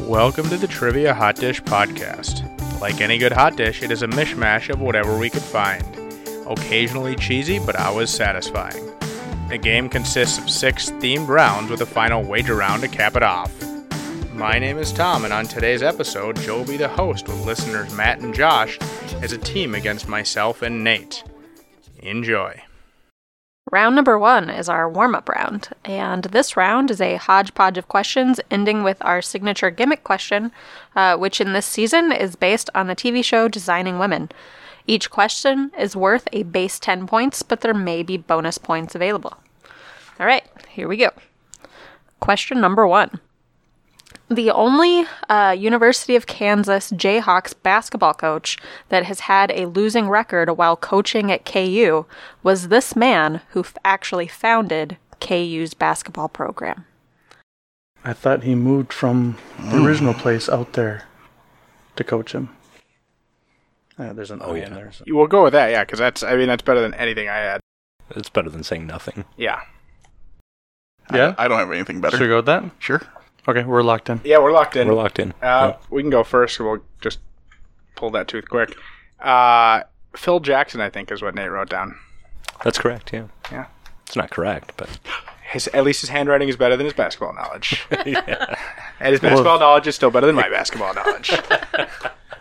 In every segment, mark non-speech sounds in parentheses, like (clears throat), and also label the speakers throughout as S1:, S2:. S1: Welcome to the Trivia Hot Dish Podcast. Like any good hot dish, it is a mishmash of whatever we could find. Occasionally cheesy, but always satisfying. The game consists of six themed rounds with a final wager round to cap it off. My name is Tom, and on today's episode, Joe will be the host with listeners Matt and Josh as a team against myself and Nate. Enjoy.
S2: Round number one is our warm up round, and this round is a hodgepodge of questions ending with our signature gimmick question, uh, which in this season is based on the TV show Designing Women. Each question is worth a base 10 points, but there may be bonus points available. All right, here we go. Question number one the only uh, University of Kansas Jayhawks basketball coach that has had a losing record while coaching at KU was this man who f- actually founded KU's basketball program.
S3: I thought he moved from the original place out there to coach him. Uh, there's an O
S4: yeah.
S3: in there. So.
S1: We'll go with that, yeah, because that's, I mean, that's better than anything I had.
S4: It's better than saying nothing.
S1: Yeah.
S3: Yeah?
S5: I don't have anything better.
S3: Should we go with that?
S5: Sure.
S3: Okay, we're locked in.
S1: Yeah, we're locked in.
S4: We're locked in.
S1: Uh, We can go first. We'll just pull that tooth quick. Uh, Phil Jackson, I think, is what Nate wrote down.
S4: Yeah, that's correct. Yeah,
S1: Yeah,
S4: it's not correct, but
S1: his at least his handwriting is better than his basketball
S3: (laughs)
S1: knowledge, and his basketball knowledge is still better than my basketball
S3: (laughs)
S1: knowledge.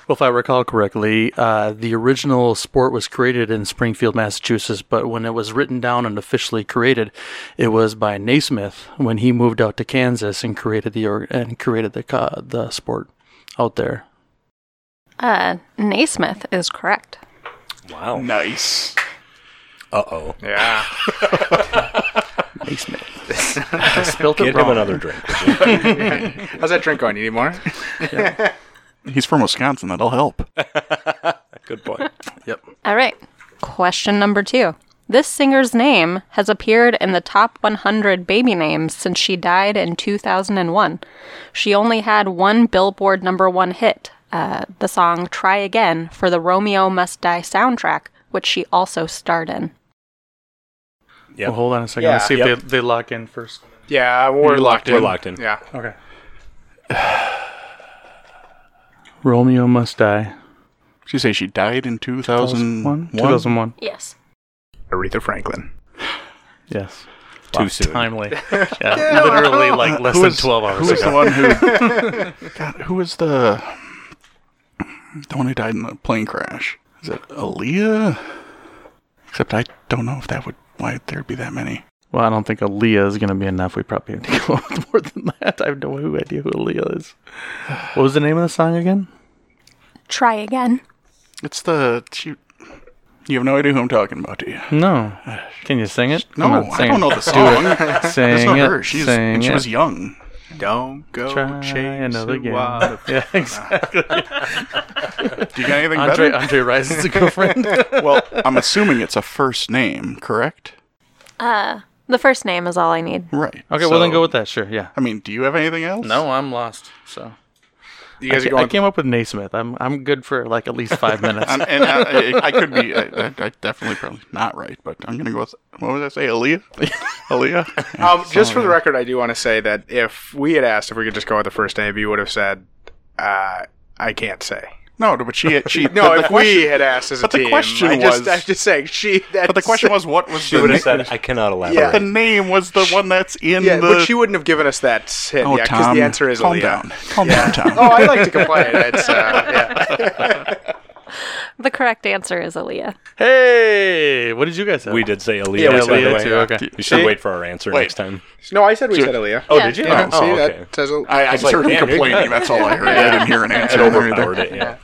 S3: Well, if I recall correctly, uh, the original sport was created in Springfield, Massachusetts, but when it was written down and officially created, it was by Naismith when he moved out to Kansas and created the org- and created the co- the sport out there.
S2: Uh, Naismith is correct.
S4: wow.
S5: Nice.
S4: Uh oh.
S1: yeah,
S3: Naismith. I spelt it
S4: Get him
S3: wrong.
S4: another drink. would you?
S1: how's that drink going? You need
S3: (laughs)
S1: more?
S5: He's from Wisconsin. That'll help.
S4: Good boy.
S2: All right. Question number two. This singer's name has appeared in the top 100 baby names since she died in 2001. She only had one Billboard number one hit, uh, the song Try Again for the Romeo Must Die soundtrack, which she also starred in.
S4: Yep.
S3: Well, hold on a second.
S1: Yeah.
S3: Let's see
S4: Yep.
S3: if they, they lock in first.
S1: Yeah, we're
S3: You're locked
S4: We're locked in.
S1: Yeah,
S3: Okay. Romeo must die.
S5: She say she died in 2001?
S3: 2001.
S2: Yes.
S1: Aretha Franklin.
S3: Yes.
S4: Too soon.
S3: Timely. Yeah, literally like less
S5: Who
S3: than
S5: is-
S3: 12 hours
S5: Who was
S3: ago.
S5: the one who? (laughs) God, who was the the one who died in the plane crash? Is it Aaliyah? Except I don't know if that would why there'd be that many.
S3: (laughs) Well, I don't think Aaliyah is going to be enough. We probably have to go (laughs) with more than that. I have no who- idea who Aaliyah is. What was the name of the song again?
S2: Try Again.
S5: It's the she. You have no idea who I'm talking about, do you?
S3: No. Can you sing it?
S5: No,
S3: Come on,
S5: I
S3: sing
S5: don't know
S3: it. (laughs)
S5: the song.
S3: Sing
S5: That's not
S3: it.
S5: her. She's
S3: sing
S5: and she
S3: it.
S5: was young.
S1: Don't go
S3: Try
S1: chase
S3: another
S1: the
S3: game. (laughs)
S1: wild-
S3: Yeah, exactly.
S5: Do you got anything
S3: Andre,
S5: better?
S3: Andre Rison's a girlfriend.
S5: well, I'm assuming it's a first name, correct?
S2: The first name is all I need.
S5: Right.
S3: Okay, well then
S5: so-
S3: go with that. Sure, yeah.
S5: I mean, do you have anything else?
S3: No, I'm lost. So
S1: You
S3: I,
S1: guys
S3: ca-
S1: are
S3: I
S1: going.
S3: came up with Naismith. I'm I'm good for like at least five minutes.
S5: And, and I, I- I could be, I, I, I definitely probably not right, but I'm gonna go with what was I say, Aaliyah? Aaliyah.
S1: Um, just for the record, I do want to say that if we had asked if we could just go with the first name, you would have said, uh, "I can't say."
S5: No, but she, she.
S1: No,
S5: but the
S1: if we
S5: question-
S1: had asked as a
S5: but the
S1: team,
S5: question
S1: I just,
S5: was-
S1: I'm just saying she. That's,
S5: But the question was, what was
S4: She
S5: the
S4: would have
S5: name?
S4: said, "I cannot elaborate."
S1: Yeah.
S5: the name was the one that's in
S1: yeah,
S5: the.
S1: but she wouldn't have given us that hint,
S5: oh,
S1: yeah, because
S5: Tom,
S1: the answer is
S5: calm
S1: Aaliyah.
S5: down, calm down, Tom.
S1: Oh, I like to complain. It's uh, yeah.
S2: The correct answer is Aaliyah.
S3: hey, what did you guys have?
S4: We did say Aaliyah.
S1: Yeah, we
S4: by
S1: said
S4: the
S1: Aaliyah
S4: way.
S1: too, okay.
S4: We should
S1: See?
S4: wait for our answer
S5: Wait.
S4: next time.
S1: No, I said we said Aaliyah.
S4: Oh, did you?
S1: Yeah,
S4: Oh,
S1: see
S4: okay.
S1: that says.
S5: I, I
S4: It's
S5: just
S4: like,
S5: heard him
S4: damn, you're
S5: complaining.
S4: good.
S5: That's all I heard. I
S1: (laughs)
S5: didn't hear an answer.
S4: It overpowered
S5: There
S4: it. Yeah.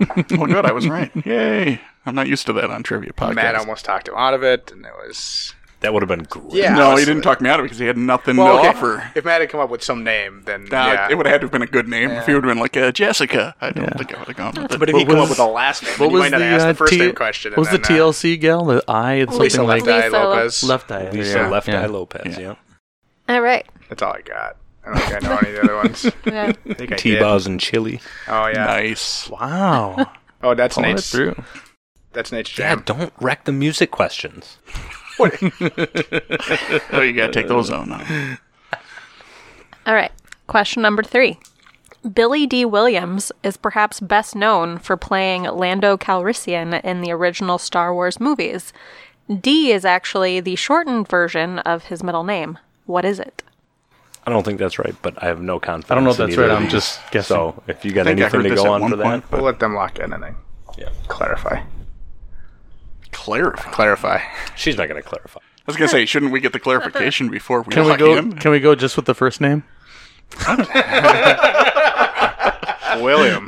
S5: you go. Well, good.
S1: (laughs)
S5: I was right. Yay! I'm not used to that on trivia podcasts.
S1: Matt almost talked him out of it, and it was.
S4: That would have been great.
S1: Yeah.
S5: no,
S1: honestly.
S5: he didn't talk me out of it because he had nothing
S1: Well, okay.
S5: to offer.
S1: If Matt had come up with some name, then
S5: Nah,
S1: yeah.
S5: It would have had to have been a good name if he would have been like uh, Jessica. I don't
S3: Yeah.
S5: think I would have gone with it.
S1: but if he
S3: What
S1: come up
S3: was-
S1: with a last name, then you
S3: What was
S1: might not
S3: the,
S1: ask
S3: uh,
S1: the first
S3: T-
S1: name question.
S3: What was the
S1: and then, uh,
S3: TLC gal? The eye and something
S1: Lisa
S3: like
S1: Left Eye
S2: Lisa
S1: Lopez.
S3: left eye.
S4: Lisa
S3: yeah,
S4: Left
S3: yeah.
S4: Eye Lopez. Yeah.
S2: All right.
S1: That's all I got. I don't think I know any of the other ones.
S2: Yeah.
S1: I think I
S4: T.
S1: did.
S4: Boz and Chili.
S1: Oh yeah.
S5: Nice.
S3: Wow,
S1: Oh, that's
S3: pull it
S1: Nate's.
S3: through.
S1: That's Nate's
S4: Yeah.
S1: jam.
S4: Don't wreck the music questions.
S5: Oh, you gotta take those out now.
S2: All right. Question number three. Billy D. Williams is perhaps best known for playing Lando Calrissian in the original Star Wars movies. D is actually the shortened version of his middle name. What is it?
S4: I don't think that's right, but I have no confidence.
S3: I don't know if
S4: in
S3: that's
S4: either
S3: right,
S4: of
S3: I'm
S4: these.
S3: just guessing.
S4: So if you got
S5: I think I
S4: anything
S5: heard
S4: to
S5: this
S4: go
S5: at
S4: on
S5: one
S4: for that,
S5: point,
S1: We'll
S5: but
S1: let them lock in and then
S4: yeah.
S1: clarify.
S5: clarify.
S1: Clarify.
S4: she's not going to clarify.
S5: I was gonna say, shouldn't we get the clarification before we
S3: Can we
S5: lock
S3: go?
S5: in?
S3: Can we go just with the first name?
S1: (laughs) William.
S3: (laughs)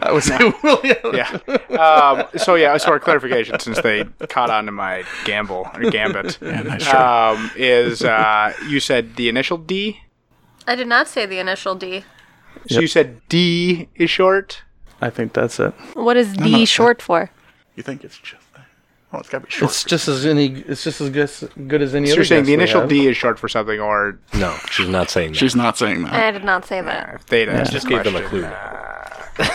S3: I would say William.
S1: yeah. Um, so yeah, so our clarification, since they caught on to my gamble or
S3: (laughs)
S1: gambit,
S5: nice
S1: um, is uh, you said the initial D.
S2: I did not say the initial D.
S1: So you said D is short.
S3: I think that's it.
S2: What is D short for?
S5: You think it's just? Well, it's gotta be short.
S3: It's just as any. It's just as good, good as any
S1: So
S3: other.
S1: you're saying
S3: guess
S1: the
S3: we
S1: initial
S3: have.
S1: D is short for something, or
S4: No, she's not saying that.
S5: She's not saying that.
S2: I did not say that.
S1: if they'd asked
S4: just
S1: the
S4: gave them a
S1: question.
S4: clue.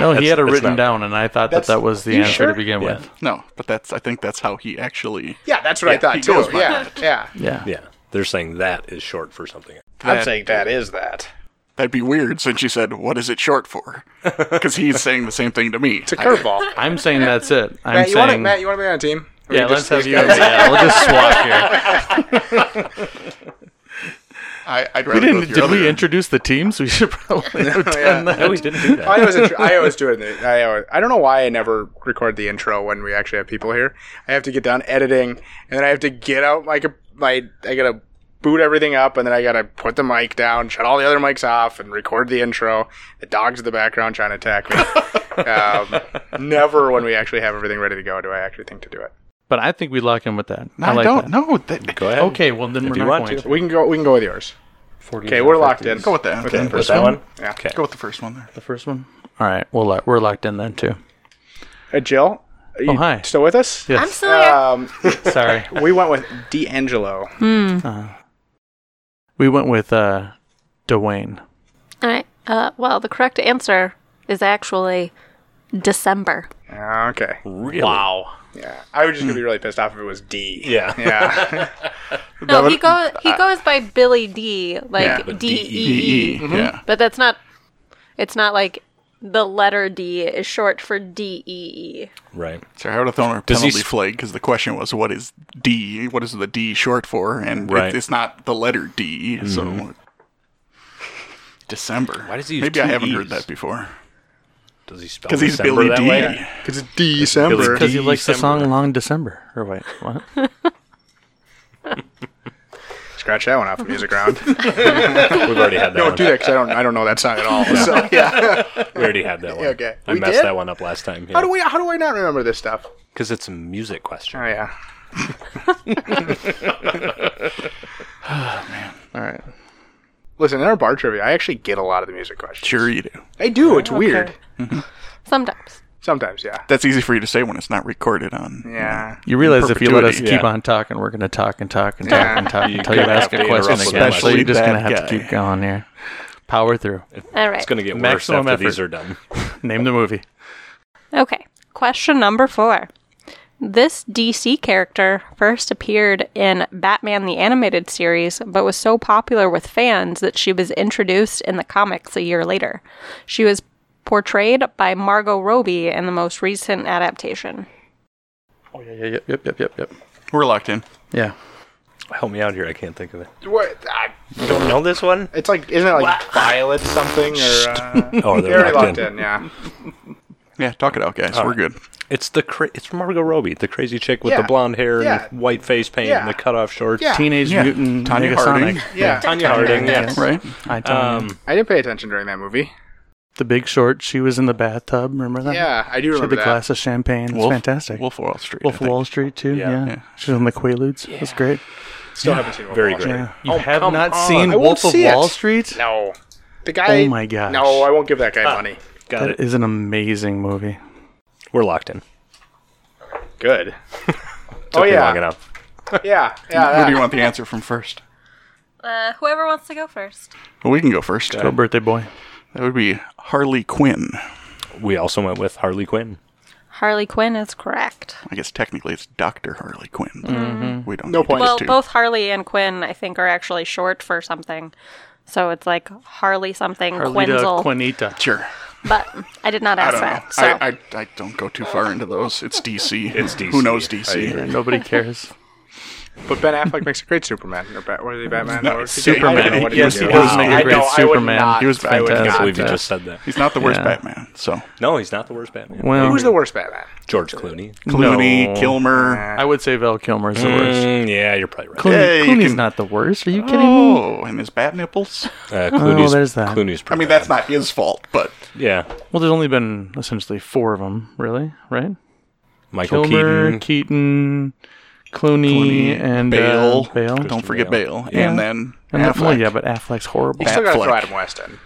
S3: No, he had it
S4: that's
S3: written
S4: not-
S3: down, and I thought that that was the
S1: you
S3: answer
S1: sure?
S3: to begin
S4: Yeah.
S3: with.
S5: No, but that's. I think that's how he actually.
S1: Yeah, that's what I
S5: he
S1: thought
S5: goes
S1: too.
S5: by
S1: Yeah, yeah.
S3: Yeah.
S4: Yeah, they're saying that is short for something.
S1: I'm
S5: That-
S1: saying that is that.
S5: That'd be weird since you said, "What is it short (laughs) for?" Because he's saying the same thing to me.
S1: It's a curveball.
S3: I'm saying that's it. I'm
S1: Matt, you want to
S3: saying.
S1: Matt? You want to be on a team? Or
S3: yeah,
S1: you
S3: let's
S1: just-
S3: have you. Yeah, we'll just swap here.
S5: I, I'd
S3: We
S5: rather go
S3: didn't,
S5: with
S3: (laughs)
S5: your
S3: did
S5: other-
S3: (laughs) we introduce the teams? We should probably have (laughs) done
S1: (laughs) yeah.
S3: that.
S4: No, we didn't do that.
S1: I always, intro- I always do it. In the, I always, I don't know why I never record the intro when we actually have people here. I have to get done editing, and then I have to get out my co- my. I gotta boot everything up, and then I gotta put the mic down, shut all the other mics off, and record the intro. The dogs in the background trying to attack me. um, never when we actually have everything ready to go do I actually think to do it.
S3: But I think we lock in with that.
S5: No,
S3: I
S5: I,
S3: like that.
S5: don't know. That,
S4: Go ahead.
S3: Okay, well then we're
S4: you
S3: not
S4: want
S3: going
S4: to.
S3: to.
S1: We can go. We can go with yours. Okay, we're locked in.
S5: go with that.
S1: Okay,
S5: then.
S1: with
S5: First
S4: that one.
S1: Yeah.
S4: Okay.
S5: Go with the first one there.
S3: The first one. All right, we'll lo- we're locked in then too.
S1: Uh, Jill,
S5: Oh,
S1: are you
S3: hi.
S1: still with us?
S3: Yes.
S2: I'm still here.
S1: Um,
S3: Sorry,
S1: we went with D'Angelo.
S3: we went with uh, Dwayne.
S2: All right. Uh, well, the correct answer is actually December.
S1: Okay.
S4: Really? Wow.
S1: Yeah, I was just gonna be really pissed off if it was D.
S4: Hmm. Yeah.
S1: yeah.
S4: (laughs)
S2: No, he goes he goes by Billy D, like
S5: Yeah,
S2: uh, D E
S5: E.
S2: E.
S5: Yeah.
S2: But that's not. It's not like the letter D is short for D E E.
S4: Right.
S5: Sorry, I would have thrown a
S4: Does he
S5: penalty
S4: s-
S5: flag because the question was, "What is D? What is the D short for?" And it-
S4: Right.
S5: it's not the letter D.
S3: Mm-hmm.
S5: So December. Why
S4: does he use
S5: Maybe I
S4: two
S5: haven't
S4: E's?
S5: heard that before.
S4: Does he spell
S5: Because he's
S4: December
S5: Billy
S4: that (laughs)
S5: D.
S4: way?
S1: Because it's December.
S3: Because he likes the
S4: December.
S3: song "Long December." Or wait, what? (laughs)
S1: Scratch that one off the music round.
S4: We've already had that
S1: (laughs) don't
S4: one.
S1: do that because I don't. I don't know that song at (laughs) all. So yeah.
S4: We already had that (laughs) one.
S1: okay.
S4: I
S1: We
S4: messed
S1: did?
S4: that one up last time.
S1: How do we? How do I not remember this stuff?
S4: Because it's a music question.
S1: Oh (laughs) yeah.
S4: Oh,
S3: All right.
S1: Listen, in our bar trivia, I actually get a lot of the music questions.
S5: Sure, you do.
S1: I do. It's weird.
S2: Sometimes.
S1: Sometimes, yeah.
S5: That's easy for you to say when it's not recorded on.
S1: Yeah.
S3: You realize if you let us
S5: perpetuity.
S3: keep
S4: Yeah.
S3: on talking, we're going to talk and talk and
S1: Yeah.
S3: talk and talk
S4: You
S3: until you
S4: gotta
S3: ask
S4: have
S3: a
S4: to
S3: question
S4: interrupt
S3: again.
S4: us.
S3: So you're just going to
S5: Especially
S3: have to
S5: that
S3: keep
S5: guy.
S3: going here. Power through.
S2: All right.
S4: It's going to get worse
S3: Maximum
S4: after these
S3: effort.
S4: are done.
S3: Name the movie.
S2: Okay. Question number four. This DC character first appeared in Batman the Animated Series, but was so popular with fans that she was introduced in the comics a year later. She was portrayed by Margot Robbie in the most recent adaptation.
S3: Oh yeah, yeah, yep, yep, yep, yep, yep.
S5: We're locked in.
S3: Yeah.
S4: Help me out here. I can't think of it.
S1: What? I,
S4: You don't know this one?
S1: it's like, isn't it like Violet something or? Uh,
S4: (laughs) Oh,
S1: They're
S4: they're
S1: already
S4: locked, in.
S1: Yeah.
S5: Yeah, talk it out, guys. We're good.
S4: It's the cra- it's Margot Robbie, the crazy chick with
S1: Yeah.
S4: the blonde hair
S1: Yeah.
S4: and white face paint
S1: Yeah.
S4: and the cutoff shorts.
S1: Yeah.
S3: Teenage
S5: Yeah.
S3: Mutant
S5: Tanya
S3: Tanya
S5: Harding.
S3: Megasonic.
S1: Yeah.
S4: Tanya Harding. Yes.
S5: Right?
S3: I Tanya.
S4: Um,
S1: I didn't pay attention during that movie.
S3: the Big Short. She was in the bathtub. Remember that?
S1: Yeah, I do
S3: She had the
S1: remember that.
S3: glass of champagne. It's
S5: Wolf-
S3: fantastic. Wolf,
S5: Wolf Wall Street. I think.
S3: Wall Street too.
S4: Yeah.
S3: Yeah.
S5: Yeah.
S3: She was in the Quaaludes. That's great.
S1: Still haven't seen. Wolf
S4: Very
S1: of Wall
S4: great.
S1: Street.
S3: Yeah. You
S4: Oh,
S3: have
S4: come
S3: not
S4: on.
S3: seen
S1: I won't
S3: Wolf of
S1: see it.
S3: Wall Street?
S1: No. The guy.
S3: Oh my gosh.
S1: No, I won't give that guy money.
S4: Got
S3: That
S4: it.
S3: is an amazing movie.
S4: We're locked in.
S1: Good.
S4: Took
S1: oh
S4: me long
S1: yeah.
S4: enough.
S1: Yeah.
S5: Who
S4: Ah,
S1: Yeah.
S5: do
S1: yeah.
S5: you want the answer from first?
S2: Uh, whoever wants to go first.
S5: Well, we can go first.
S3: Go birthday boy.
S5: That would be Harley Quinn.
S4: We also went with Harley Quinn.
S2: Harley Quinn is correct.
S5: I guess technically it's Doctor Harley Quinn. But We don't.
S4: Mm-hmm.
S1: No
S5: need to
S1: point.
S5: get
S2: Well,
S5: too-
S2: both Harley and Quinn, I think, are actually short for something. So it's like Harley something,
S3: Carlita
S2: Quenzel.
S3: Quinita.
S5: Sure.
S2: but I did not
S5: I
S2: ask
S5: don't know.
S2: that. So
S5: I, I, I don't go too far into those. It's DC.
S4: It's
S5: Who
S4: DC.
S5: knows
S4: I
S5: DC?
S4: agree.
S3: Nobody cares.
S1: But Ben Affleck makes a great Superman. Or Bat, what is he, Batman?
S5: No,
S1: Or-
S5: Superman.
S1: I don't know what
S3: Yes,
S1: would
S3: he
S1: do.
S3: does make a
S1: I
S3: great
S1: don't- I would
S3: Superman.
S1: not-
S5: He was
S1: I would
S3: fantastic.
S4: I
S1: not.
S4: can't believe you
S3: Fantastic.
S4: just said that.
S5: He's not the worst
S3: Yeah.
S5: Batman. So
S4: No, he's not the worst Batman.
S3: Well,
S1: Who's the worst Batman?
S4: George Clooney.
S5: Clooney,
S3: No.
S5: Kilmer.
S3: I would say Val Kilmer is the worst.
S4: Mm, yeah, you're probably right.
S3: Clooney,
S5: Yeah, you
S3: Clooney's
S5: can-
S3: not the worst. Are you kidding me?
S5: Oh, and his bad nipples.
S4: Uh, Clooney's,
S3: Oh, there's that.
S4: Clooney's
S5: I
S4: pretty
S5: mean, that's
S4: bad.
S5: not his fault, but
S4: Yeah.
S3: Well, there's only been essentially four of them, really, right?
S4: Michael
S3: Kilmer,
S4: Keaton.
S3: Keaton, Clooney,
S5: Clooney,
S3: and
S5: Bale.
S3: Uh, Bale.
S5: don't forget Bale.
S3: Yeah.
S5: And then
S3: And then-
S5: Affleck.
S3: well, yeah, but Affleck's horrible.
S1: You still gotta throw
S5: Affleck.
S1: Adam West in.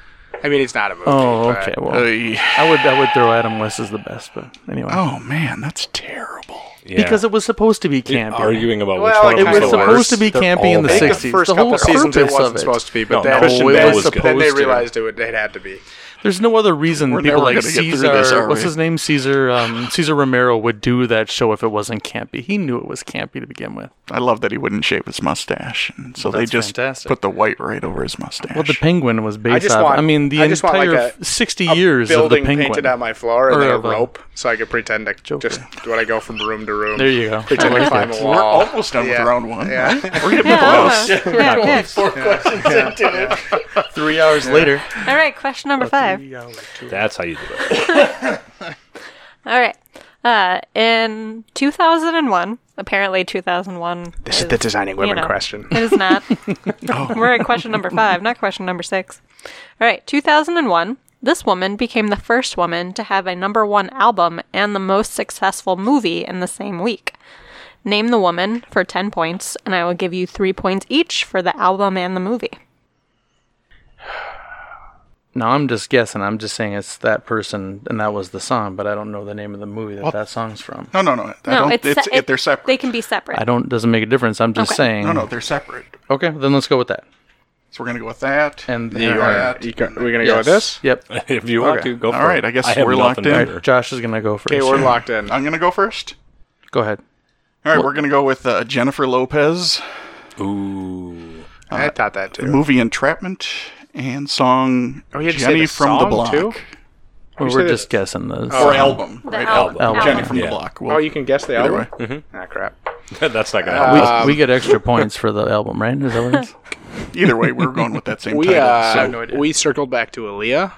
S1: I mean, it's not a movie.
S3: Oh,
S1: but-
S3: okay. Well,
S5: Uh,
S3: I would I would throw Adam West as the best, but anyway,
S5: oh man, that's terrible.
S4: Yeah.
S3: because it was supposed to be
S4: You're
S3: campy.
S4: arguing about
S1: Well,
S4: which
S1: it was
S3: it
S4: one was
S3: was
S1: the
S4: the
S3: supposed
S4: worst.
S3: to be
S4: They're
S3: campy in
S4: all
S3: the
S1: I think
S4: bad.
S3: '60s.
S1: the first
S3: whole
S1: couple seasons it
S3: purpose
S1: wasn't
S3: of it.
S1: supposed to be,
S4: No,
S1: but
S4: no,
S1: then,
S4: Christian
S3: it
S1: then-
S3: was
S1: then they
S4: supposed to.
S1: realized it, would, it had to be.
S3: There's no other reason
S5: We're
S3: people
S5: never
S3: like
S5: gonna get through
S3: Caesar,
S5: this, are
S3: what's
S5: we?
S3: his name, Caesar, um, Caesar Romero would do that show if it wasn't campy. He knew it was campy to begin with.
S5: I love that he wouldn't shave his mustache, and so they
S3: That's
S5: just
S3: fantastic.
S5: put the white right over his mustache.
S3: Well, the Penguin was based
S1: just
S3: off.
S1: want-
S3: I mean, the
S1: I just want, like,
S3: entire
S1: a-
S3: f- 60
S1: A
S3: years of the
S1: building
S3: Penguin.
S1: painted on my floor
S3: Or
S1: and then a
S3: of a-
S1: rope so I could pretend to
S3: Joker.
S1: just when I go from room to room.
S3: There you go.
S1: Pretend
S3: I
S1: I
S3: like
S1: climb
S3: that.
S1: a
S5: we're
S1: wall.
S5: almost done
S1: Yeah.
S5: with round one.
S1: Yeah.
S5: We're getting
S2: Yeah,
S5: close.
S2: yeah, yeah, yeah.
S3: Three hours later.
S2: All right, question number five.
S4: That's how you do it. (laughs)
S2: All right. Uh, in 2001, apparently 2001.
S1: This is the designing women (laughs)
S2: know.
S1: question.
S2: It is
S3: (laughs)
S2: not.
S5: Oh.
S2: We're at question number five, not question number six. All right, 2001. This woman became the first woman to have a number one album and the most successful movie in the same week. Name the woman for 10 points, and I will give you three points each for the album and the movie.
S3: No, I'm just guessing. I'm just saying it's that person, and that was the song, but I don't know the name of the movie that that song's from.
S5: No, no, no. I
S2: No,
S5: don't,
S2: it's,
S5: it's,
S2: se-
S5: it, they're
S2: They
S5: separate.
S2: can be separate.
S3: I don't, doesn't make a difference. I'm just
S2: Okay.
S3: saying.
S5: No, no, they're separate.
S3: Okay, then let's go with that.
S5: So we're gonna go with that.
S3: And the-
S5: then
S3: you
S1: Are
S5: that.
S1: we going to
S3: Yes.
S1: go with this?
S3: Yep.
S4: if you want
S1: Okay.
S4: to, go for
S5: All right,
S4: it.
S5: I guess
S4: have
S5: we're locked
S4: nothing
S5: in.
S4: better.
S3: Josh is going to go first.
S1: Okay, we're locked in.
S5: I'm gonna go first.
S3: Go ahead.
S5: All right, we're gonna go with uh, Jennifer Lopez.
S4: Ooh. (laughs)
S1: I thought that too.
S5: Movie Entrapment and song
S1: Oh, you had to say
S5: Jenny
S1: the
S5: from the
S1: song,
S5: Block
S1: too?
S3: We
S1: you
S3: were
S1: say
S3: just
S1: that-
S3: guessing this.
S5: or album,
S2: The
S5: right?
S2: album.
S3: Album.
S5: Jenny from
S4: Yeah.
S5: the Block. Well,
S1: Oh, you can guess the
S5: either
S1: album?
S5: way.
S1: Ah, crap.
S4: That's not going to
S5: Uh,
S3: we,
S4: happen.
S3: Uh, we get
S5: (laughs)
S3: extra points for the album, right? Is that what it is?
S5: Either way, we're going with that same
S1: We
S5: title.
S1: uh,
S5: so-
S3: no idea.
S1: we circled back to (laughs) Aaliyah,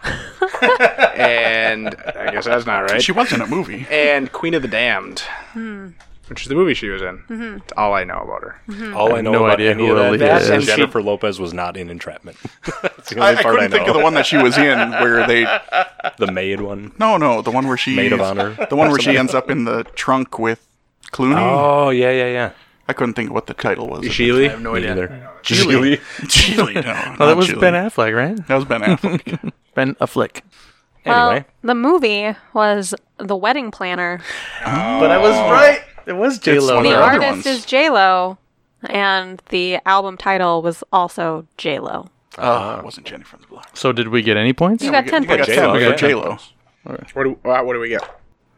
S1: and I guess that's not right.
S5: she was in a movie.
S1: and Queen of the Damned, Hmm. which is the movie she was in. That's all I know about her.
S4: All I, know
S3: no
S4: about
S3: idea
S4: any
S3: who
S4: of
S3: Aaliyah
S4: that, is
S1: is.
S4: Jennifer Lopez was not in Entrapment. (laughs) That's the
S5: I,
S4: only
S5: I
S4: part
S5: couldn't think of the one that she was in where they
S4: The maid one.
S5: no no the one where she
S4: Maid of honor.
S5: the one
S4: (laughs)
S5: where she ends up in the trunk with Clooney.
S4: Oh, yeah, yeah, yeah.
S5: I couldn't think of what the title was.
S1: Sheely.
S4: No idea. Either.
S5: Geely. (laughs) Geely. No,
S3: Oh,
S5: not
S3: that was
S5: Geely.
S3: Ben Affleck, right?
S5: That was Ben Affleck.
S3: Ben Affleck.
S4: Anyway.
S2: The movie was The Wedding Planner.
S3: But I was right. It was J
S5: one
S2: The
S5: There are other
S2: artist
S5: ones.
S2: is J-Lo, and the album title was also J-Lo.
S5: Uh, it wasn't Jenny from the Block.
S3: So did we get any points?
S2: You got 10
S5: I got
S2: points.
S4: J-Lo,
S5: J-Lo.
S4: yeah.
S5: J Lo.
S1: What do, uh, what do we get?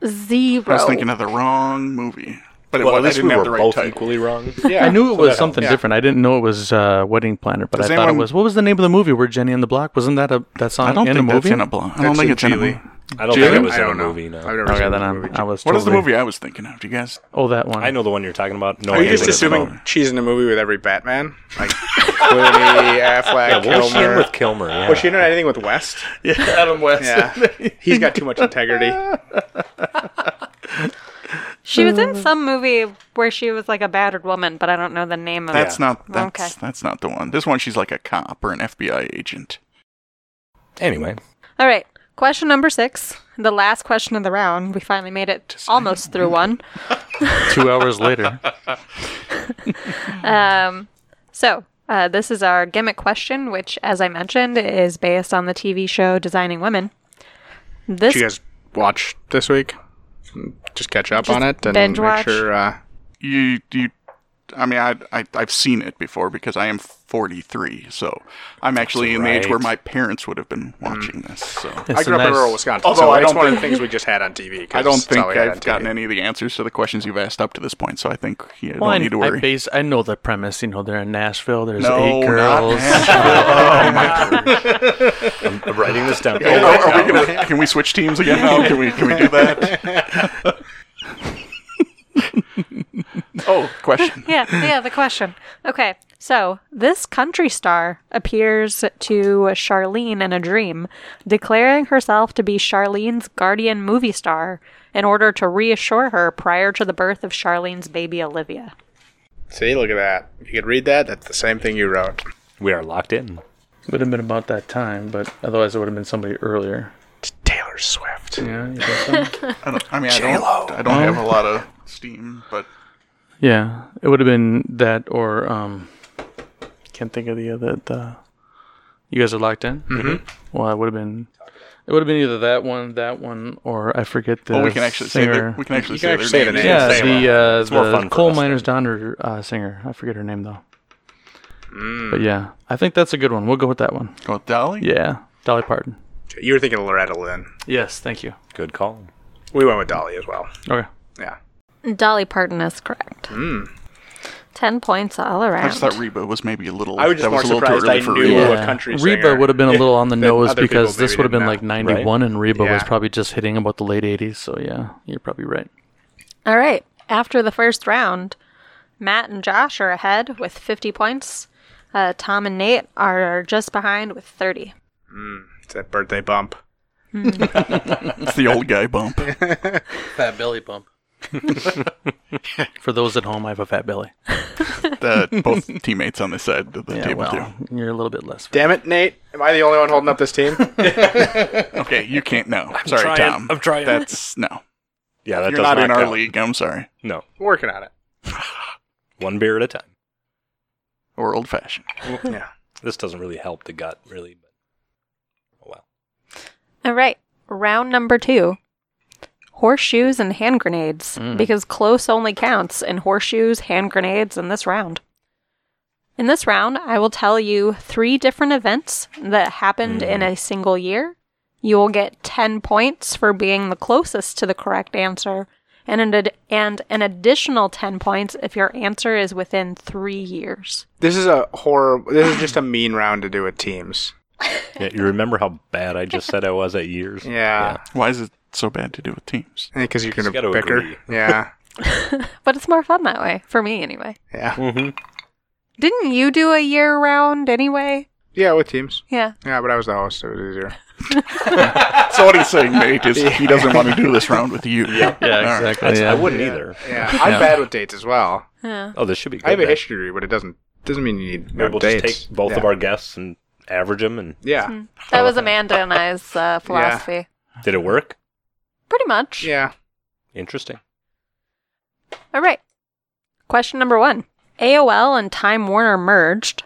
S2: Zero.
S5: I was thinking of the wrong movie, but it
S4: Well, at
S5: was. I
S4: least
S5: didn't
S4: we
S5: have
S4: were
S5: the right
S4: both
S5: title.
S4: equally wrong.
S1: Yeah,
S3: I knew it was
S1: that
S3: something
S1: helps.
S3: different. I didn't know it was uh, Wedding Planner, but
S5: Does
S3: I thought it
S5: anyone-
S3: was. What was the name of the movie where Jenny and the Block? Wasn't that a that song
S5: I don't
S3: in
S5: think
S3: a movie?
S5: that's in a block. I don't
S1: That's
S5: think
S1: in
S5: it's in a
S1: Geely.
S5: movie.
S4: (laughs) I don't think
S5: Jalen?
S4: it was
S1: I
S4: in a
S1: don't know.
S4: movie, no.
S1: I've never
S3: Okay,
S1: seen
S3: then
S1: the
S3: I'm,
S1: movie.
S3: I was.
S5: What is the
S3: totally-
S5: movie I was thinking of? Do you guys?
S3: Oh, that one.
S4: I know the one you're talking about. No,
S1: Are you
S4: idea
S1: just
S4: what it's
S1: assuming
S4: about.
S1: she's in a movie with every Batman? Like Clooney, Affleck,
S4: Yeah, what was she in
S1: Kilmer.
S4: with Kilmer? Yeah.
S1: Was she in anything with West?
S3: Yeah, (laughs) Adam West.
S1: Yeah. He's got too much integrity.
S2: She was in some movie where she was like a battered woman, but I don't know the name of
S5: That's
S2: it.
S5: not. That's
S2: Okay.
S5: that's not the one. This one, she's like a cop or an FBI agent.
S4: Anyway.
S2: All right. Question number six, the last question of the round. We finally made it almost through one.
S3: (laughs) Two hours later.
S2: Um, so uh, this is our gimmick question, which, as I mentioned, is based on the TV show Designing Women. This
S1: Did you guys watch this week? Just catch up on it and
S2: binge
S1: make
S2: watch.
S1: sure. Uh,
S5: You you. I mean, I, I I've seen it before because I am 43, so I'm actually in the age
S4: right.
S5: where my parents would have been watching this. So
S3: It's
S1: I
S3: a
S1: grew up in
S3: nice-
S1: rural Wisconsin,
S5: Although
S1: so
S5: I
S1: it's
S5: don't
S1: one of the
S5: think-
S1: things we just had on TV. 'cause
S5: I don't
S1: it's all
S5: think
S1: we had on
S5: I've gotten
S1: TV.
S5: any of the answers to the questions you've asked up to this point, so I think you
S3: Well, I,
S5: don't need to
S3: I
S5: worry.
S3: base, I know the premise. You know, they're in Nashville. There's
S5: No,
S3: eight
S5: not
S3: girls.
S5: (laughs)
S4: I'm writing
S1: (laughs)
S4: this down.
S5: Oh, are- are (laughs) we gonna- can we switch teams again now? Can we can we do that? (laughs) oh, question.
S2: yeah, yeah, the question. Okay, so this country star appears to Charlene in a dream, declaring herself to be Charlene's guardian movie star in order to reassure her prior to the birth of Charlene's baby Olivia.
S1: See, look at that. If you could read that, that's the same thing you wrote.
S4: we are locked in.
S3: Would have been about that time, but otherwise it would have been somebody earlier.
S1: It's Taylor Swift.
S3: Yeah, you think so?
S5: I, don't, I mean, I don't, I don't have a lot of steam, but
S3: yeah, it would have been that or um, can't think of the other. The, you guys are locked in. Mm-hmm. Well, it would have been. It would have been either that one, that one, or I forget the.
S5: well, we can actually say
S3: singer.
S5: that we can actually
S1: You can actually say
S5: say, their
S1: the
S5: names.
S1: name.
S3: yeah,
S1: say
S3: the, uh, the
S4: more fun for
S3: coal
S4: us
S3: miner's daughter uh, singer. I forget her name though. But yeah, I think that's a good one. We'll go with that one.
S5: Go with Dolly.
S3: Yeah, Dolly Parton.
S1: You were thinking of Loretta Lynn.
S3: Yes, thank you.
S4: Good call.
S1: We went with Dolly as well.
S3: Okay.
S1: Yeah.
S2: Dolly Parton is correct. Ten points all
S5: Hmm. I
S2: around.
S5: just thought Reba was maybe a little.
S1: I was just
S5: that was
S1: more
S5: a little too
S1: surprised I
S5: early for
S1: knew
S5: Reba.
S1: Yeah. a country singer
S3: Reba would have been a little on the
S1: that (laughs)
S3: nose
S1: other
S3: because
S1: people
S3: this
S1: maybe
S3: would have been
S1: didn't
S3: like
S1: know.
S3: 91 and Reba was
S1: Yeah.
S3: probably just hitting about the late 80s. So yeah, you're probably right.
S2: All right. After the first round, Matt and Josh are ahead with 50 points. Uh, Tom and Nate are just behind with 30.
S1: It's that birthday bump.
S5: It's the old guy bump.
S3: Fat belly bump. (laughs) For those at home, I have a fat belly.
S5: The, both teammates on this side of the
S3: Yeah,
S5: table
S3: well, you're a little bit less.
S1: Damn it, Nate. Am I the only one holding up this
S4: (laughs)
S1: team?
S5: do. Okay, you can't know. sorry,
S4: trying,
S5: Tom.
S4: I'm trying.
S5: That's no.
S4: Yeah, that
S5: You're
S4: does
S5: not in our
S4: count.
S5: league. I'm sorry.
S4: No,
S1: Working on it.
S4: one beer at a time.
S5: Or old fashioned.
S1: Yeah.
S4: This doesn't really help the gut, really. But oh well.
S2: All right. Round number two horseshoes and hand grenades, because close only counts in horseshoes, hand grenades, and this round. In this round, I will tell you three different events that happened in a single year. You will get 10 points for being the closest to the correct answer, and an, ad- and an additional 10 points if your answer is within three years.
S1: This is a horror. This is just a mean round to do with teams.
S4: Yeah, you remember how bad I just said I was
S1: (laughs)
S4: at years?
S1: Yeah.
S5: Why is it so bad to do with teams?
S1: Because you're
S4: Just
S1: going to
S4: gotta
S1: bicker.
S4: agree.
S1: (laughs) Yeah.
S2: But it's more fun that way, for me anyway.
S1: Yeah.
S2: Didn't you do a year round anyway?
S1: Yeah, with teams.
S2: Yeah.
S1: Yeah, but I was the host, so it was easier.
S5: So what he's saying,
S1: (laughs)
S5: Nate, is he doesn't want to do this round with you. Yeah,
S3: Yeah, exactly.
S4: That's-
S3: yeah.
S4: I wouldn't either.
S1: Yeah.
S4: (laughs)
S1: I'm bad with dates as well.
S2: Yeah.
S4: Oh, this should be. Good
S1: I have a
S4: then.
S1: history, degree, but it doesn't doesn't mean you need
S4: Maybe
S1: no
S4: we'll
S1: dates.
S4: just take both of
S1: Yeah.
S4: our guests and average them. And
S1: Yeah.
S2: Hmm. That was Amanda and I's uh, philosophy.
S4: did it work?
S2: Pretty much.
S1: Yeah.
S4: Interesting.
S2: All right. Question number one AOL and Time Warner merged,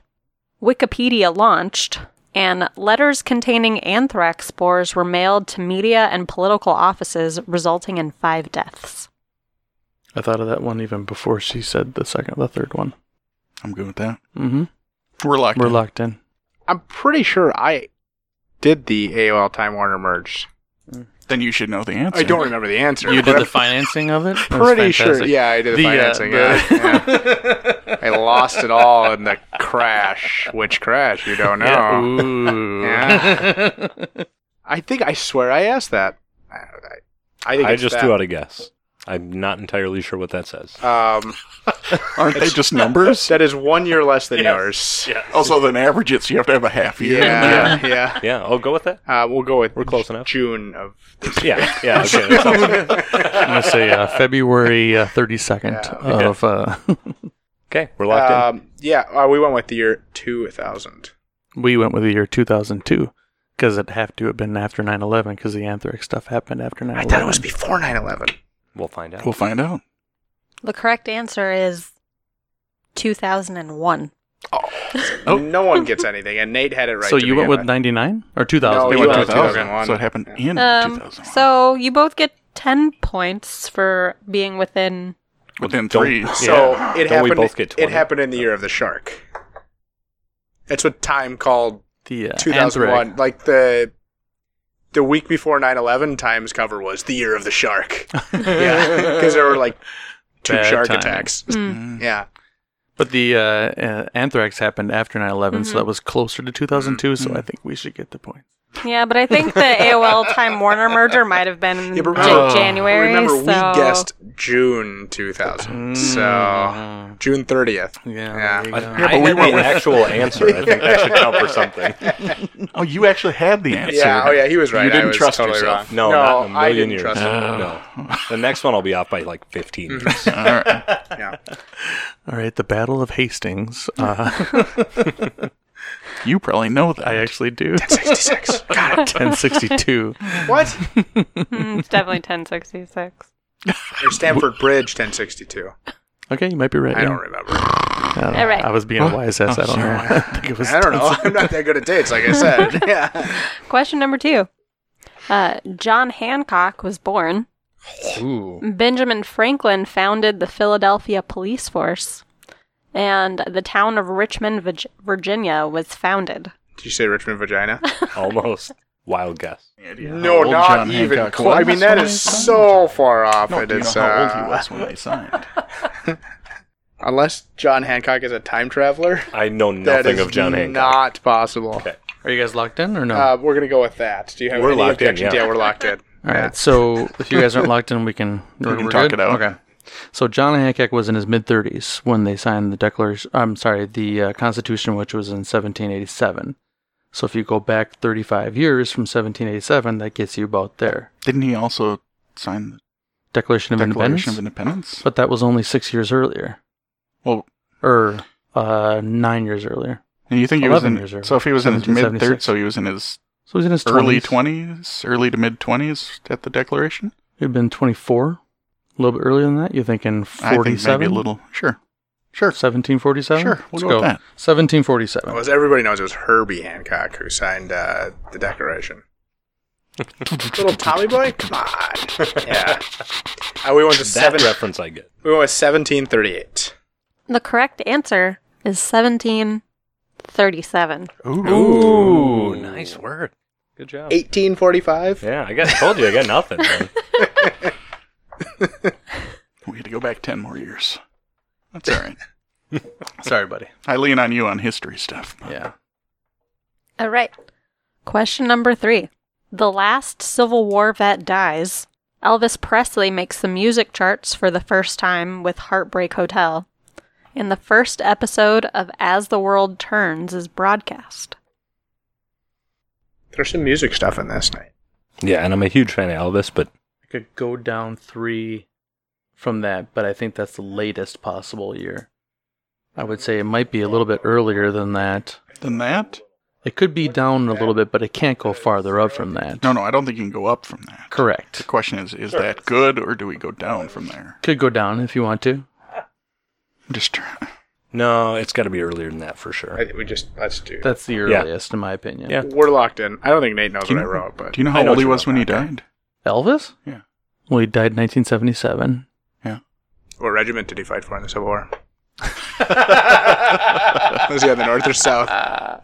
S2: Wikipedia launched, and letters containing anthrax spores were mailed to media and political offices, resulting in five deaths.
S3: I thought of that one even before she said the second, the third one.
S5: I'm good with that.
S3: Mm-hmm.
S5: We're locked.
S3: We're
S5: in.
S3: locked in.
S1: I'm pretty sure I did the AOL Time Warner merge.
S5: Then you should know the answer.
S1: I don't remember the answer.
S3: You
S1: but
S3: did
S1: I'm
S3: the financing of it? That's
S1: Pretty sure.
S3: fantastic.
S1: Yeah, I did the,
S3: The, uh,
S1: financing.
S3: the-
S1: yeah, yeah. I lost it all in the crash. Which crash? You don't know.
S3: Yeah, Ooh.
S1: Yeah. I think I swear I asked that. I, I, I think
S4: I
S1: it's
S4: just
S1: that.
S4: threw out a guess. I'm not entirely sure what that says.
S1: Um,
S5: Aren't they just
S1: (laughs)
S5: numbers?
S1: that is one year less than yours. (laughs) Yeah,
S5: also, then average it, so you have to have a half year.
S1: yeah, yeah.
S4: yeah, I'll go with that.
S1: Uh, we'll go with
S4: We're close enough.
S1: June of this year.
S4: Yeah,
S1: (laughs)
S4: yeah. Okay, that sounds good.
S3: I'm going to say uh, February uh, 32nd
S4: Yeah.
S3: of. Uh,
S4: okay we're locked in.
S1: um, yeah, uh, we went with the year two thousand.
S3: we went with the year 2002 because it'd have to have been after 9-11 because the anthrax stuff happened after 9-11
S1: I thought it was before 9-11.
S4: We'll find out.
S5: We'll find out.
S2: The correct answer is 2001.
S5: Oh.
S1: No one gets anything, and Nate had it right.
S3: so
S1: to
S3: you went
S1: begin
S3: with 99 or 2000
S1: No,
S5: They
S1: Oh, you
S5: went
S1: went with
S5: 2000,
S1: 2001.
S5: so it happened
S2: Um,
S5: in 2001.
S2: so you both get 10 points for being within
S5: Within
S4: don't-
S5: three.
S1: So
S4: Yeah.
S1: it
S4: Don't we
S1: happened.
S4: both get
S1: it
S4: 20?
S1: happened in the year of the shark. That's what Time called
S3: The uh,
S1: 2001. Like the the week before 9/11, Time's cover was the year of the
S3: (laughs)
S1: shark. yeah, because there were like two
S3: Bad
S1: shark
S3: timing.
S1: attacks.
S2: Hmm.
S4: Mm-hmm.
S1: Yeah,
S3: But the uh, uh, anthrax happened after 9 11, so that was closer to 2002, so
S1: Mm-hmm.
S3: I think we should get the point.
S2: Yeah, but I think the
S1: (laughs)
S2: AOL Time Warner merger might have been
S1: yeah. But
S2: Ja-
S1: remember, uh,
S2: January.
S1: remember
S2: so
S1: we guessed June 2000. So
S3: Mm.
S1: June 30th.
S3: Yeah.
S1: Yeah.
S3: there you
S4: Mm.
S3: go.
S4: I,
S5: but
S4: I
S5: we
S4: had
S5: went
S4: the
S5: with-
S4: actual answer. I think that should
S1: (laughs)
S4: count for something.
S5: Oh, you actually had the answer.
S1: Yeah. Oh yeah, he was right.
S5: You
S1: I
S5: didn't
S1: was
S5: trust
S1: totally
S5: yourself.
S1: wrong.
S4: No, not in a
S1: I
S4: million
S1: didn't
S4: years.
S1: trust him. Mm-hmm.
S4: No. The next one I'll be off by like 15 years.
S5: All right.
S1: Yeah.
S3: All right, the Battle
S1: (laughs)
S3: of Hastings. Uh,
S5: You probably know that.
S3: I actually do. (laughs)
S1: 66. Got it.
S3: 1062.
S1: What?
S2: Mm, it's
S1: (laughs)
S2: definitely 1066.
S1: Or Stanford Bridge 1062.
S3: Okay, you might be right.
S1: I
S3: yeah.
S1: don't remember. Oh,
S3: I don't know.
S2: All right.
S3: I was being a wise ass. I don't know. (laughs) I think it was.
S1: I don't know. I'm (laughs) not that good at dates, like I said. Yeah.
S2: Question number two. Uh, John Hancock was born. Benjamin Franklin founded the Philadelphia Police Force. And the town of Richmond, Vig- Virginia was founded.
S1: Did you say Richmond vagina?
S4: Almost. Wild guess.
S1: no,
S5: old
S1: not
S5: John
S1: even
S5: Hancock
S1: close. I
S5: was
S1: mean, that
S5: when
S1: is
S5: they signed.
S1: so far off.
S5: No,
S1: it
S5: do you know
S1: is,
S5: how old he
S1: uh,
S5: was when they signed?
S1: Unless John Hancock is a time traveler,
S4: I know
S1: that
S4: nothing
S1: is
S4: of John Hancock.
S1: not possible.
S4: Okay.
S3: Are you guys locked in or no?
S1: Uh, we're gonna go with that. Do you have
S4: We're
S1: any
S4: locked in,
S1: objections?
S4: yeah.
S1: we're locked in.
S3: All right. So if you guys aren't locked in, we can
S5: (laughs) We
S3: we're-
S5: can
S3: we're
S5: talk
S3: good?
S5: it out.
S3: Okay. So John Hancock was in his mid 30s when they signed the Declaration. I'm sorry, the uh, Constitution, which was in 1787. So if you go back 35 years from 1787, that gets you about there.
S5: Didn't he also sign
S3: Declaration
S5: the
S3: of
S5: Declaration
S3: Independence.
S5: of Independence?
S3: but that was only six years earlier,
S5: Well,
S3: or uh, nine years earlier.
S5: and you think he was
S3: 11
S5: in?
S3: years early.
S5: so if he was in his mid
S3: 1776.
S5: third, so he was in his
S3: So he was in his
S5: early
S3: 20s.
S5: twenties, early to mid twenties at the Declaration.
S3: He'd been 24. A little bit earlier than that. You're thinking
S5: I think
S3: 47?
S5: maybe a little. Sure, sure.
S3: 1747?
S5: Sure, we'll go with that.
S3: 1747.
S1: Well, as everybody knows, it was Herbie Hancock who signed uh, the Declaration. (laughs) Little Tommy boy, come on. (laughs) Yeah. Uh, we went to
S4: That
S1: seven.
S4: reference I get.
S1: we went with 1738.
S2: The correct answer is 1737.
S5: Ooh.
S4: Ooh, nice word. Good job.
S1: 1845.
S4: Yeah, I got told you I got nothing. man.
S5: We had to go back ten more years. That's all right. (laughs)
S3: Sorry, buddy.
S5: I lean on you on history stuff. but-
S3: Yeah.
S2: All right. Question number three. The last Civil War vet dies. Elvis Presley makes the music charts for the first time with Heartbreak Hotel. And the first episode of As the World Turns is broadcast.
S1: There's some music stuff in this night.
S4: (laughs) yeah, and I'm a huge fan of Elvis, but
S3: I could go down three from that, but I think that's the latest possible year. I would say it might be a little bit earlier than that.
S5: Than that?
S3: It could be down a little bit, but it can't go farther up from that.
S5: No, no. I don't think you can go up from that. The
S3: Correct.
S5: question is, is that good or do we go down from there?
S3: Could go down if you want to.
S5: I'm just (laughs) trying.
S4: no, it's got to be earlier than that for sure.
S1: I think we just let's do.
S3: That's the
S4: Yeah.
S3: earliest, in my opinion.
S4: Yeah.
S1: We're locked in. I don't think Nate knows
S5: Do you
S1: what I
S5: know-
S1: wrote, but
S5: Do you know
S4: I
S5: how
S4: know
S5: old
S4: what
S5: he
S4: you
S5: was
S4: meant,
S5: when he
S4: okay.
S5: died?
S3: Elvis?
S5: Yeah.
S3: Well, he died in 1977.
S5: Yeah. Oh,
S1: what regiment did he fight for in the Civil War? was he on the north or south?
S3: Uh,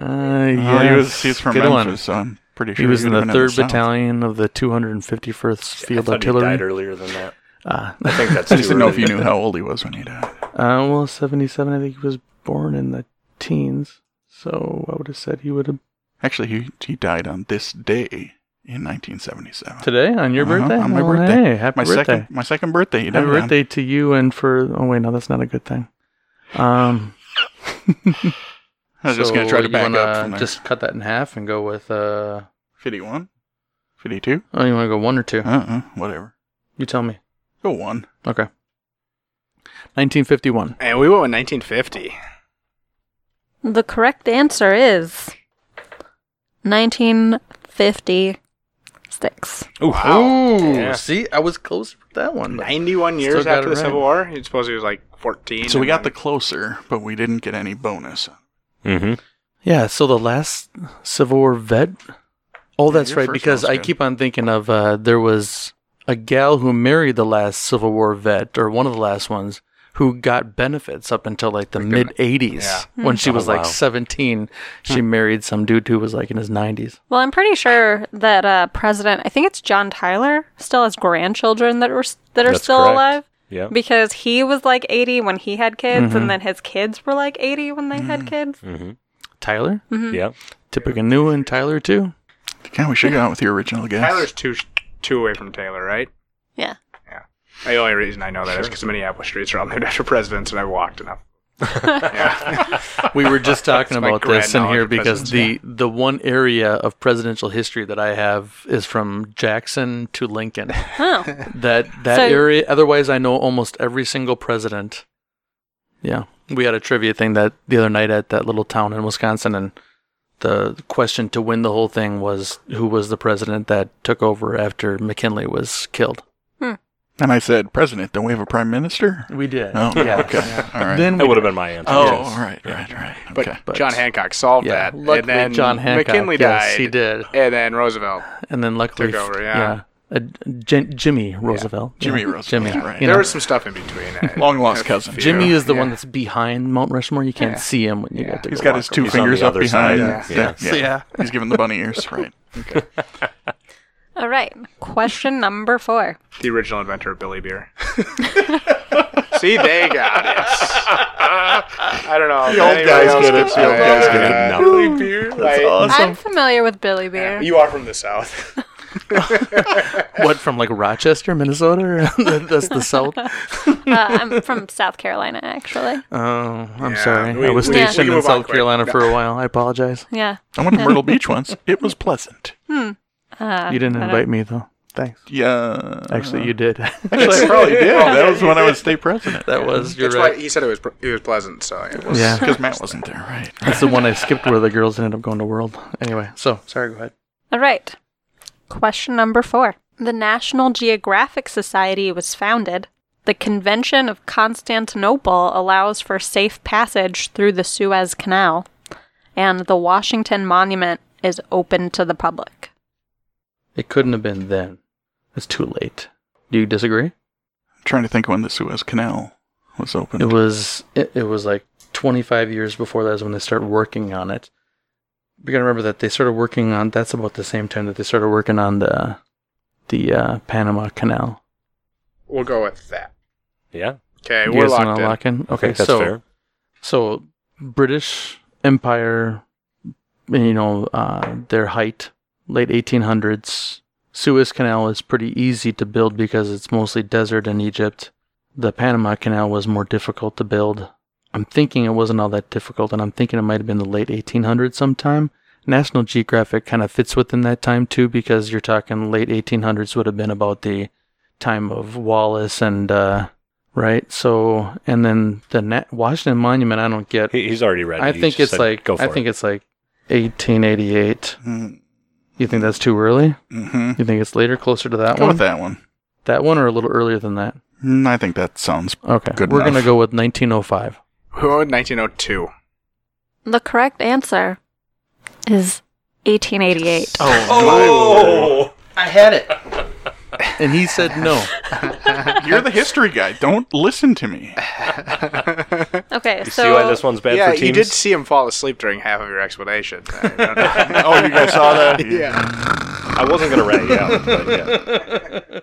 S5: Well, he was.
S3: yes.
S5: He's from
S3: Good
S5: Memphis,
S3: one.
S5: so I'm pretty sure
S3: He was in
S5: would've
S3: the
S5: been
S3: third
S5: South.
S3: battalion of the 251st
S4: I
S3: Field
S4: thought he died
S3: Artillery.
S4: earlier than that.
S3: Ah,
S4: I
S3: (laughs)
S4: think that's
S5: I just
S4: too
S5: didn't know if
S4: early.
S5: you knew how old he was when he died.
S3: Uh, well, 77, I think he was born in the teens. So I would have said he would have.
S5: Actually, he he died on this day in 1977.
S3: Today? On your
S5: Uh-huh,
S3: birthday?
S5: On my
S3: Well,
S5: birthday.
S3: Hey, happy
S5: my
S3: birthday.
S5: Second, my second birthday. He died
S3: happy
S5: on.
S3: birthday to you and for. Oh, wait, no, that's not a good thing. Um,
S5: I was just going to
S3: so
S5: try to
S3: you
S5: back
S3: wanna
S5: up from there.
S3: Just cut that in half and go with. Uh,
S5: 51? 52?
S3: oh, you want to go one or two?
S5: Uh-uh. Whatever.
S3: You tell me.
S5: Go one.
S3: Okay. 1951.
S1: And we went with 1950.
S2: The correct answer is 1956.
S4: Ooh,
S3: Ooh,
S4: Yeah.
S3: see, I was close with that one. but-
S1: 91
S3: Still
S1: years
S3: got
S1: after
S3: it
S1: the
S3: right.
S1: Civil War. You suppose he was like 14.
S5: So we
S1: and
S5: got the
S1: then-
S5: closer, but we didn't get any bonus.
S4: Mm-hmm.
S3: Yeah, so the last Civil War vet. Oh, that's
S5: your
S3: right,
S5: first
S3: because
S5: one's
S3: I
S5: good.
S3: keep on thinking of uh, there was a gal who married the last Civil War vet or one of the last ones who got benefits up until like the mid 80s when she was
S4: Oh,
S3: like
S4: wow.
S3: 17 she married some dude who was like in his 90s
S2: Well, I'm pretty sure that uh, President, I think it's John Tyler, still has grandchildren that are that are
S4: That's
S2: still
S4: correct.
S2: alive.
S4: Yeah.
S2: Because he was like 80 when he had kids, and then his kids were like 80 when they had kids.
S3: tyler
S4: Mm-hmm. Yeah.
S3: tippecanoe and tyler too
S5: Yeah, we should go out with your original guess.
S1: Tyler's two two away from Taylor, right?
S2: Yeah.
S1: Yeah. The only reason I know that is 'cause because Minneapolis streets are all named after presidents, and I walked enough.
S3: we were just talking
S1: That's my
S3: about this
S1: grand
S3: in
S1: knowledge
S3: here
S1: of
S3: because the
S1: presidents,
S3: the one area of presidential history that I have is from Jackson to Lincoln.
S2: (laughs) Oh.
S3: That that
S2: So-
S3: area. Otherwise, I know almost every single president. Yeah, we had a trivia thing that the other night at that little town in Wisconsin, and the question to win the whole thing was who was the president that took over after McKinley was killed.
S5: And I said, President, don't we have a prime minister?
S3: We did.
S5: Oh,
S3: yeah.
S5: okay. All right.
S3: Then
S4: That
S3: we
S4: would have been my answer.
S5: oh,
S4: yes.
S5: all right, right, right.
S1: But,
S5: Okay.
S3: But-
S1: John Hancock solved
S3: yeah,
S1: that,
S3: luckily
S1: and then
S3: John Hancock.
S1: McKinley
S3: yes,
S1: died,
S3: he did.
S1: and then Roosevelt.
S3: and then luckily
S1: Took over, yeah.
S3: yeah, uh, Jim- Jimmy Roosevelt. Yeah,
S5: Jimmy Roosevelt,
S3: Jimmy.
S5: right.
S3: you
S1: there
S3: know.
S1: was some stuff in between. uh, I-
S5: Long lost
S1: a
S5: cousin.
S1: few.
S3: Jimmy is the
S1: Yeah.
S3: one that's behind Mount Rushmore. You can't
S1: Yeah.
S3: see him when you
S1: Yeah.
S3: go to
S5: He's
S3: go
S5: got his
S3: walk
S5: two
S3: over.
S4: He's on
S5: fingers
S4: the
S5: up
S4: other
S5: behind.
S4: side,
S5: Yeah.
S4: yeah.
S5: yeah. He's giving the bunny ears, right?
S2: All right. Question number four.
S1: The original inventor of Billy Beer. (laughs) See, they got it. I don't know. The
S5: old guys get it. The old guys get it.
S1: Billy Beer. That's
S2: I'm familiar with Billy Beer.
S1: You are from the South.
S3: What from like Rochester, Minnesota? (laughs) Or that's the south. Oh,
S2: uh, I'm from South Carolina, actually.
S3: Oh, I'm
S1: Yeah,
S3: sorry.
S1: we-
S3: I was
S1: we- we
S3: stationed
S1: can
S3: in
S1: move on
S3: South
S1: quick.
S3: Carolina for a while. I apologize.
S2: Yeah.
S5: I went to Myrtle Beach once. It was pleasant.
S3: you didn't invite me though. Thanks.
S5: Yeah.
S3: Actually, you did. (laughs)
S5: Actually, I probably did. That was when I was state president.
S3: that was you're
S1: That's
S3: right.
S1: why he said it was pr- it was pleasant. So it was. (laughs)
S3: Yeah,
S5: Because Matt wasn't there, right?
S3: that's the one I skipped where the girls ended up going to World. Anyway, so sorry. Go ahead.
S2: All right. Question number four. The National Geographic Society was founded. The Convention of Constantinople allows for safe passage through the Suez Canal. And the Washington Monument is open to the public.
S3: It couldn't have been then. It's too late. Do you disagree?
S5: I'm trying to think when the Suez Canal was opened.
S3: It was it, it was like 25 years before that is when they started working on it. You got to remember that they started working on that's about the same time that they started working on the the uh, Panama Canal.
S1: We'll go with that.
S4: Yeah.
S1: Okay,
S3: Do
S1: we're
S3: wanna
S1: locked in.
S3: lock in.
S4: I
S3: Okay,
S4: think that's
S3: so
S4: fair.
S3: so British Empire, you know, uh, their height, late 1800s. Suez Canal is pretty easy to build because it's mostly desert in Egypt. The Panama Canal was more difficult to build. I'm thinking it wasn't all that difficult, and I'm thinking it might have been the late 1800s sometime. National Geographic kind of fits within that time too because you're talking late 1800s would have been about the time of Wallace and uh, right. So and then the Na- Washington Monument I don't get.
S4: He, he's already ready.
S3: I
S4: He
S3: think
S4: just
S3: it's
S4: said,
S3: like
S4: go for
S3: I
S4: it.
S3: think it's like 1888.
S5: Mm-hmm.
S3: You think that's too early? You think it's later, closer to that
S5: Go
S3: one?
S5: with that one.
S3: That one or a little earlier than that?
S5: Mm, I think that sounds.
S3: Okay.
S5: Good
S3: We're going
S5: enough. (laughs)
S3: to go with 1905.
S1: Who owned 1902?
S2: The correct answer is 1888.
S1: (laughs)
S5: Oh,
S3: I had it. and he said no.
S5: you're the history guy. Don't listen to me.
S2: Okay,
S4: You
S2: so
S4: see why this one's bad
S1: yeah,
S4: for teams?
S1: you did see him fall asleep during half of your explanation. I don't
S5: (laughs)
S1: know.
S5: Oh, you guys saw that?
S1: yeah.
S4: I wasn't going to write it out. But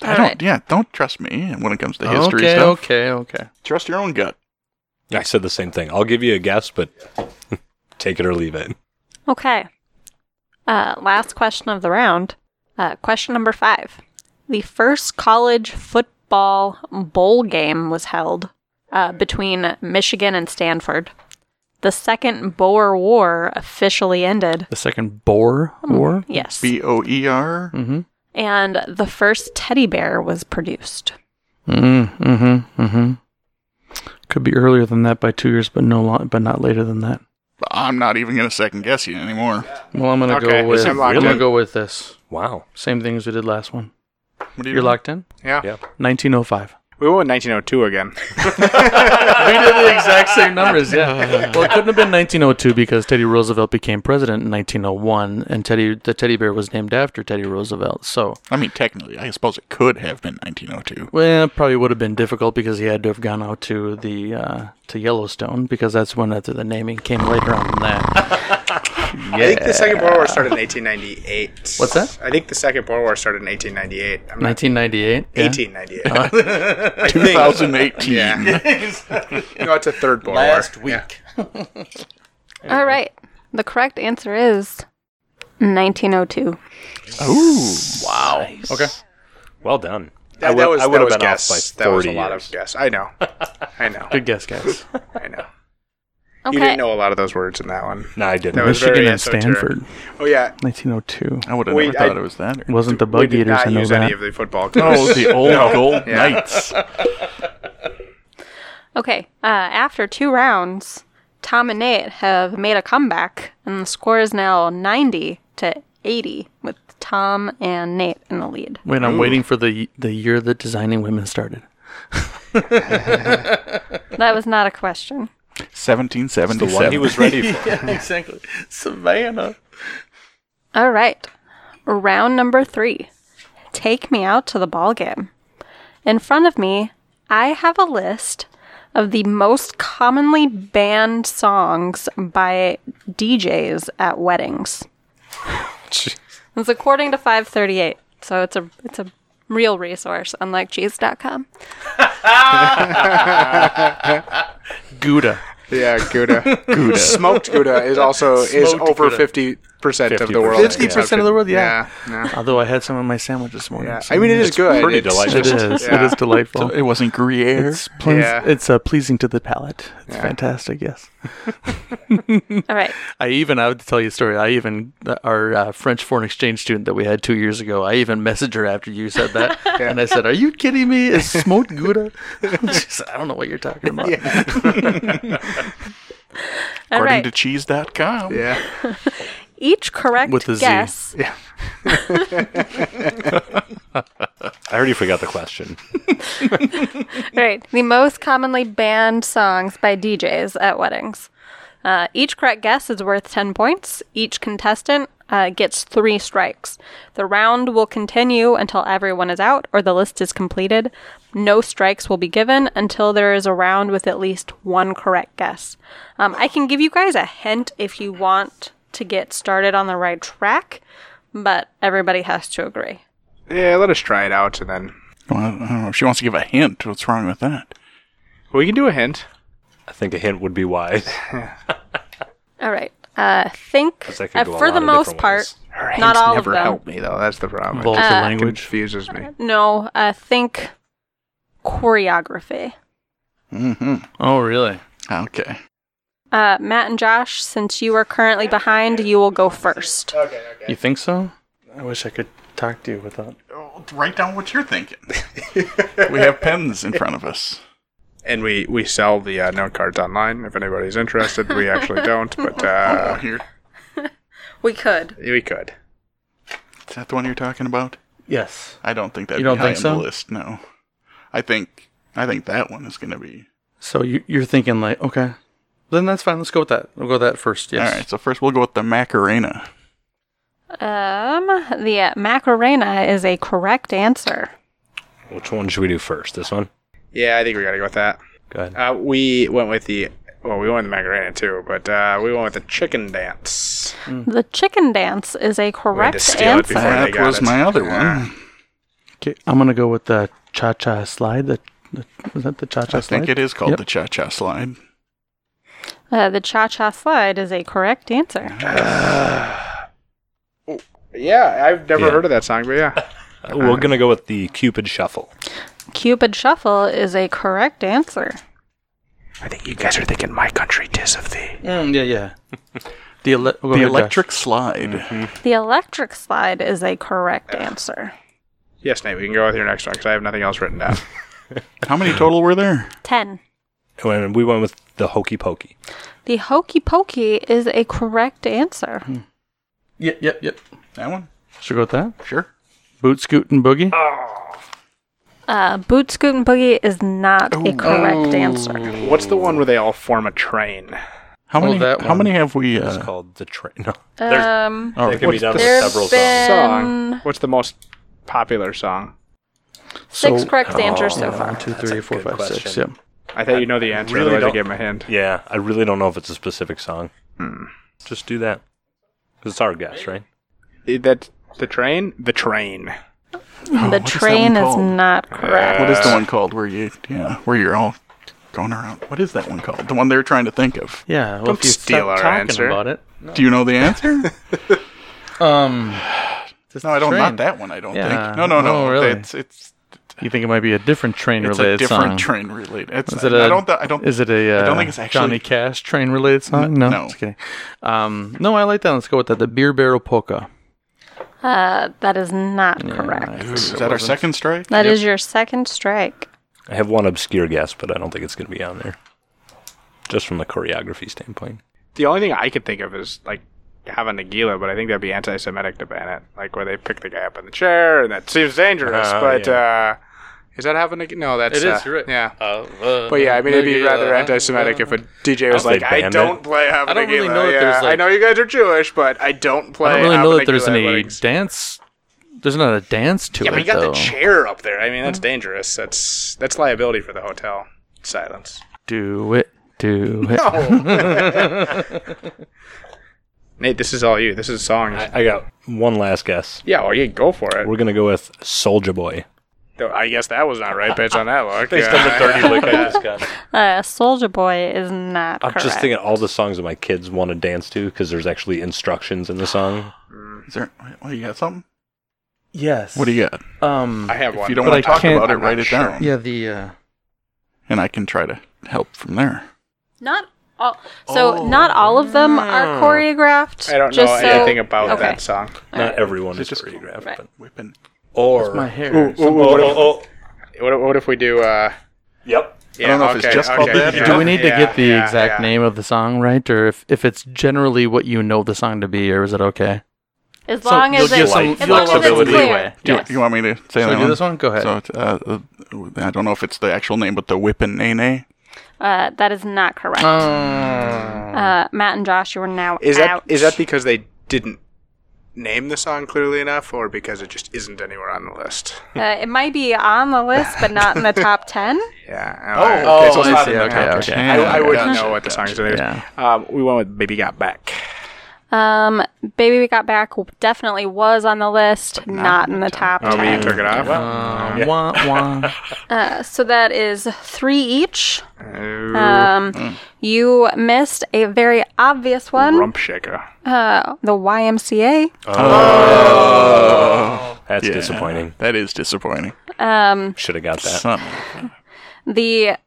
S4: yeah.
S5: I don't. Yeah, don't trust me when it comes to history
S3: okay,
S5: stuff.
S3: okay, okay.
S5: Trust your own gut.
S4: (laughs) I said the same thing. I'll give you a guess, but (laughs) take it or leave it.
S2: Okay. Uh, last question of the round. Uh, question number five. The first college football bowl game was held uh, between Michigan and Stanford. The Second Boer War officially ended.
S3: The second Boer War?
S2: Yes.
S5: B O E R.
S3: Mhm.
S2: and the first teddy bear was produced.
S3: Mm, mhm. Mhm. Could be earlier than that by 2 years, but no lo- but not later than that.
S5: I'm not even gonna second guess you anymore.
S3: Well, I'm going to
S1: Okay,
S3: go with
S1: I'm
S3: I'm,
S1: locked
S3: going
S1: in.
S3: to go with this.
S4: Wow.
S3: Same thing as we did last one.
S5: What do
S3: You're locked in?
S1: yeah.
S4: Yeah.
S3: 1905.
S1: We went 1902 again.
S3: (laughs) we did the exact same numbers, (laughs) yeah. Well, it couldn't have been 1902 because Teddy Roosevelt became president in 1901, and Teddy the teddy bear was named after Teddy Roosevelt. So,
S5: I mean, technically, I suppose it could have been 1902.
S3: well, it probably would have been difficult because he had to have gone out to the uh, to Yellowstone because that's when after the naming came later on than (laughs) that.
S1: I think the Second World War started in 1898.
S3: What's that?
S1: I think the Second World War started in 1898. I'm not
S3: 1998. yeah.
S1: 1898. I think.
S5: 2018.
S1: Yeah. no, it's a third Boer
S3: Last
S1: War.
S3: week.
S1: Yeah.
S2: All right. The correct answer is 1902.
S5: Ooh.
S3: Okay.
S4: Well done.
S1: That,
S4: I would-
S1: that was,
S4: I would
S1: that
S4: have
S1: was
S4: been off
S1: guess.
S4: by
S1: That was
S4: 40
S1: a lot
S4: years.
S1: of guess. I know. I know.
S3: Good
S1: (laughs)
S3: guess, guys.
S1: I know.
S2: Okay.
S1: You didn't know a lot of those words in that one.
S4: No, I
S1: That
S4: didn't.
S1: was
S3: Michigan
S1: very
S3: and
S1: esoteric.
S3: Stanford,
S1: Oh, yeah.
S3: 1902.
S5: I would have
S1: Wait,
S5: never thought
S1: I-
S5: it was
S3: (laughs)
S5: that. or-
S3: Wasn't the
S1: We
S3: Bug
S1: did
S3: Eaters? I
S1: not
S3: know
S1: use
S3: that.
S1: any of the
S3: (laughs)
S1: football
S5: Oh,
S1: clubs.
S5: it was (laughs) the old gold
S1: Yeah.
S5: knights.
S2: Okay. Uh, after two rounds, Tom and Nate have made a comeback, and the score is now 90 to 80, with Tom and Nate in the lead.
S3: Wait, I'm waiting for the the year that designing women started.
S2: That was not a question.
S5: 1777.
S4: The one he
S1: (laughs)
S4: was ready for.
S3: exactly. Savannah.
S2: All right. Round number three. Take me out to the ball game. In front of me, I have a list of the most commonly banned songs by DJs at
S3: (laughs)
S2: weddings. It's according to 538, so it's a it's a real resource, unlike
S3: (laughs)
S2: cheese.com.
S3: Oh. Gouda.
S1: (laughs) yeah,
S3: (laughs)
S1: Gouda. Gouda. Smoked Gouda is also is
S3: Smoked
S1: over
S3: Gouda.
S1: 50% of the
S4: 50%.
S1: world.
S3: 50% of the world, yeah.
S1: Yeah.
S3: (laughs)
S1: no.
S3: Although I had some on my sandwich this morning.
S1: Yeah.
S3: so
S1: I mean, it is
S3: it's-
S1: good.
S4: pretty
S1: It's
S4: delightful.
S3: It
S1: just-
S3: is. It
S1: yeah.
S3: is delightful.
S5: It wasn't Gruyere.
S3: It's pleas-
S1: Yeah.
S3: it's uh, pleasing to the palate. It's fantastic. Yes.
S2: All right.
S3: I even I would tell you a story. I even our uh, French foreign exchange student that we had two years ago. I even messaged her after you said
S1: (laughs)
S3: that, and I said, "Are you kidding me? Is smoked gouda?" (laughs) she said, "I don't know what you're talking about."
S2: All
S5: According
S2: right.
S5: to cheese.com.
S1: Yeah.
S2: Each correct
S3: With a Z.
S2: guess.
S4: I already forgot the question.
S2: All right. The most commonly banned songs by DJs at weddings. Uh, each correct guess is worth 10 points. Each contestant uh, gets three strikes. The round will continue until everyone is out or the list is completed. No strikes will be given until there is a round with at least one correct guess. Um, I can give you guys a hint if you want to get started on the right track, but everybody has to agree.
S1: Yeah, let us try it out and then.
S5: Well, I don't know. If she wants to give a hint, what's wrong with that?
S1: We can do a hint.
S4: I think a hint would be wise.
S2: All right. Uh, think
S4: that could
S2: uh,
S4: go a
S2: for
S4: lot
S2: the
S4: of
S2: most
S4: different
S2: part,
S4: ways.
S2: not all
S1: never
S2: of them.
S1: help me though. That's the problem.
S3: Vulgar
S2: Uh,
S1: It
S3: language.
S1: confuses me.
S2: No, uh, think choreography.
S3: Oh, really?
S5: Okay.
S2: Uh, Matt and Josh, since you are currently behind, you will go first.
S3: You think so? I wish I could talk to you without.
S5: Oh, write down what you're thinking. (laughs) we have pens in front of us.
S1: And we we sell the uh, note cards online if anybody's interested. We
S2: (laughs)
S1: actually don't, but
S5: Oh,
S1: uh,
S5: here.
S2: We could.
S1: we could.
S5: Is that the one you're talking about?
S3: Yes.
S5: I don't think that.
S3: You don't think so?
S5: on the list. No. I think I think that one is going to be.
S3: So you, you're thinking like, okay, then that's fine. Let's go with that. We'll go with that first. Yes.
S5: All right. So first we'll go with the Macarena.
S2: Um, the uh, Macarena is a correct answer.
S4: Which one should we do first? This one?
S1: Yeah, I think we gotta go with that.
S4: Go ahead.
S1: Uh, we went with the well, we went with the Macarena too, but uh, we went with the chicken dance.
S2: The chicken dance is a
S1: had Hmm. to
S2: correct
S1: steal it before
S2: answer.
S1: they
S5: That
S1: got
S5: was
S1: it.
S5: my other one.
S3: Okay, I'm gonna go with the cha cha slide. The, the is that the cha cha
S5: I
S3: slide?
S5: think it is called
S3: Yep.
S5: the Cha Cha Slide.
S2: Uh, the cha cha slide is a correct answer.
S1: Mm-hmm. Yeah, I've never
S4: Yeah.
S1: heard of that song, but yeah,
S4: Uh, We're going to go with the Cupid Shuffle.
S2: Cupid shuffle is a correct answer.
S1: (laughs) I think you guys are thinking "My Country Tis of Thee."
S3: Mm, yeah, yeah. (laughs) The, ele- we'll go
S5: the
S3: ahead, Josh.
S5: Electric Slide.
S1: Mm-hmm.
S2: The electric slide is a correct answer.
S1: Yes, Nate, we can go with your next one because I have nothing else written down.
S5: How many total were there?
S2: 10.
S4: And we went with the Hokey Pokey.
S2: The hokey pokey is a correct answer.
S3: Yep, yep, yep.
S5: That one?
S3: Should we go with that?
S5: Sure.
S3: Boot scoot and boogie.
S2: Uh, boot scoot and boogie is not a correct
S3: Oh.
S5: Oh.
S2: answer.
S1: What's the one where they all form a train?
S5: How
S3: Well,
S5: many?
S3: that
S5: how
S3: one
S5: many have we?
S4: It's
S5: Uh,
S4: called the train. (laughs) No,
S2: Um,
S5: oh,
S4: it can be
S5: what's
S4: done
S5: the-
S4: with
S2: there's
S4: several
S2: been-
S4: songs.
S1: Song. What's the most popular song?
S2: six
S3: So- oh,
S2: correct answers so
S3: yeah,
S2: far.
S3: One, two,
S4: That's a
S3: three, four,
S4: good
S3: five, six.
S4: question.
S3: Yep.
S1: I thought you know the answer,
S4: really
S1: otherwise I
S4: don't-
S1: gave him a hint. Hmm.
S4: Yeah, I really don't know if it's a specific song. Just do that. 'Cause It's our guess, right?
S1: Eh, That the train, the train.
S5: oh,
S2: the
S5: what is that
S2: train
S5: one
S2: is
S5: called? Uh,
S2: not correct.
S5: What is
S1: Uh,
S5: the one called where you? Yeah, where you're all going around. What is that one called? The one they're trying to think of.
S3: Yeah. Well,
S1: Don't
S3: if you
S1: steal
S3: stop
S1: our
S3: talking
S1: answer.
S3: about it.
S5: Do you know the
S3: (laughs)
S5: answer?
S3: Um,
S5: no, I don't.
S3: train.
S5: Not that one. I don't
S3: Yeah.
S5: think. No, no, no.
S3: Oh, really?
S5: It's it's
S3: you think it might be a different train
S5: it's a
S3: related
S5: different
S3: song?
S5: train related. It's,
S3: Is it
S5: I
S3: a-
S5: don't. Th- I don't.
S3: Is it a? Uh,
S5: I don't think it's actually-
S3: Johnny Cash train related song.
S5: N-
S3: No,
S5: no.
S3: Just kidding. Um, no, I like that. Let's go with that. The beer barrel polka.
S2: Uh, that is not correct.
S5: Ooh, is that our second strike?
S2: That is your second strike.
S4: I have one obscure guess, but I don't think it's going to be on there. Just from the choreography standpoint.
S1: The only thing I could think of is like having a Gila, but I think that'd be anti-Semitic to ban it. Like where they pick the guy up in the chair, and that seems dangerous.
S4: Oh,
S1: but uh,
S4: yeah.
S1: is that having a No, that's uh, Yeah.
S3: Uh,
S1: But yeah, uh, I mean, it'd be rather anti-Semitic if a DJ was
S4: I don't
S1: like,
S4: think
S1: "I
S4: banned
S1: don't
S4: it.
S1: play Havana
S3: I don't really
S1: Gila."
S3: know that
S1: yeah,
S3: there's, like-
S1: I know you guys are Jewish, but I don't play.
S3: I don't really know
S1: Havana
S3: that there's
S1: Gila
S3: any
S1: weddings."
S3: dance. There's not a dance to
S1: Yeah,
S3: it
S1: but you got
S3: though.
S1: the chair up there. I mean, that's dangerous. That's that's liability for the hotel. Silence.
S3: do it,
S1: (laughs)
S3: do it.
S1: Nate, this is all you. This is songs.
S4: I, I got one last guess.
S1: yeah, well, you go for it.
S4: We're going to go with Soldier Boy.
S1: Though I guess that was not right based on that look.
S4: Based on the
S1: Yeah.
S4: (laughs) 30 lick I just got.
S2: Uh, Soldier Boy is not
S4: I'm
S2: correct.
S4: just thinking all the songs that my kids want to dance to because there's actually instructions in the song.
S5: Is there? Well, you got something?
S3: yes.
S5: What do you got?
S3: Um.
S1: (laughs) I have one.
S5: If you don't
S3: But
S5: want
S3: I
S5: to talk
S3: can't-
S5: about it,
S1: I'm not
S5: write it
S1: sure.
S5: down,
S3: yeah. The. Uh,
S5: and I can try to help from there.
S2: Not all. So
S5: Oh.
S2: not all of them are
S4: Hmm.
S2: choreographed.
S1: I don't know
S2: just so-
S1: anything about
S2: okay.
S1: that song.
S4: Not everyone is
S5: just-
S4: choreographed.
S2: Right.
S4: But,
S5: Whipping.
S4: or.
S3: my hair.
S1: Ooh, ooh, what, if, what, if- what if we do? Uh,
S4: Yep.
S1: yeah,
S5: don't know if it's
S1: okay,
S5: just called
S1: okay,
S5: that or-
S1: yeah,
S3: do we need to
S1: yeah,
S3: get the
S1: yeah,
S3: exact
S1: yeah.
S3: name of the song right, or if, if it's generally what you know the song to be, or is it okay?
S2: As long as
S4: give
S2: it's,
S4: some
S2: as long as it's
S4: flexibility.
S2: clear.
S4: Leeway.
S5: Do you-
S2: Yes.
S5: you, want me to say
S3: So
S5: that
S3: do this one? Go ahead.
S5: So it's, uh, uh, I don't know if it's the actual name, but the Whippin' Nene.
S2: Uh, that is not correct.
S4: Oh.
S1: Um,
S2: Uh, Matt and Josh, you are now
S1: Is that
S2: out.
S1: is that because they didn't name the song clearly enough, or because it just isn't anywhere on the list?
S2: uh, it might be on the list, but not in the top (laughs) ten.
S1: Yeah.
S3: Oh,
S1: okay, so it's
S3: I
S1: not
S3: see,
S1: in the
S3: okay,
S1: top ten.
S3: okay.
S1: I, I
S5: Yeah,
S1: wouldn't
S5: gotcha,
S1: know what the song is. Anyways.
S3: yeah.
S1: Um, we went with "Baby Got Back."
S2: Um, Baby We Got Back definitely was on the list, not, in the top
S1: Oh, but you
S2: ten.
S1: took it off.
S3: Uh, wah,
S1: (laughs)
S3: wah.
S2: Uh, so that is three each. Um, you missed a very obvious one.
S1: Rump shaker.
S2: Uh, the YMCA.
S4: That's
S5: Yeah.
S4: disappointing.
S5: That is disappointing.
S2: Um,
S4: Should have got that.
S5: Son.
S2: the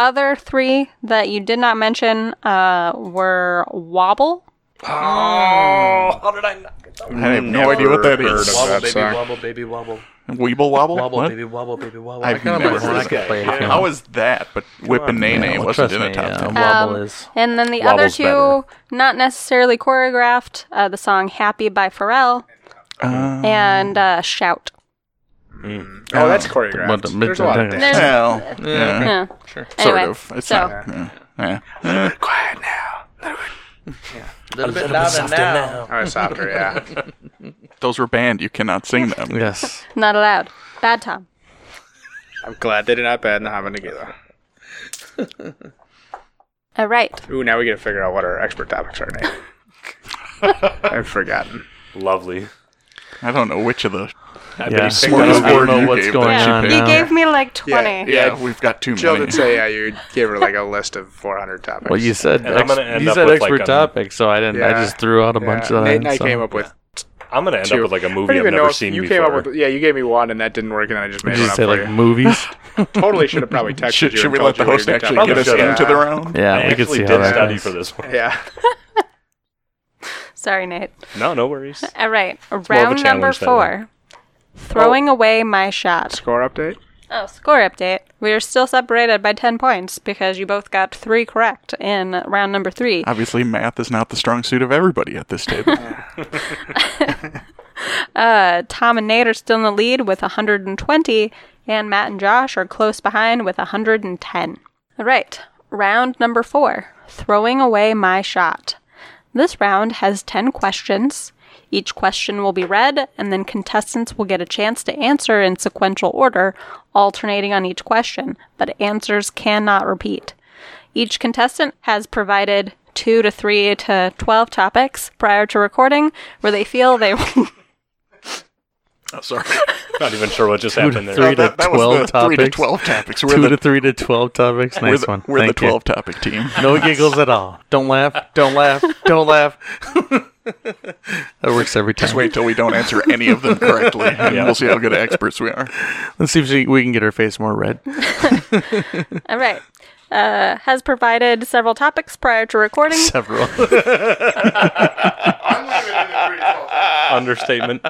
S2: other three that you did not mention uh, were Wobble.
S4: Oh, how did I not get that
S5: I have no idea what that
S1: heard
S5: is.
S1: of that.
S3: baby,
S1: song.
S3: wobble, baby, wobble.
S5: Weeble wobble.
S3: Wobble,
S5: What?
S3: baby, wobble, baby, wobble.
S5: I've
S3: kinda
S5: never
S3: like
S5: heard
S3: when I
S5: of
S3: could
S5: that.
S3: play it if you
S5: How
S3: want.
S5: is that? But Whippin' Nene
S3: Well,
S5: wasn't
S3: trust
S5: in the
S3: me,
S5: top
S3: yeah,
S5: ten.
S3: Wobble
S2: Um,
S3: is.
S2: And then the
S4: Wobble's
S2: other two, not necessarily choreographed, uh, the song Happy by Pharrell
S5: Uh,
S2: and uh, Shout.
S1: Oh, that's
S3: But-
S1: choreographed.
S3: Uh, but-
S1: There's a lot of
S3: but-
S1: dance.
S5: well, yeah,
S2: Yeah.
S5: sort
S2: Anyway,
S5: of. It's
S2: so-
S5: not. Yeah. Yeah. Eh,
S1: Quiet now. All right, softer. (laughs) Yeah.
S5: Those were banned. You
S3: (laughs)
S5: cannot sing them.
S3: Yes.
S2: Not allowed. Bad Tom.
S1: I'm glad they did not ban Havana Gila.
S2: All right.
S1: Ooh, now we gotta figure out what our expert topics are, Nate. (laughs) I've forgotten.
S4: Lovely.
S5: I don't know which of the.
S4: I
S3: Yeah.
S4: bet he picked
S5: Smart.
S4: that
S5: Smartest
S4: up.
S3: I don't
S5: word
S3: know
S5: you
S3: what's
S5: gave
S3: going
S5: that
S2: Yeah,
S3: on.
S5: she
S2: he
S5: picked.
S3: now.
S2: gave me like 20.
S1: Yeah.
S5: Yeah, we've got too
S1: Jill
S5: many.
S1: did say, yeah, you gave her like a list of 400 topics.
S3: Well, you said
S4: And I'm
S3: ex-
S4: gonna end
S3: you
S4: up
S3: said
S4: with, like,
S3: expert
S4: a-
S3: topic, so I didn't. I
S1: Yeah.
S3: just threw out a bunch
S1: Yeah,
S3: of.
S1: Nate
S3: that,
S1: and I
S3: so-
S1: came up with
S4: I'm going to end
S1: two.
S4: up with like a
S1: I
S4: movie
S1: don't
S4: I've
S1: even know
S4: never
S1: if
S4: seen
S1: you
S4: before.
S1: came up with. Yeah, you gave me one and that didn't work, and I just made one
S3: Did (laughs) you
S1: up
S3: say
S1: for
S3: like
S1: you.
S3: movies?
S1: totally should have probably texted
S5: Should,
S1: you.
S5: should
S1: and
S5: we
S1: told
S5: let the
S1: you we
S5: host
S1: were
S5: actually
S1: gonna
S5: get us
S1: talk about
S5: into
S1: it.
S5: the round?
S3: Yeah,
S4: I
S3: we could
S4: actually
S3: see
S4: did
S3: how that
S4: study
S3: goes.
S4: for this one.
S1: Yeah.
S2: Sorry, Nate.
S4: (laughs) No, no worries.
S2: All right.
S4: more of a Oh.
S2: Round number
S4: challenge that way.
S2: four. Throwing away my shot.
S1: Score update.
S2: Oh, score update. We are still separated by 10 points because you both got three correct in round number three.
S5: Obviously, math is not the strong suit of everybody at this (laughs) table.
S2: Uh, Tom and Nate are still in the lead with 120, and Matt and Josh are close behind with 110. All right, round number four throwing away my shot. This round has 10 questions. Each question will be read, and then contestants will get a chance to answer in sequential order, alternating on each question, but answers cannot repeat. Each contestant has provided two to three to 12 topics prior to recording where they feel they (laughs)
S5: Oh, sorry.
S4: (laughs) Not even sure what just happened there.
S3: three
S1: (laughs)
S3: to
S5: that, that was
S3: 12
S5: the three to
S3: topics.
S5: twelve topics. We're
S3: Two
S5: the
S3: to three to 12 topics.
S5: we're
S3: Nice
S5: the,
S3: one.
S5: we're
S3: Thank
S5: the
S3: you.
S5: twelve topic team.
S3: (laughs) No giggles at all. Don't laugh. Don't laugh. Don't laugh. that works every time.
S5: Just wait till we don't answer any of them correctly, and
S4: Yeah.
S5: we'll see how good experts we are.
S3: Let's see if she, we can get her face more red.
S2: All right. Uh, has provided several topics prior
S1: (laughs)
S2: to recording.
S3: Several.
S4: (laughs) Understatement.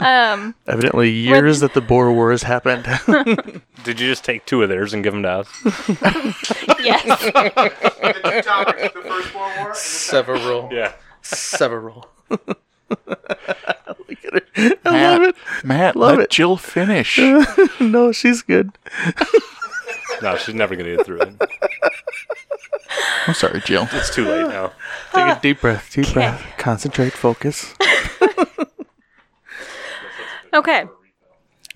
S2: Um,
S3: Evidently, years that the Boer Wars happened.
S4: Did you just take two of theirs and give them to
S1: (laughs)
S4: us?
S2: yes.
S3: Several.
S4: Yeah.
S3: Several.
S5: I love it, Matt.
S3: Love
S5: let
S3: it. (laughs)
S5: Jill finish.
S3: (laughs) No, she's good.
S4: No, she's never going to get through it.
S5: I'm sorry,
S3: (laughs)
S5: Jill.
S4: It's too
S1: (laughs)
S4: late now.
S3: Take a deep breath. Deep breath. Concentrate. Focus.
S2: Okay.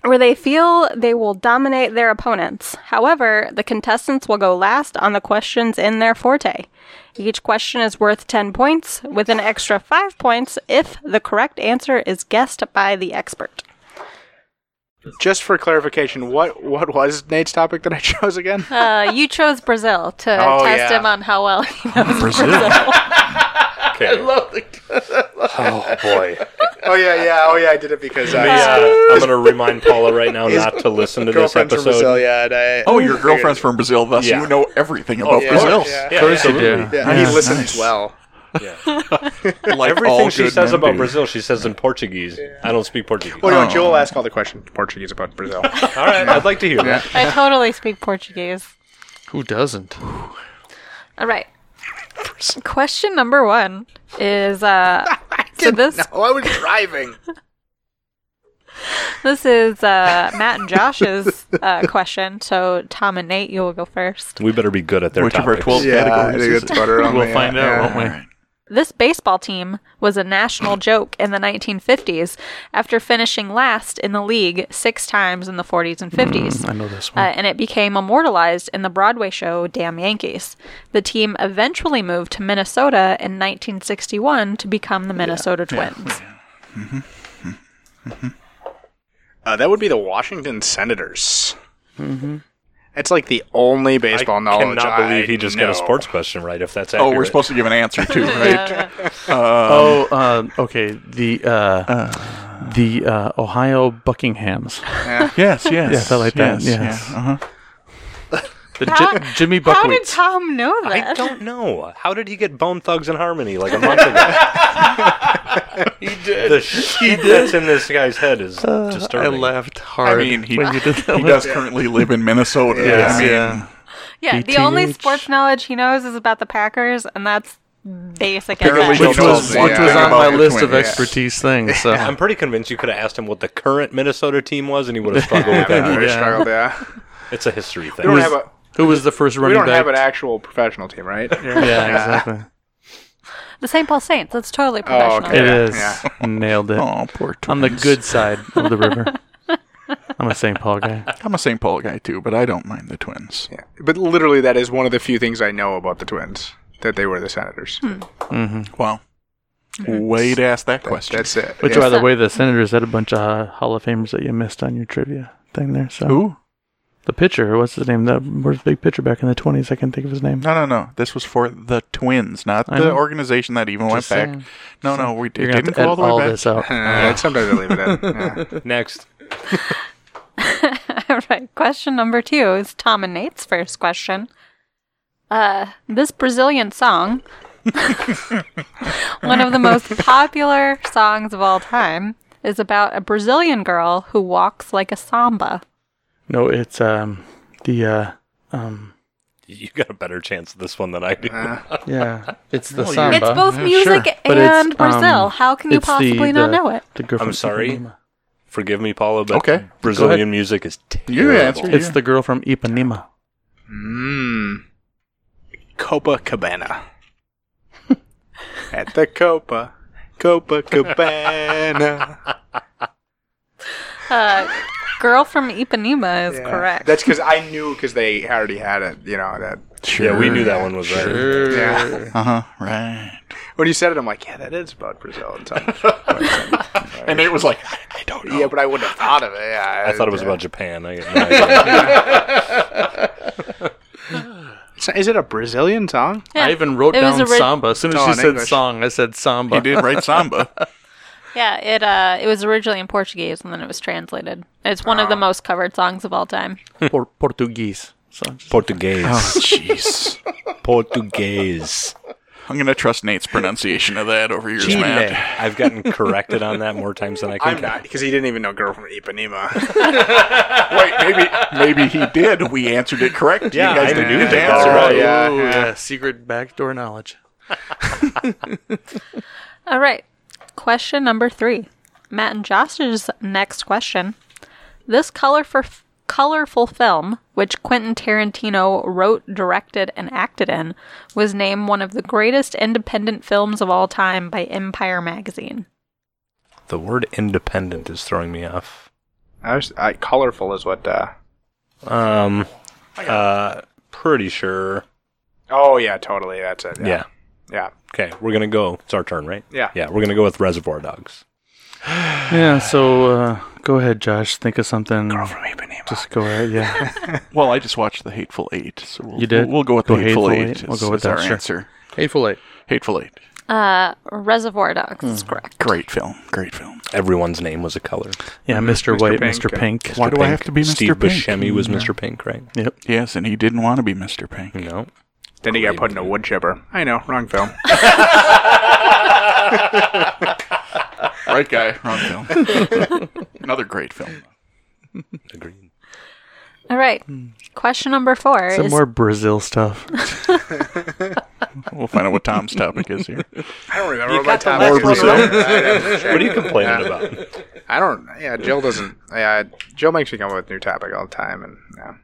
S2: Where they feel they will dominate their opponents. However, the contestants will go last on the questions in their forte. Each question is worth 10 points, with an extra 5 points if the correct answer is guessed by the expert.
S1: Just for clarification, what what was Nate's topic that I (laughs) chose again?
S2: Uh, you chose Brazil to
S1: Oh,
S2: test
S1: yeah.
S2: him on how well he knows
S5: Brazil.
S4: Okay. oh, boy.
S1: oh yeah, yeah, oh yeah, I did it because I
S4: Yeah, uh, I'm going to remind Paula right now not to listen to this
S1: girlfriend's
S4: episode.
S1: from Brazil, yeah, and I,
S5: Oh, your girlfriend's from Brazil, thus
S4: Yeah.
S5: you know everything about
S4: yeah.
S5: Brazil.
S1: Yeah,
S4: Yeah,
S3: course you do.
S4: absolutely.
S1: yeah,
S3: Yeah,
S1: he listens
S5: nice.
S1: well.
S5: Like
S4: Everything
S5: all
S4: she
S5: good
S4: says
S5: men
S4: about
S5: do.
S4: Brazil, she says in Portuguese. I don't speak Portuguese.
S1: Well, you know, Jill asked all the questions in Portuguese about (laughs) Brazil.
S4: All right, I'd like to hear that.
S2: I totally speak Portuguese.
S3: Who doesn't?
S6: All right. Question number one is
S3: (laughs)
S6: uh, so this
S1: oh, I was driving.
S6: this is uh, Matt and
S3: (laughs)
S6: Josh's uh, question. So Tom and Nate, you will go first.
S4: We better be good at their
S5: Which of our
S4: topics.
S5: 12 categories? is it?
S1: better.
S5: (laughs)
S3: We'll find out, won't we?
S5: All right.
S6: This baseball team was a national joke in the 1950s after finishing last in the league six times in the 40s and 50s.
S3: Mm, I know this
S6: uh,
S3: one.
S6: and it became immortalized in the Broadway show Damn Yankees. The team eventually moved to Minnesota in 1961 to become the Minnesota Twins.
S1: (laughs) Uh, that would be the Washington Senators. It's like the only baseball
S4: Mm-hmm. I
S1: knowledge.
S4: cannot
S1: I
S4: believe he just got
S1: know.
S4: a sports question right. If that's
S5: Oh,
S4: accurate.
S5: we're supposed to give an answer too, right?
S3: oh, um, okay. The uh, the uh, Ohio Buckinghams.
S5: yes, yes. Yes,
S3: I like that, yes.
S5: Yeah, uh-huh.
S3: The Ji- Jimmy
S2: How did
S3: Buckwheat.
S2: Tom know
S4: I
S2: that?
S4: (laughs) don't know. How did he get Bone Thugs and Harmony (laughs) like a month ago? (laughs) he Uh, did. The shit that's in this guy's head is
S3: I
S4: disturbing.
S3: laughed hard.
S5: I mean, he-
S3: when you did that
S5: He
S3: one.
S5: does currently live in Minnesota.
S3: Yes,
S5: I mean,
S3: yeah.
S2: (laughs) Yeah, the only
S3: BTH.
S2: sports knowledge he knows is about the Packers, and that's basic. as
S5: Apparently
S2: that.
S5: Jill
S3: Which
S5: knows
S3: was,
S5: the
S3: which
S5: thing
S3: was on
S5: about
S3: my
S5: the
S3: list of
S5: twins.
S3: expertise things. So
S4: I'm pretty convinced you could have asked him what the current Minnesota team was, and he would have struggled
S1: (laughs)
S4: with
S1: Yeah,
S4: (laughs) that.
S1: we
S3: Yeah.
S1: struggled, yeah.
S4: It's a history
S1: We
S4: thing. (laughs)
S1: don't have a
S3: who was the first
S1: we
S3: running
S1: don't
S3: back?
S1: have an actual professional team, right?
S3: yeah, exactly.
S2: The St. Paul Saints. That's totally
S1: Oh,
S2: professional.
S1: okay.
S3: It
S1: Yeah,
S3: is. Nailed it.
S5: Oh, poor twins.
S3: On the good side of the river. I'm a St. Paul guy.
S5: I'm a St. Paul guy too, but I don't mind the twins.
S1: Yeah. But literally, that is one of the few things I know about the Twins that they were the Senators.
S3: Mm-hmm.
S5: Wow. Way to ask that question.
S1: That's it.
S3: Which,
S1: Yeah. (laughs)
S3: by the way, the Senators had a bunch of uh, Hall of Famers that you missed on your trivia thing there. So
S5: Who?
S3: the pitcher, what's his name? That was the big pitcher back in the 20s. I can't think of his name.
S5: No, no, no. This was for the twins, not
S3: I
S5: the
S3: know.
S5: organization that even went
S3: Just
S5: back.
S3: saying.
S5: No, no, we
S3: You're
S5: did,
S3: gonna have
S5: didn't
S3: to
S5: go
S3: edit
S5: all
S3: all,
S5: the way back.
S1: (laughs)
S3: this out.
S1: Uh, sometimes I leave it in. (laughs) Yeah.
S4: (laughs) Next.
S2: (laughs) All right. Question number two is Tom and Nate's first question. Uh, this Brazilian song, (laughs) one of the most popular songs of all time, is about a Brazilian girl who walks like a samba.
S3: No, it's um the uh um
S4: You got a better chance of this one than I do.
S3: yeah, it's the samba.
S2: It's both music
S3: But it's,
S2: and Brazil.
S3: um,
S2: How can you
S3: it's the-
S2: possibly
S3: the-
S2: not know it?
S3: The girl
S4: I'm
S3: from
S4: sorry?
S3: Ipanema.
S4: (laughs) Forgive me, Paula, but
S5: Okay, go ahead.
S4: Brazilian music is
S5: You
S4: terrible.
S5: answer.
S3: It's
S5: you.
S3: the girl from Ipanema.
S1: Mmm. Copa Cabana. At the Copa. Copa (laughs) Cabana.
S2: Uh, girl from Ipanema is
S1: Yeah.
S2: correct.
S1: That's because I knew because they already had it. You know that.
S5: Sure.
S4: Yeah, we knew that one was right.
S1: (laughs) Yeah.
S5: Uh huh. Right.
S1: When you said it, I'm like, yeah, that is about Brazil and (laughs) something.
S5: And it was like, (laughs) I, I don't know.
S1: yeah, but I wouldn't have thought of it. Yeah,
S4: I thought it was about Japan. I had no (laughs) idea.
S1: It's- Is it a Brazilian song?
S3: I even wrote
S2: It was
S3: down
S2: ori-
S3: samba. As soon as
S1: Oh,
S3: she
S1: in
S3: said
S1: English.
S3: song, I said
S5: he
S3: samba.
S5: did write samba.
S2: Yeah, it uh, it was originally in Portuguese and then it was translated. It's one of the most covered songs of all time.
S3: (laughs) Por- Portuguese. So just-
S4: Portuguese.
S5: Oh, Jeez.
S4: Portuguese.
S5: I'm gonna trust Nate's pronunciation of that over yours, Matt.
S4: I've gotten corrected on that more times than I can.
S1: I'm not because he didn't even know "Girl from Ipanema."
S5: Wait, maybe maybe he did. We answered it correct.
S4: Yeah,
S5: you guys
S4: I
S5: didn't
S4: knew
S5: even
S4: that.
S5: answer
S1: All
S5: it.
S1: right. yeah,
S3: Ooh,
S1: yeah.
S3: Secret backdoor knowledge.
S2: All right. Question number three. Matt and Josh's next question. This color for colorful film, which Quentin Tarantino wrote, directed, and acted in, was named one of the greatest independent films of all time by Empire magazine.
S4: The word independent is throwing me off.
S1: (laughs) I was I, colorful is what. Uh,
S4: Um, uh, pretty sure.
S1: oh yeah, totally. That's it.
S4: Yeah.
S1: Yeah, yeah.
S4: Okay, we're gonna go. It's our turn, right?
S1: Yeah.
S4: Yeah, we're gonna go with Reservoir Dogs.
S3: Yeah, so uh, go ahead, Josh. Think of something.
S1: From Ipanema.
S3: Just go ahead, yeah. (laughs)
S5: Well, I just watched the Hateful Eight, so we'll,
S3: You did?
S5: We'll, we'll go with
S3: Go
S5: the Hateful,
S3: Hateful
S5: Eight.
S3: Eight. We'll
S5: is-
S3: go with
S5: is
S3: that,
S5: our
S3: sure.
S5: answer.
S3: Hateful Eight.
S5: Hateful Eight.
S2: Uh, Reservoir Dogs is
S5: Hmm.
S2: correct.
S5: Great film. Great film.
S4: Everyone's name was a color.
S3: Yeah,
S1: Mhm.
S3: Mr.
S1: Mr.
S3: White,
S1: Pink.
S3: Mr. Pink.
S5: Why do I have to be Mr.
S4: Steve
S5: Pink?
S4: Buscemi was Mr. Pink, right?
S3: Yep.
S5: Yes, and he didn't want to be Mr. Pink.
S4: No.
S1: Then he got put in a wood chipper. I know, wrong film.
S5: (laughs) Right guy, wrong film. (laughs) Another great film.
S4: Agreed.
S2: All right. Question number four
S3: Hmm. Some
S2: is
S3: more Brazil stuff.
S5: We'll find out what Tom's topic is here.
S1: (laughs) I don't remember what my time
S5: last
S1: was.
S5: one right.
S4: What are you complaining about?
S1: I don't. Yeah, Jill doesn't. Yeah, Jill makes me come up with new topic all the time, and yeah.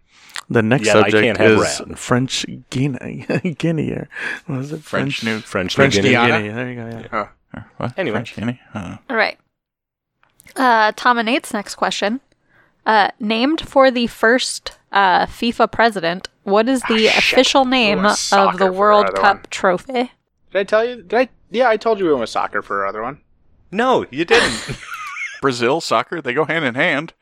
S3: The next
S4: Yeah, I
S3: subject
S4: can't have
S3: is
S4: rat.
S3: French Guinea. (laughs) Guinea. or- What was it?
S5: French
S4: (laughs)
S5: New.
S4: French,
S3: French
S4: New
S3: Guinea.
S4: Guinea.
S3: Guinea. There you go. Yeah.
S5: or What?
S4: Anyway.
S5: French Guinea? Uh,
S2: All right. Uh, Tom and Nate's next question. Uh, named for the first uh, FIFA president, what is the
S5: Ah,
S2: official name
S1: Ooh, I
S2: of
S1: sucker
S2: the
S1: for
S2: World
S1: another
S2: Cup
S1: one.
S2: trophy?
S1: Did I tell you? Did I? Yeah, I told you we went with soccer for our other one.
S4: No, you didn't.
S5: Brazil, soccer, they go hand in hand.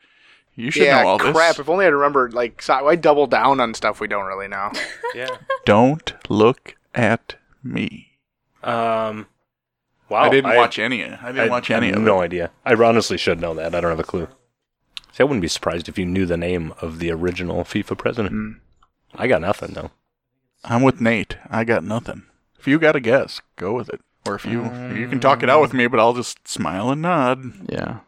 S5: You should
S1: yeah,
S5: know all
S1: crap.
S5: this.
S1: If only I remembered. Like, so, I double down on stuff we don't really know.
S4: yeah.
S5: (laughs) Don't look at me.
S4: Um. Wow.
S5: I didn't watch any. I didn't watch any
S4: have
S5: of
S4: No
S5: it.
S4: idea. I honestly should know that. I don't have a clue. See, I wouldn't be surprised if you knew the name of the original FIFA president.
S5: Hmm.
S4: I got nothing though.
S5: I'm with Nate. I got nothing. If you got a guess, go with it. Or if you you can talk it out with me, but I'll just smile and nod.
S3: Yeah.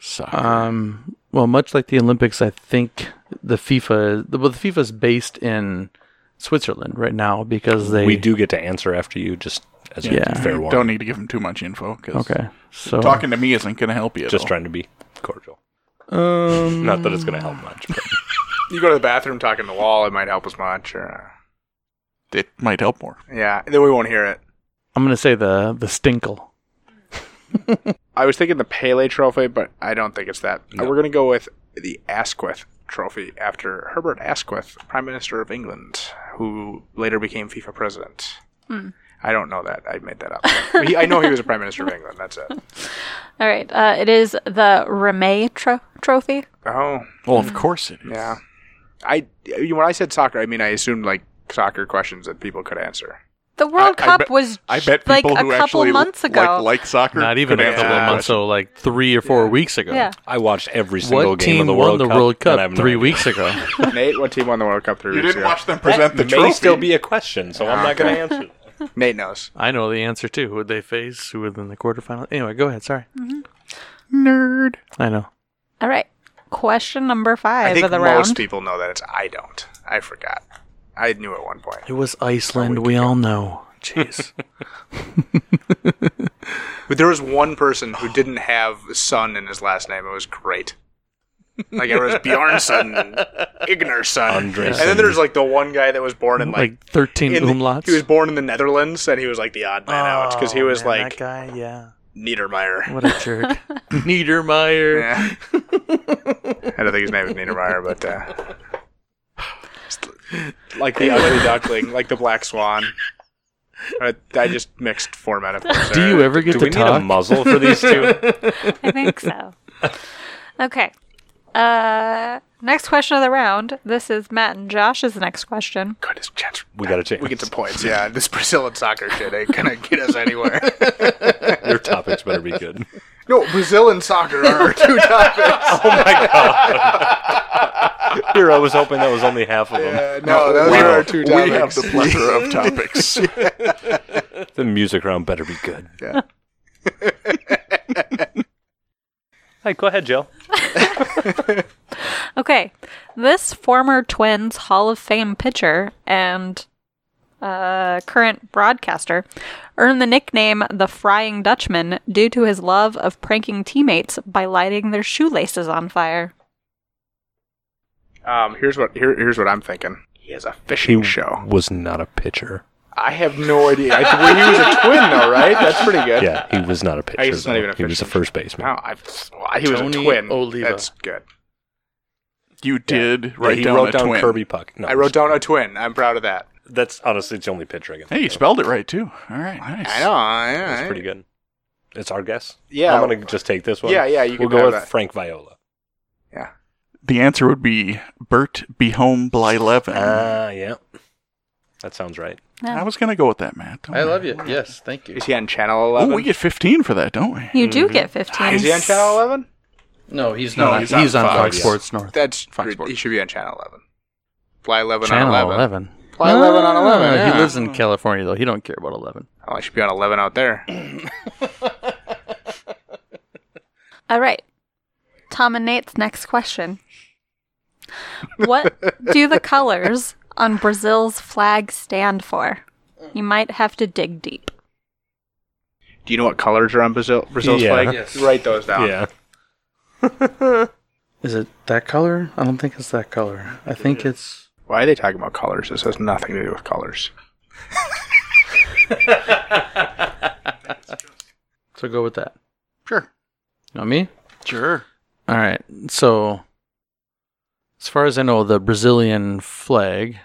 S5: Soccer.
S3: Um, well, much like the Olympics, I think the FIFA, the, well, the FIFA is based in Switzerland right now because they
S4: we do get to answer after you, just as
S3: Yeah.
S4: a fair
S5: You
S4: warning.
S5: don't need to give him too much info because
S3: Okay, so
S5: talking to me isn't going to help you. at
S4: just
S5: all.
S4: trying to be cordial.
S3: Um,
S4: Not that it's going to help much. But
S1: (laughs) You go to the bathroom, talking to the wall. It might help as much. Or,
S5: It might help more.
S1: yeah, then we won't hear it.
S3: I'm gonna say the the Stinkle.
S1: I was thinking the Pele Trophy, but I don't think it's that. Uh, We're gonna go with the Asquith Trophy after Herbert Asquith, Prime Minister of England, who later became FIFA president.
S2: Hmm.
S1: I don't know that. I made that up. But he, I know he was a Prime Minister
S2: (laughs)
S1: of England. That's it.
S2: All right. Uh, it is the Remay tro- Trophy.
S1: Oh,
S5: Well, of course it is.
S1: yeah. I you- when I said soccer, I mean I assumed like soccer questions that people could answer.
S2: (laughs) The World
S5: I
S2: Cup
S5: bet-
S2: was
S5: I bet
S2: like
S5: people
S2: a
S5: who
S2: couple
S5: actually
S2: months
S5: like-
S2: ago.
S5: like soccer.
S3: Not even
S5: could
S3: a
S5: answer
S3: couple
S5: that
S3: of months,
S5: question.
S3: so like three or four weeks ago.
S2: yeah.
S4: I watched every single
S3: What
S4: game of
S3: team
S4: the
S3: won
S4: World
S3: the
S4: Cup.
S3: World
S4: and I
S3: Cup
S4: have no
S3: three
S4: idea.
S3: weeks
S4: (laughs)
S3: ago?
S1: Nate, what team won the World Cup three
S5: You
S1: weeks
S5: didn't
S1: ago?
S5: watch them present the
S4: may
S5: trophy.
S4: still be a question, so I'm not going to answer.
S1: Nate knows.
S3: I know the answer too. Who would they face? Who would in the quarterfinal? Anyway, go ahead. Sorry,
S5: nerd.
S3: I know.
S2: All right. Question number
S1: I
S2: five
S1: think
S2: of the
S1: most
S2: round.
S1: people know that. It's I don't. I forgot. I knew at one point.
S3: It was Iceland. We all know. Jeez.
S1: But there was one person who didn't have son in his last name. It was great. Like it
S3: (laughs)
S1: was Bjarnsson, Ignarsson, and then there's like the one guy that was born in like,
S3: (laughs) Like 13
S1: in the-
S3: umlauts.
S1: He was born in the Netherlands, and he was like the odd man out because he
S3: Oh,
S1: was
S3: man,
S1: like
S3: that guy. Yeah,
S1: Niedermeyer.
S3: what a jerk. Niedermeyer. (laughs)
S1: Yeah. I don't think his name is Niedermeyer, but uh, like
S4: uh,
S1: the ugly duckling, like the black swan. I, I just mixed four metaphors.
S3: Do you ever get
S4: Do
S3: to
S4: we need a
S3: talk?
S4: muzzle for these
S2: (laughs)
S3: (laughs)
S4: two?
S2: I think
S5: (laughs)
S2: so. okay. Uh, next question of the round. This is Matt and Josh's next question.
S1: Goodness, chance.
S4: We got a chance.
S1: We get some points. Yeah, this Brazilian soccer shit ain't gonna get us
S3: (laughs)
S1: anywhere.
S4: Your topics better be good.
S1: No, Brazil and soccer are our two topics.
S4: Here, I was hoping that was only
S5: (laughs)
S4: half of them.
S1: Uh, no, those are our two topics.
S5: We have the plethora of topics.
S4: The music round better be good.
S1: Yeah.
S4: Hey, go ahead, Joe.
S2: Okay. This former Twins Hall of Fame pitcher and uh, current broadcaster earned the nickname the Frying Dutchman due to his love of pranking teammates by lighting their shoelaces on fire.
S1: Um, here's what here, here's what I'm thinking. He has a fishing show.
S4: was not a pitcher.
S1: I have no idea. I, well, he was a twin though, right? That's pretty good.
S4: Yeah, he was not a pitcher.
S1: it's not
S4: though.
S1: even a
S4: he was a
S1: pitcher.
S4: first baseman.
S1: No, I, well, he was a
S3: Tony
S1: twin.
S3: Oliva.
S1: That's good.
S5: You did
S4: Yeah,
S5: write
S4: he
S5: down
S4: wrote
S5: a
S4: down
S5: twin.
S4: Kirby Puck. No,
S1: I wrote down a twin. I'm proud of that.
S4: That's honestly it's the only pitcher I can.
S5: Hey, you
S4: think of.
S5: spelled it right too. All right, nice.
S1: I know. I,
S4: That's pretty good. It's our guess.
S1: Yeah.
S4: I'm gonna just take this one.
S1: Yeah, yeah, you
S4: we'll
S1: can
S4: go
S1: have
S4: with
S1: that.
S4: Frank
S1: (clears throat)
S4: Viola.
S1: Yeah.
S5: The answer would be Bert Behome Blyleven.
S4: Uh, yeah, that sounds right.
S5: I was gonna go with that, Matt. Don't
S3: I
S5: worry.
S3: love you. Yes, thank you.
S1: Is he on channel 11?
S5: Oh, we get 15 for that, don't we?
S2: You do get 15.
S1: Is he on channel 11?
S3: No, he's
S5: No,
S3: not.
S5: he's
S3: he's,
S5: on
S3: on
S5: Fox.
S3: Fox
S4: Yeah.
S3: Sports North.
S1: That's
S5: Fox
S1: rid-
S5: Sports.
S1: He should be on channel 11. Fly 11
S3: Channel
S1: on 11.
S3: 11.
S1: Fly 11 on 11,
S3: Ah,
S1: yeah.
S3: He lives in California though. He don't care about 11.
S1: Oh, I should be on 11 out there.
S2: All right. Tom and Nate's next question. What do the colors on Brazil's flag stand for? You might have to dig deep.
S1: Do you know what colors are on Brazil, Brazil's
S4: Yeah.
S1: flag?
S3: Yes.
S1: Write those down.
S4: Yeah,
S3: Is it that color? I don't think it's that color. I think it's
S1: Why are they talking about colors? This has nothing to do with colors.
S3: so go with that.
S5: Sure.
S3: Not me.
S5: Sure.
S3: All right. So as far as I know, the Brazilian flag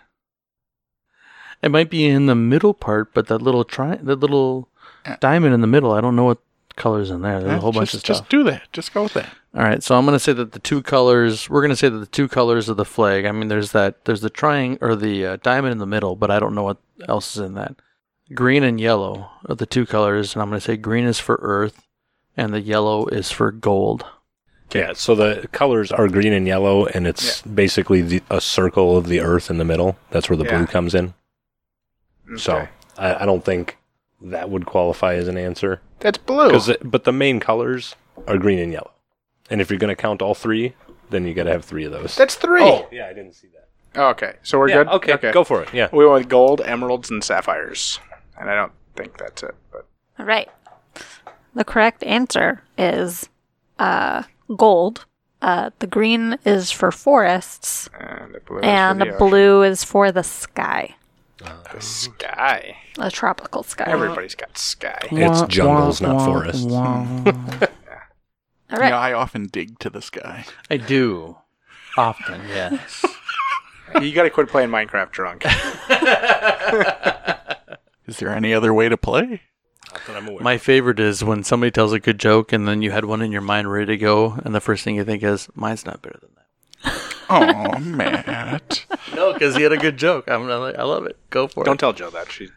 S3: it might be in the middle part, but that little tri- that little
S5: Yeah.
S3: diamond in the middle, I don't know what colors in there. There's a whole bunch
S5: Uh, just,
S3: of stuff.
S5: Just do that. Just go with that.
S3: All right, so I'm going to say that the two colors. We're going to say that the two colors of the flag. I mean, there's that. There's the triangle or the uh, diamond in the middle, but I don't know what else is in that. Green and yellow are the two colors, and I'm going to say green is for earth, and the yellow is for gold.
S4: yeah. So the colors are green and yellow, and it's basically the, a circle of the Earth in the middle. That's where the
S1: Yeah.
S4: blue comes in. So
S1: Okay.
S4: I, I don't think that would qualify as an answer.
S1: That's blue.
S4: 'Cause it- but the main colors are green and yellow. And if you're going to count all three, then you got to have three of those.
S1: That's three. Oh,
S4: Oh, yeah, I didn't see that.
S1: Okay, so we're
S4: Yeah,
S1: good?
S4: Okay, go for it. Yeah.
S1: We went with gold, emeralds, and sapphires. And I don't think that's it, but
S2: All right. The correct answer is uh, gold. Uh, the green is for forests,
S1: and the blue. is for
S2: and the
S1: ocean.
S2: blue is for the sky,
S1: The sky.
S2: a tropical sky.
S1: Everybody's got sky.
S4: It's jungles, not forests.
S2: All right.
S5: (laughs) Yeah, I often dig to the sky.
S3: I do often, (laughs) yes.
S1: you got to quit playing Minecraft drunk.
S4: (laughs)
S5: Is there any other way to play?
S4: Not that I'm aware.
S3: My favorite is when somebody tells a good joke, and then you had one in your mind ready to go, and the first thing you think is, "Mine's not better than that." (laughs)
S5: Oh, Matt.
S3: No, because he had a good joke. I'm I love it. Go for
S1: Don't tell Joe that. She.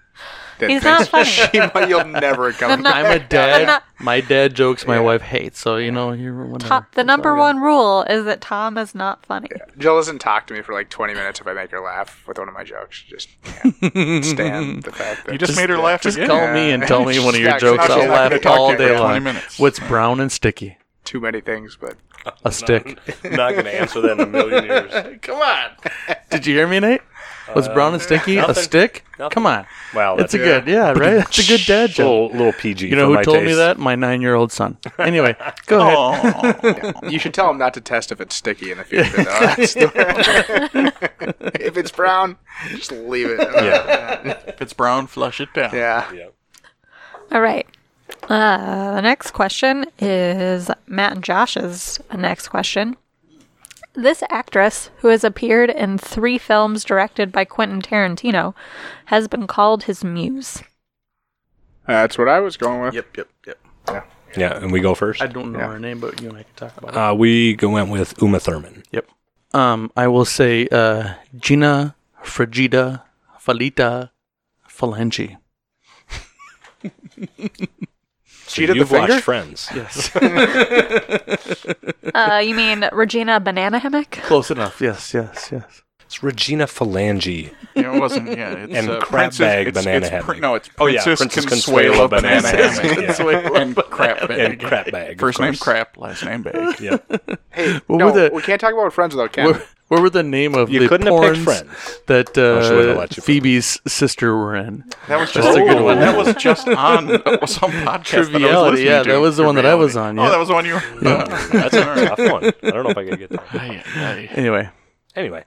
S1: That
S2: He's
S1: (laughs)
S2: not funny.
S1: she might, you'll
S2: (laughs)
S1: never come.
S3: I'm (laughs) a dad.
S2: I'm not-
S3: my dad jokes my wife hates, so you know you're whatever.
S2: Top, the
S3: It's all
S2: number
S3: good.
S2: one rule is that Tom is not funny.
S1: Jill doesn't talk to me for like 20 minutes if I make her laugh with one of my jokes. She just can't stand the fact that
S5: You just, made her laugh
S3: Just
S5: again.
S3: call me and tell me one of your
S1: She's not-
S3: jokes.
S1: she's not
S3: I'll laugh
S1: gonna talk to
S3: all
S1: you for
S3: day
S5: 20
S3: long.
S5: minutes.
S3: What's brown and sticky?
S1: too many things, but
S3: A stick.
S4: Not going to answer that in a million years.
S3: Did you hear me, Nate? What's brown and stinky? A
S4: nothing.
S3: stick?
S4: Nothing.
S3: Come on.
S4: (laughs) Wow,
S3: it's a
S4: that's-
S3: good, yeah, right? It's a good dad joke.
S4: Little, little PG.
S3: You know
S4: for
S3: who
S4: my
S3: told me
S4: taste.
S3: that? My nine-year-old son. Anyway, go ahead.
S1: (laughs) You should tell him not to test if it's sticky in the future. Though. (laughs) That's (laughs) the- if it's brown, just leave it.
S4: Yeah.
S5: If it's brown, flush it down.
S1: Yeah.
S2: All right. Uh, the next question is Matt and Josh's next question. This actress, who has appeared in three films directed by Quentin Tarantino, has been called his muse.
S1: That's what I was going with.
S3: (laughs) Yep, yep, yep.
S4: Yeah, and we go first.
S3: I don't know her name, but you and I can talk about it.
S4: Uh, we go- went with Uma Thurman.
S3: Yep. Um, I will say uh, Gina Frigida Falita Falangi.
S4: So
S1: did the
S4: you've watched
S1: finger?
S4: Friends.
S3: Yes.
S2: Uh, you mean Regina Banana Hammock?
S3: (laughs) Close enough. Yes, yes, yes.
S4: It's Regina Falange.
S5: Yeah, it wasn't. (laughs) Yeah, it's
S4: And
S5: uh,
S4: crab
S5: Princess-
S4: bag
S5: it's-
S4: banana
S5: it's
S4: hammock.
S5: Pri- no, it's
S4: Oh, yeah, Princess
S5: Princess,
S4: Consuelo
S5: Consuelo, banana,
S4: banana
S5: hammock. (laughs) and crap bag.
S4: and crap bag. of
S5: First name
S4: course.
S5: crap, last name bag.
S4: Yeah.
S1: Hey,
S3: What
S1: no,
S3: were the-
S1: we can't talk about friends without Ken.
S3: What, what were the name of
S4: You
S3: the
S4: couldn't have picked
S3: porns
S4: Friends.
S3: that
S4: she wouldn't have
S3: uh,
S4: let you pick.
S3: Phoebe's sister were in?
S5: That was
S3: That's
S5: just
S3: a good one.
S5: That was just (laughs) on some podcast. That I was
S3: Triviality,
S5: listening
S3: yeah,
S5: to.
S3: that was the one that I was
S5: Triviality.
S3: on, yeah.
S5: Oh, that was the one you were.
S3: (laughs)
S5: Oh, that's all right.
S4: Tough one. I don't know if (laughs) I can get that.
S5: Aye, aye.
S3: Anyway,
S4: Anyway.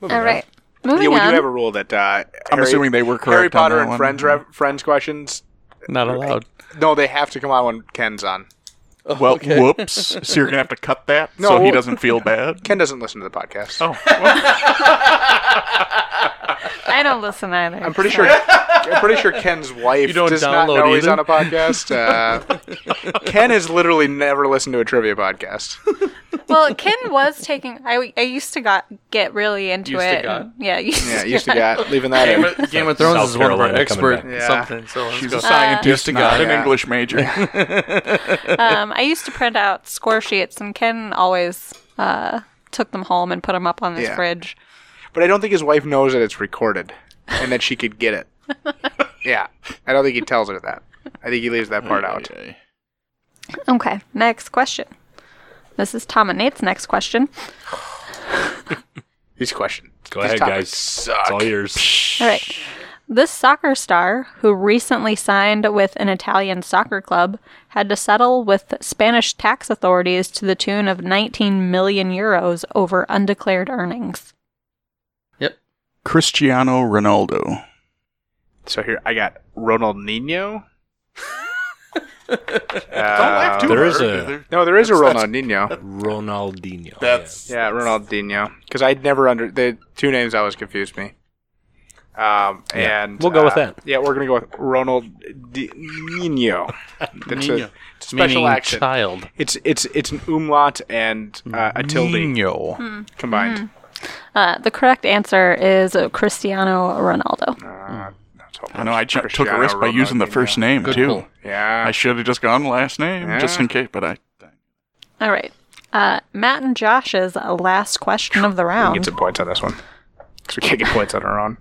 S4: moving
S2: All
S4: on.
S2: right. Moving
S1: Yeah, we do
S2: on.
S1: have a rule that uh,
S5: I'm assuming they were correct
S1: Harry
S5: on
S1: Potter
S5: that
S1: and
S5: one.
S1: Friends rev- Friends questions.
S3: not allowed.
S1: No, they have to come on when Ken's on.
S3: (laughs)
S5: Well, whoops. So you're gonna have to cut that
S1: No,
S5: so he
S1: well-
S5: doesn't (laughs) feel bad.
S1: Ken doesn't listen to the podcast.
S5: Oh, well,
S2: I don't listen either.
S1: I'm pretty sure. I'm pretty sure Ken's wife
S3: You don't
S1: does not know
S3: download
S1: he's
S3: either?
S1: on a podcast. Uh, Ken has literally never listened to a trivia podcast. (laughs)
S2: Well, Ken was taking. I, I used to got get really into
S3: Used to
S2: it.
S3: got.
S2: and- yeah, used
S1: Yeah,
S2: (laughs) to
S1: used to got leaving (laughs) that in.
S3: Game of Thrones
S4: South
S3: is one of our
S4: Carolina coming
S3: expert
S4: back.
S1: Yeah.
S3: something. So let's
S5: (laughs) she's
S3: go.
S5: a scientist,
S1: Uh,
S5: not an
S1: yeah.
S5: English (laughs) major.
S2: um, I used to print out score sheets, and Ken always uh, took them home and put them up on his
S1: Yeah.
S2: fridge.
S1: But I don't think his wife knows that it's recorded and that she could get (laughs) it. yeah, I don't think he tells her that. I think he leaves that part out.
S5: Okay.
S2: Okay, next question. This is Tom and Nate's next question.
S1: These questions.
S4: Go
S1: These
S4: ahead,
S1: topics
S4: guys.
S1: Suck.
S4: It's all yours.
S2: All right. This soccer star, who recently signed with an Italian soccer club, had to settle with Spanish tax authorities to the tune of 19 million euros over undeclared earnings.
S3: Yep.
S5: Cristiano Ronaldo.
S1: So here I got Ronaldinho.
S5: (laughs) Don't laugh too
S4: there
S5: hard.
S4: is a-
S1: No, there is a
S5: That's-
S1: Ronaldinho.
S4: Ronaldinho.
S5: That's
S1: Yeah, Ronaldinho. Because I'd never under the two names always confused me. Um,
S4: Yeah.
S1: and
S4: We'll go with
S1: uh,
S4: that.
S1: Yeah, we're gonna go with
S4: (laughs)
S1: Ronaldinho. That's a,
S3: Nino.
S1: it's a special
S3: Meaning
S1: action.
S3: child.
S1: It's it's it's an umlaut and uh, a tilde
S3: Nino.
S1: combined.
S2: Uh, the correct answer is Cristiano Ronaldo.
S5: I know I ju- took a risk by using the first name too.
S3: pull.
S1: Yeah.
S5: I should have just gone last name just
S1: Yeah.
S5: in case, but I.
S2: All right. Uh, Matt and Josh's last question of the round.
S1: Get some points on this one. Because we can't get points on our own.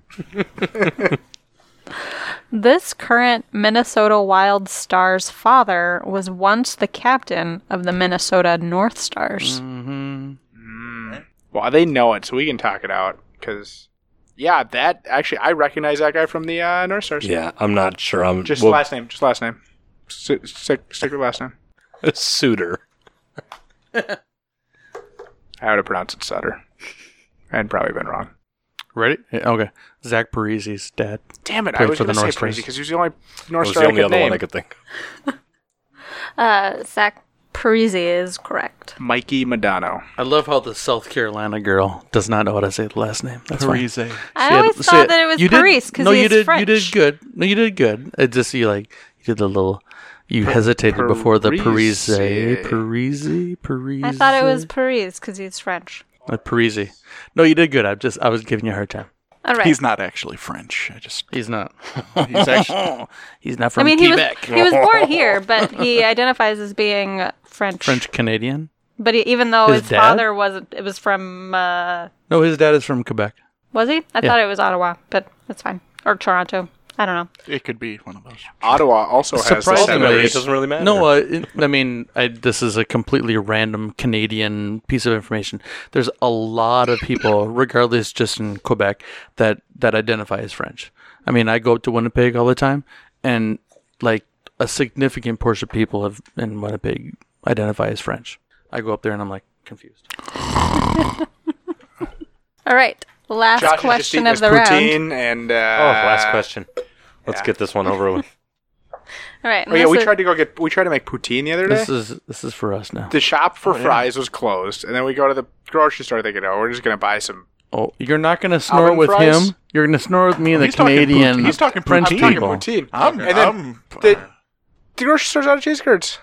S2: This current Minnesota Wild Stars father was once the captain of the Minnesota North Stars.
S1: Well, they know it, so we can talk it out. Because, yeah, that actually, I recognize that guy from the uh, North Stars.
S4: Yeah, I'm not sure. I'm
S1: Just
S4: (laughs) well,
S1: last name. Just last name. Stick, stick, stick with last name.
S4: suitor.
S1: I would have pronounced it Sutter. I'd probably been wrong.
S3: Ready? Yeah, okay. Zach Parisi's dad.
S1: Damn it! I
S3: Played
S1: was
S3: for the
S1: going to say
S3: North Stars.
S1: crazy because he was the only North
S4: was
S1: Star
S4: the only
S1: I could
S4: other
S1: name.
S4: one I could think.
S2: Uh, Zach Parisi is correct.
S1: Mikey Madonna.
S3: I love how the South Carolina girl does not know how to say the last name. That's fine.
S5: Parise.
S2: I
S3: She had-
S2: always
S3: she
S2: thought
S3: had-
S2: that it was
S3: you did-
S2: Paris because
S3: no,
S2: he's
S3: you did,
S2: French.
S3: You did good. No, you did good. It just you like you did a little. You hesitated before the Parise,
S1: Parise.
S3: Parise, Parise.
S2: I thought it was Paris because he's French.
S3: uh, Parise. No, you did good. I'm just I was giving you a hard time.
S2: All right.
S5: He's not actually French. I just
S3: He's (laughs) not.
S5: he's actually
S3: He's not from
S2: I mean, he was,
S3: Quebec.
S2: he was born here,
S3: (laughs)
S2: but he identifies as being uh, French.
S3: French Canadian.
S2: But he, even though
S3: His
S2: his,
S3: dad?
S2: father was, it was from, uh,
S3: No, his dad is from Quebec.
S2: was he? I thought it was Ottawa, but that's fine. Or Toronto. I don't know.
S5: It could be one of those.
S1: Ottawa also has uh, the
S4: Ultimately, it
S1: Senators.
S4: doesn't really matter.
S3: No, uh, it- I mean, I, this is a completely random Canadian piece of information. There's a lot of people, (laughs) regardless, just in Quebec, that that identify as French. I mean, I go to Winnipeg all the time, and like a significant portion of people of in Winnipeg identify as French. I go up there and I'm like confused.
S7: All right. Last
S1: Josh is just
S7: question
S1: eating
S7: of
S1: his
S7: the round.
S1: poutine and uh,
S4: Oh, last question. Let's
S1: yeah.
S4: get this one over with.
S7: All right. and
S1: Oh yeah,
S7: this
S1: we
S7: is-
S1: tried to go get we tried to make poutine the other day.
S3: This is this is for us now.
S1: the shop for fries was closed, and then we go to the grocery store thinking, oh, we're just gonna buy some.
S3: Oh, you're not gonna snore
S1: Oven
S3: with
S1: fries?
S3: him. You're gonna snore with me and the
S5: He's talking
S3: Canadian.
S5: poutine. He's talking
S3: French
S5: poutine.
S1: I'm talking
S3: people.
S1: poutine.
S5: I'm,
S1: and then
S5: I'm,
S1: the, the grocery store's out of cheese curds.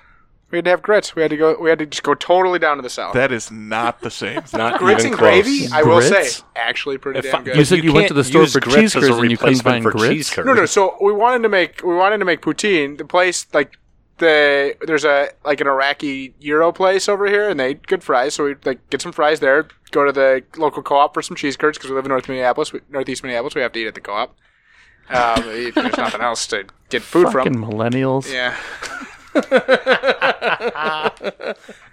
S1: We had to have grits. We had to go. We had to just go totally down to the south.
S5: that is not
S1: (laughs)
S5: the same.
S4: (laughs) Not
S1: grits
S4: even
S1: and
S4: close.
S1: gravy, I will say,
S3: Grits?
S1: actually pretty
S4: If I-
S1: damn good.
S3: You said you went to the
S4: can't
S3: store
S4: use
S3: for
S4: grits
S3: cheese
S4: as a
S3: curds and you couldn't
S4: replacement
S3: find
S4: for
S3: grits?
S4: cheese curds.
S1: No, no. So we wanted to make we wanted to make poutine. The place like the there's a like an Iraqi Euro place over here, and they had good fries. So we like get some fries there. Go to the local co-op for some cheese curds because we live in North Minneapolis, we, northeast Minneapolis. We have to eat at the co-op. Um, there's nothing else to get food
S3: Fucking
S1: from.
S3: millennials.
S1: Yeah,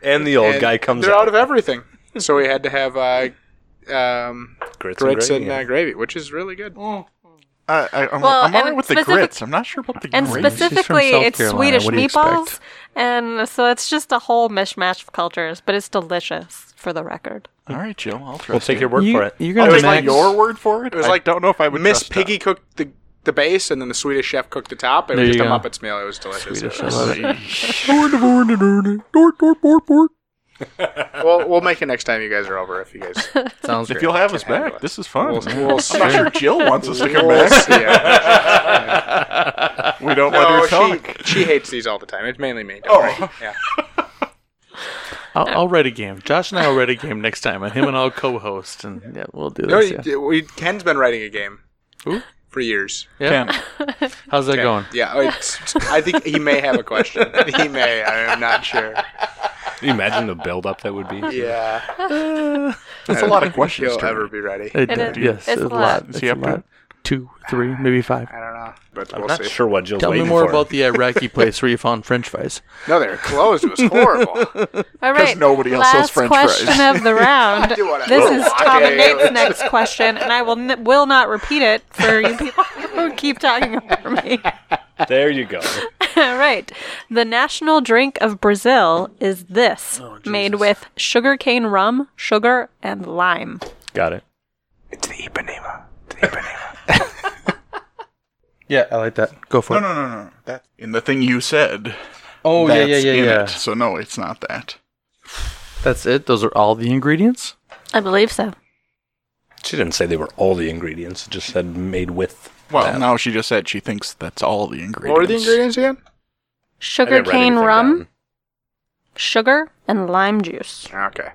S4: And the old
S1: And
S4: guy comes
S1: They're out
S4: out.
S1: of everything, so we had to have uh, um,
S4: Grits and
S1: grits
S4: gravy,
S1: and uh, gravy, which is really good.
S5: I, I, I'm,
S2: Well,
S5: I'm
S2: and
S5: alright with the
S2: specific-
S5: grits. I'm not sure about the
S2: And
S5: grits.
S2: specifically,
S3: South
S2: it's
S3: Carolina.
S2: Swedish
S3: What do you
S2: meatballs.
S3: expect?
S2: And so it's just a whole mishmash of cultures, but it's delicious for the record.
S5: All right, Jill, I'll trust
S4: We'll take your
S5: you.
S4: word
S3: You-
S4: for it.
S3: You're
S5: I'll
S3: gonna
S5: take
S3: max-
S5: like (laughs) your word for it. It
S1: was
S5: was like,
S1: like
S5: don't know if I would
S1: Miss
S5: trust that.
S1: Piggy cooked the the base, and then the Swedish chef cooked the top. and It
S3: There
S1: was
S3: you
S1: just a
S3: go.
S1: Muppets meal. It was delicious.
S3: Swedish,
S1: It
S3: I
S1: was-
S3: love it.
S1: (laughs) we'll, we'll make it next time you guys are over. If you guys,
S5: (laughs)
S3: Sounds
S5: If you'll have us
S1: handle
S5: back,
S1: it.
S5: this is fun.
S1: We'll-
S5: man.
S1: we'll
S5: I'm not
S1: see.
S5: sure Jill wants us to come
S1: We'll
S5: back.
S1: see
S5: (laughs)
S1: ya.
S5: We don't let her
S1: no,
S5: talk. Oh,
S1: she, she hates these all the time. It's mainly me. Don't worry. Yeah.
S3: I'll, I'll write a game. Josh and I will write a game next time, and him and I'll co-host, and yeah, we'll do
S1: No,
S3: this. yeah.
S1: Oh, you- we, Ken's been writing a game
S3: Who?
S1: for years.
S3: Yeah. How's that going?
S1: Yeah, oh, it's, I think he may have a question.
S5: (laughs)
S1: He may. I am not sure.
S4: Can you imagine the build-up that would be?
S1: Yeah,
S5: That's a lot of questions.
S1: he'll
S5: to
S1: ever
S5: it.
S1: be ready.
S3: It,
S2: It
S3: did,
S2: is-
S3: yes,
S2: it's a
S3: a lot.
S2: lot.
S5: Is
S3: It's
S5: he
S3: a
S5: up to
S3: lot.
S5: it?
S3: Two, three, maybe five.
S1: I don't know, but
S4: I'm
S1: we'll
S4: not
S1: see.
S4: sure what Jill's
S3: Tell me
S4: waiting
S3: more
S4: for.
S3: about the Iraqi place where you found French fries.
S1: No, they're closed. It (laughs) was horrible.
S2: All right.
S5: nobody else
S2: last
S5: sells French
S2: question
S5: fries.
S2: of the round.
S1: do what I
S2: this
S1: want.
S2: is Tom and
S1: Okay.
S2: Nate's next question, and I will n- will not repeat it for you people (laughs) who keep talking over me.
S4: There you (laughs) go.
S2: All right. The national drink of Brazil is this, made with sugarcane rum, sugar, and lime.
S4: Got it.
S1: it's the Ipanema. It's the Ipanema.
S3: Yeah, I like that. Go for
S5: No, no, no, no. That in the thing you said.
S3: Oh
S5: that's in It. So no, it's not that.
S3: That's it. Those are all the ingredients.
S2: I believe so.
S4: She didn't say they were all the ingredients. It just said made with.
S5: Well,
S4: that.
S5: now she just said she thinks that's all the ingredients.
S1: What were the ingredients again?
S4: I didn't write
S2: Sugarcane
S4: anything
S2: rum,
S4: down.
S2: sugar, and lime juice.
S1: Okay.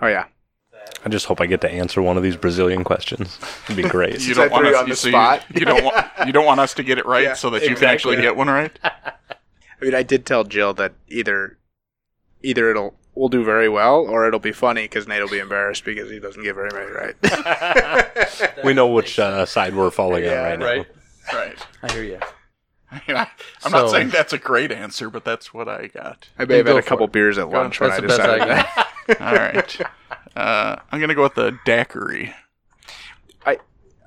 S1: Oh yeah.
S4: I just hope I get to answer one of these Brazilian questions. It'd be great.
S5: (laughs) You
S1: Since I
S5: don't want
S1: threw you
S5: us
S1: on the
S5: so
S1: spot.
S5: You, you don't want you don't want us to get it right
S1: Yeah,
S5: so that you can actually get one right.
S1: I mean, I did tell Jill that either either it'll we'll do very well or it'll be funny because Nate will be embarrassed because he doesn't get very many (laughs) right.
S4: we know which
S5: (laughs)
S4: uh, side we're falling
S1: Yeah,
S4: on right,
S3: right.
S5: Right.
S3: I hear you.
S5: I mean, I- (laughs) I'm
S3: So-
S5: not saying that's a great answer, but that's what I got.
S1: I may have
S3: Go
S1: had a
S3: for
S1: couple
S3: it.
S1: beers at lunch when
S3: That's
S1: I
S3: the best I
S1: decided
S3: got.
S1: that.
S5: All right. Uh, I'm gonna go with the daiquiri.
S1: I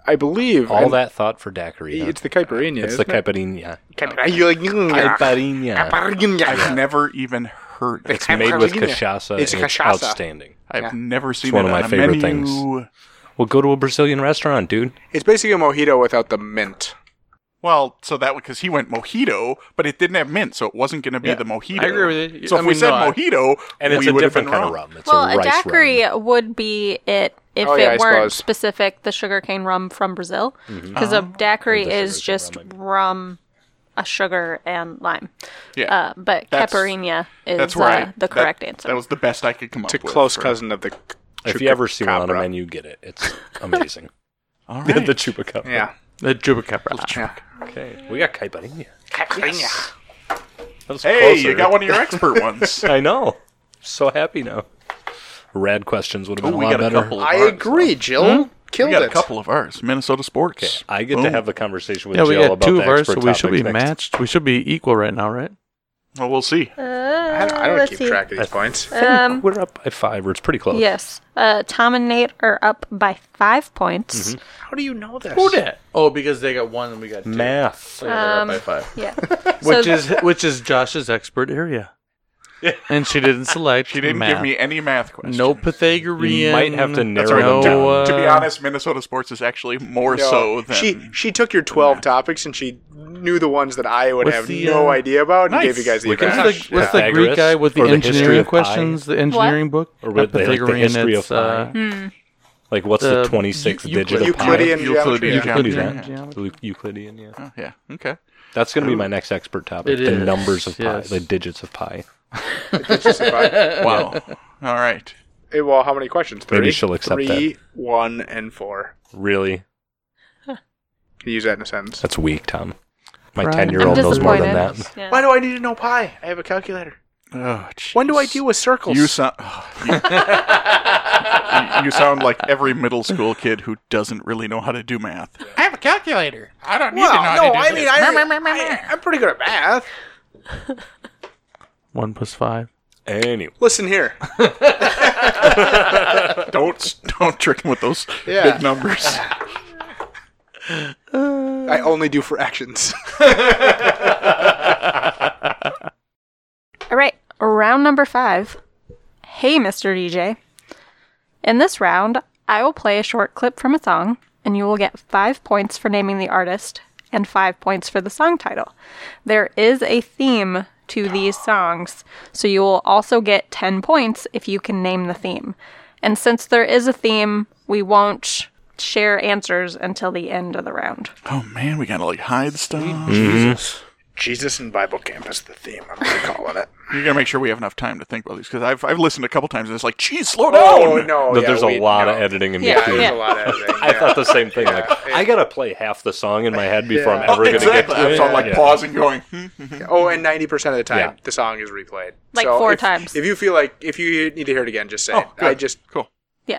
S1: I believe
S4: now. All
S1: and
S4: that thought for daiquiri. huh?
S1: It's the caipirinha.
S4: It's the
S1: isn't it?
S4: caipirinha.
S1: caipirinha.
S4: Caipirinha.
S5: I've
S1: Caipirinha.
S5: never even heard. Of
S4: It's
S5: it.
S4: made with
S1: Caipirinha.
S4: cachaça.
S1: It's
S4: and
S1: cachaça.
S4: outstanding.
S5: I've never seen
S4: one
S5: it
S4: of my
S5: on
S4: favorite
S5: a menu.
S4: things. Well, go to a Brazilian restaurant, dude.
S1: It's basically a mojito without the mint.
S5: Well, so that because he went mojito, but it didn't have mint, so it wasn't going to be
S3: Yeah,
S5: the mojito.
S3: I agree with you.
S5: So
S3: I
S5: if we
S3: mean,
S5: said
S3: no, I-
S5: mojito,
S4: And it's
S5: we
S4: a
S5: would have
S4: different
S5: been
S4: kind of
S5: wrong.
S4: rum. It's
S2: well,
S4: a
S2: a,
S4: rice
S2: daiquiri uh,
S4: rum.
S2: would be it if
S1: Oh, yeah, I
S2: it weren't
S1: suppose.
S2: specific the sugarcane rum from Brazil, because a daiquiri is just rum, a sugar, and lime.
S5: Yeah,
S2: Uh, but
S5: That's-
S2: caipirinha is
S5: that's where I-
S2: uh, the
S5: that-
S2: correct answer.
S5: That was the best I could come
S1: It's a
S5: up with.
S1: close
S5: for-
S1: cousin of the.
S4: If you ever see one on a
S1: chupacabra.
S4: menu, get it. It's (laughs) amazing.
S5: All
S4: (laughs) the
S5: right.
S4: chupacabra.
S1: Yeah.
S3: The Juba Capra.
S1: yeah.
S4: Okay. We got caipirinha.
S1: Caipirinha.
S4: That was
S5: hey,
S4: closer.
S5: you got one of your expert ones.
S4: I know. So happy now. Rad questions would have been
S5: Ooh,
S4: a
S5: we
S4: lot
S5: got a
S4: better.
S5: couple.
S1: I agree, Jill. killed
S5: we got
S1: it.
S5: a couple of ours. Minnesota sports.
S4: I get to
S5: Boom.
S4: have a conversation with
S3: yeah,
S4: Jill
S3: we got
S4: about
S3: two
S4: the
S3: of ours, so
S4: expert
S3: we should be
S4: topics next-
S3: matched. We should be equal right now, right?
S5: Well, we'll see.
S1: I don't, I don't
S2: Uh, let's
S1: keep
S2: see.
S1: track of these points.
S4: I think
S2: Um,
S4: we're up by five, or it's pretty close.
S8: Yes. Uh, Tom and Nate are up by five points.
S1: How do you know this?
S3: that? Oh, because they got one and we got two.
S4: Math.
S3: So yeah,
S2: Um,
S3: they're up by five.
S8: Yeah.
S3: Which
S8: So-
S3: is (laughs) which is Josh's expert area. and she didn't select.
S5: She didn't give me any math questions.
S3: no Pythagorean.
S4: You might have to narrow
S5: right.
S3: no,
S4: them down.
S3: uh,
S5: to be honest, Minnesota sports is actually more
S1: No.
S5: so than
S1: she she took your twelve topics and she knew the ones that I would
S3: What's
S1: have
S3: the,
S1: no
S3: uh,
S1: idea about and
S5: nice.
S1: gave you guys the
S5: We can
S1: advantage.
S3: What's the, (laughs) what's the
S4: Pythagoras
S3: Greek guy with the
S4: or the history
S3: engineering
S4: of pi?
S3: questions? The engineering book?
S4: Or
S3: Not
S4: with the, like, the history of
S3: it's, uh,
S4: Like, what's
S3: the
S4: the 26th
S3: Eu-
S4: digit of pi?
S1: Euclidean
S5: Euclidean
S1: geometry.
S5: geometry.
S4: Euclidean.
S3: Yeah.
S4: Euclidean, Euclidean, yeah.
S5: Oh, yeah. Okay.
S4: That's going to be my next expert topic.
S3: It
S4: the
S3: is,
S4: numbers of pi,
S3: yes.
S4: the digits of pi.
S5: (laughs) Wow. All right.
S1: Eh, well, how many questions? Three.
S4: Maybe she'll accept
S1: Three, one, and four.
S4: Really?
S1: Can you use that in a sentence.
S4: That's weak, Tom. My
S3: Right.
S4: 10 year old
S8: I'm
S4: knows more than
S8: disappointed.
S4: that.
S1: Why do I need to know pi? I have a calculator.
S5: Oh, jeez.
S1: When do I do with circles?
S5: (sighs) You sound. you, you sound like every middle school kid who doesn't really know how to do math. I have a calculator. I don't need
S1: well, no, I mean, I, I, I'm pretty good at math.
S3: One plus five.
S4: Anyway.
S1: Listen here.
S5: Don't don't trick him with those
S1: Yeah.
S5: big numbers.
S1: I only do fractions.
S2: All right, round number five. Hey, Mr. DJ. In this round, I will play a short clip from a song, and you will get five points for naming the artist and five points for the song title. There is a theme to these songs, so you will also get 10 points if you can name the theme. And since there is a theme, we won't share answers until the end of the round.
S5: Oh man, we gotta like hide stuff.
S4: Mm-hmm.
S1: Jesus and Bible Camp is the theme. I'm going to call it.
S5: You're gonna make sure we have enough time to think about these because I've I've listened a couple times and it's like, geez, slow down.
S1: Oh, no.
S4: But
S1: yeah,
S4: there's a
S1: we-
S4: lot
S1: no.
S4: of editing in
S2: Yeah,
S1: Yeah,
S4: between.
S1: there's a lot of editing.
S4: (laughs) I
S1: yeah.
S4: thought the same thing. Like, I gotta play half the song in my head before I'm
S1: Yeah.
S4: ever
S5: Oh, exactly.
S4: gonna get to it.
S5: I'm sort of like
S4: Yeah.
S5: pausing, going. Hmm.
S1: Oh, and ninety percent of the time,
S4: Yeah.
S1: the song is replayed.
S2: Like four
S1: if-
S2: times.
S1: If you feel like if you need to hear it again, just say it.
S5: Oh, good.
S1: I just
S5: cool.
S2: Yeah.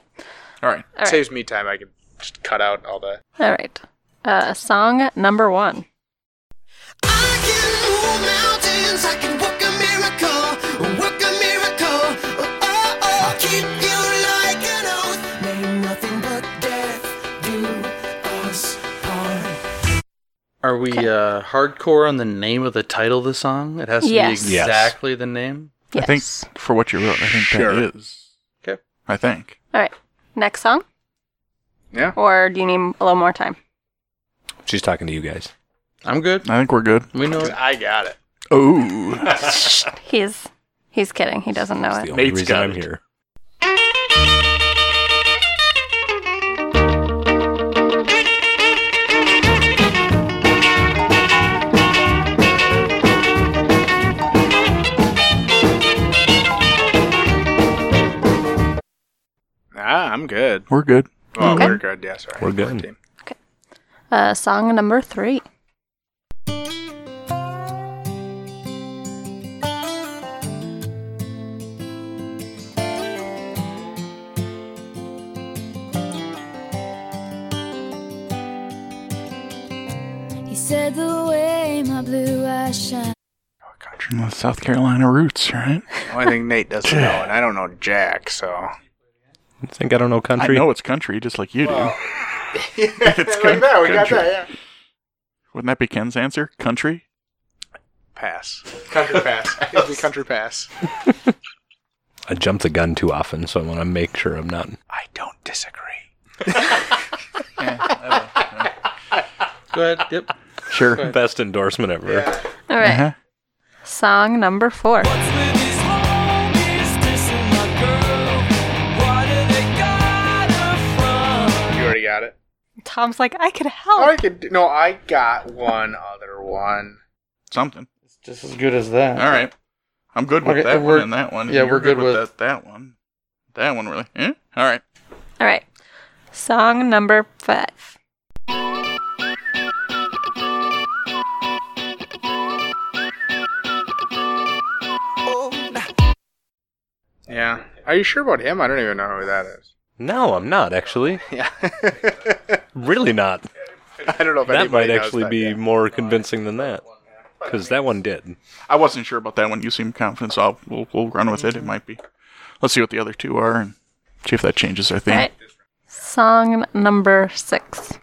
S5: All right.
S2: right.
S1: saves me time. I can just cut out all the.
S2: All right. Uh, song number one.
S9: I can move mountains, I can work a miracle, work a miracle. Oh, oh, keep you like an oath. May nothing but death do us part.
S3: Are we uh, hardcore on the name of the title of the song? It has to
S2: Yes.
S3: be
S4: Yes.
S3: exactly the name.
S5: I think for what you wrote, I think that is.
S3: Okay.
S5: I think.
S2: All right. Next song?
S1: Yeah.
S2: Or do you need a little more time?
S4: She's talking to you guys.
S3: I'm good.
S5: I think we're good.
S3: We know. it.
S1: I got it. (laughs)
S5: Oh,
S2: He's he's kidding. He doesn't know
S4: It's the
S2: it.
S4: only
S5: Nate's
S4: reason
S5: got
S4: I'm
S5: it.
S4: here.
S1: Ah, I'm good.
S5: we're good.
S1: Oh,
S2: Mm-hmm. Okay.
S1: we're good. Yeah, sorry.
S4: We're good.
S1: Team.
S2: Uh, song number three.
S10: He said the way my blue eyes shine.
S5: Country with South Carolina roots, right?
S1: Well, I think Nate doesn't Oh, know, and I don't know Jack, (laughs) so
S4: I think I don't know country.
S5: I know it's country, just like you do.
S1: it's
S5: good.
S1: that. We got
S5: Country.
S1: that. Yeah.
S5: Wouldn't that be Ken's answer? Country.
S1: Pass. Country (laughs) pass. It'd be country pass.
S4: I jump the gun too often, so I want to make sure I'm not.
S1: I don't disagree.
S3: Go ahead. Yep.
S5: Sure.
S4: Best endorsement ever.
S2: All right.
S5: Uh-huh.
S2: Song number four.
S1: You already got it.
S2: Tom's like, I could
S1: Oh, I
S2: help.
S1: could. No, I got one other one.
S5: Something.
S3: It's just as good as that.
S5: All right. I'm good with
S3: Okay,
S5: that
S3: we're-
S5: one and that one.
S3: yeah,
S5: and
S3: we're
S5: you're
S3: good with-
S5: that, that one. That one really. Eh? All right.
S2: All right. Song number five.
S1: Yeah. Are you sure about him? I don't even know who that is.
S4: No, I'm not actually.
S1: (laughs) Yeah.
S4: Really not.
S1: (laughs) I don't know if
S4: That
S1: anybody
S4: might
S1: knows
S4: actually
S1: that
S4: be
S1: yet.
S4: more convincing than that. Because that one did.
S5: I wasn't sure about that one. You seem confident, so I'll, we'll, we'll run with it. It might be. Let's see what the other two are and see if that changes our theme.
S7: Right. Song number six.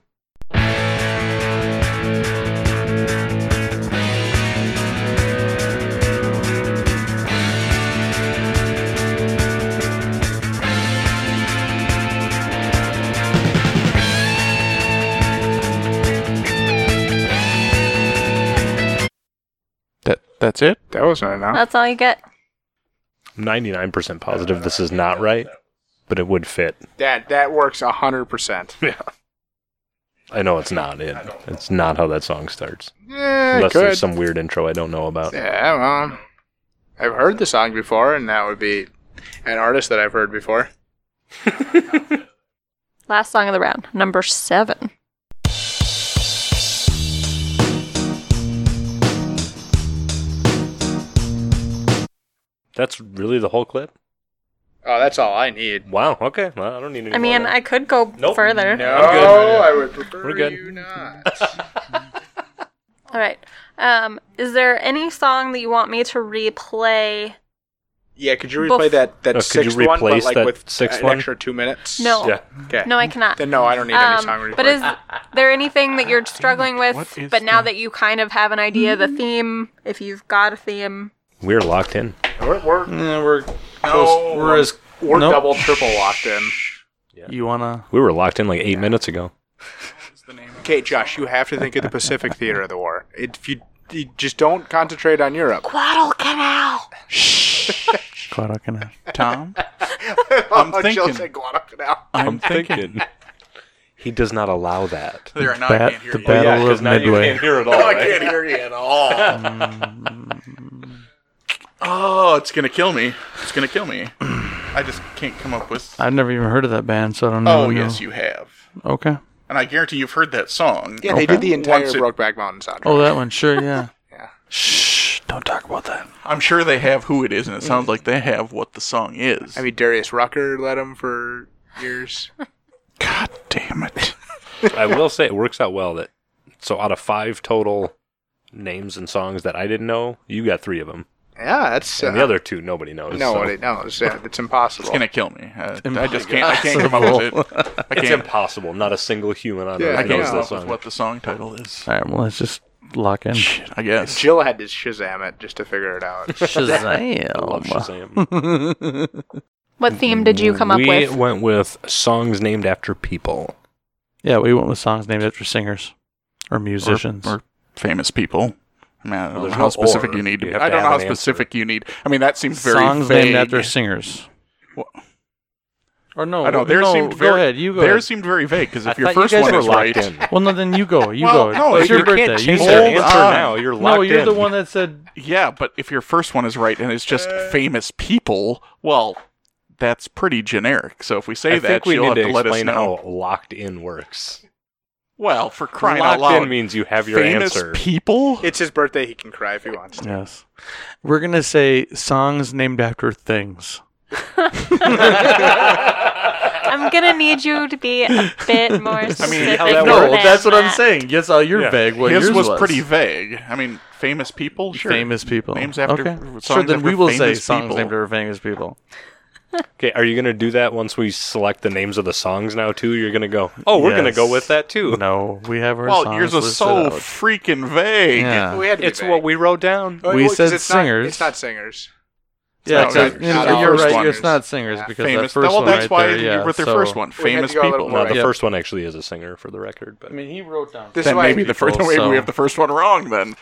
S5: That that's it.
S1: That wasn't enough.
S7: That's all you get.
S4: I'm 99% positive this is not right, but it would fit.
S1: That that works hundred percent.
S4: (laughs) Yeah. I know it's not it. It's not how that song starts.
S1: Yeah, it
S4: Unless
S1: could.
S4: there's some weird intro I don't know about.
S1: Yeah, well, I've heard the song before, and that would be an artist that I've heard before.
S7: Last song of the round, number seven.
S4: That's really the whole clip?
S1: Oh, that's all I need.
S4: Wow, okay. Well, I don't need any
S7: I
S4: more
S7: mean,
S4: now.
S7: I could go
S4: Nope.
S7: further.
S1: No,
S4: I'm good.
S1: I would prefer
S4: We're good.
S1: you not.
S7: All right. Um, is there any song that you want me to replay?
S1: (laughs) yeah, could you
S7: Bef-
S1: replay that that
S4: Uh, could you
S1: sixth one, but
S4: replace
S1: like
S4: that
S1: with
S4: sixth
S1: an
S4: one?
S1: extra two minutes?
S7: No.
S4: Yeah.
S1: Okay.
S7: No, I cannot.
S1: Then no, I don't need any
S7: Um,
S1: song. Replay.
S7: but is there anything that you're struggling
S5: Damn it,
S7: with?
S5: what is
S7: But now
S5: the- Mm.
S7: that you kind of have an idea of the theme, if you've got a theme,
S4: We're locked in.
S1: we're we're,
S3: Yeah, we're
S1: close- we're
S3: as
S1: we're double triple locked in.
S3: You wanna?
S4: We were locked in like eight minutes ago.
S1: Okay, Josh, you have to think of the Pacific Theater of the War. It, if you, you just don't concentrate on Europe.
S7: Guadalcanal.
S5: Guadalcanal. Tom,
S1: I'm
S5: thinking.
S1: Guadalcanal.
S5: I'm thinking.
S4: he does not allow that.
S5: There, now I
S3: Bat,
S5: can't hear
S3: the
S5: you.
S3: Battle
S4: yeah,
S3: of
S4: now you
S3: Midway.
S1: (laughs)
S4: can't hear it all. Oh, right?
S1: hear you at all.
S5: Oh, it's gonna kill me. It's gonna kill
S3: (clears throat)
S5: me. I just can't come up with.
S3: I've never even heard of that band, so I don't know.
S5: Oh yes, you have,
S3: Okay. (laughs)
S5: and I guarantee you've heard that song.
S1: (laughs) Yeah, they did the entire
S5: Once it-
S1: Brokeback Mountain soundtrack.
S3: Oh, that one. Sure. Yeah.
S1: Yeah.
S3: Shh! Don't talk about that.
S5: I'm sure they have who it is, and it sounds like they have what the song is.
S1: I mean, Darius Rucker led him for years.
S5: God damn it!
S4: I will say it works out well that so out of five total names and songs that I didn't know, you got three of them,
S1: (laughs) Yeah, that's
S4: and
S1: uh,
S4: the other two nobody knows. so.
S1: Nobody knows. Yeah, it's impossible.
S5: It's gonna kill me. Uh, I just
S3: (laughs)
S5: can't. I can't come up with (laughs) it. I
S4: It's
S5: can't.
S4: impossible. Not a single human on
S1: Yeah,
S5: I
S4: earth
S5: can't
S4: knows
S5: come
S4: this
S5: up with
S4: song.
S5: what the song title is.
S3: All right. Well, let's just lock
S5: (laughs)
S3: in.
S5: I guess.
S1: Jill had to Shazam it just to figure it out.
S4: Love
S3: Shazam.
S4: Shazam.
S7: What theme did you come up
S4: we
S7: with?
S4: went with songs named after people.
S3: (laughs) Yeah, we went with songs named after singers or
S5: Or,
S3: musicians.
S5: or famous people. I, mean, I
S4: Well,
S5: don't know
S4: there's
S5: how
S4: no
S5: specific
S4: or.
S5: you need to.
S4: You
S5: be.
S4: have
S5: I
S4: to
S5: don't know
S4: have
S5: how
S4: an answer.
S5: specific you need. I mean, that seems very
S3: songs
S5: vague.
S3: named after singers.
S5: Well,
S3: Or no?
S5: I know. There
S3: Oh, no,
S5: seemed
S3: go
S5: very,
S3: ahead. You go.
S5: There
S3: ahead.
S5: seemed very vague because
S4: I
S5: if your
S4: thought you guys
S5: first one
S4: were
S5: is
S4: locked
S5: right, oh,
S4: in.
S3: (laughs) well, no, then you go. You
S5: Well,
S3: go.
S5: no,
S3: it's
S5: you
S3: your
S5: can't
S3: birthday. You
S5: change
S3: said
S5: their answer
S3: it.
S5: now.
S4: You're locked
S3: No, you're
S4: in.
S3: the one that said
S5: yeah, but if your first one is right and it's just
S3: Uh,
S5: famous people, well, that's pretty generic. So if we say
S4: I
S5: that,
S4: think we
S5: you'll
S4: need to
S5: have to, let us
S4: explain
S5: know.
S4: how locked in works.
S5: Well, for crying
S4: locked
S5: out loud,
S4: in means you have your
S5: famous
S4: answer.
S5: people.
S1: it's his birthday. He can cry if he wants. to.
S3: yes. We're gonna say songs named after things.
S7: I'm gonna need you to be a
S5: (laughs)
S7: bit more specific.
S4: that
S7: than
S3: No,
S4: works.
S3: that's what I'm
S7: Matt.
S3: saying. Yes, uh, you're
S4: Yeah.
S3: vague. What
S5: His
S3: yours
S5: was, pretty vague. I mean, famous people, sure.
S3: famous people.
S5: Names after-
S3: okay.
S5: songs
S3: Sure, then
S5: after
S3: we will say
S5: famous
S3: songs
S5: people.
S3: named after famous people.
S1: (laughs)
S4: Okay, are you going to do that once we select the names of the songs now too? You're going to go, "Oh, we're going to
S3: Yes.
S4: go with that too."
S3: No, we have our
S5: Well,
S3: songs
S5: yours was
S3: listed
S5: so
S3: out.
S5: freaking vague.
S3: yeah.
S1: We had to be
S4: It's
S1: vague.
S4: what we wrote down.
S1: Oh,
S3: we
S1: well, 'cause
S3: said
S1: it's not-
S3: singers.
S1: it's not singers.
S3: Yeah, 'cause-
S5: not singers.
S3: you know,
S1: Not
S3: you're
S1: our
S3: right.
S1: first
S3: It's
S1: one.
S3: not singers
S1: Yeah.
S3: because
S5: Famous.
S3: that first
S5: well,
S3: one
S5: that's
S3: right
S5: why
S3: there,
S5: you-
S3: yeah,
S5: with their
S3: so-
S5: first one,
S1: We had to
S5: famous
S1: go a little
S5: people.
S4: No, the
S1: Right.
S4: first one actually is a singer for the record, but
S3: I mean, he wrote down.
S1: This
S5: That
S1: is why
S5: may be the first.
S3: people,
S5: Maybe
S3: so-
S5: we have the first one wrong then.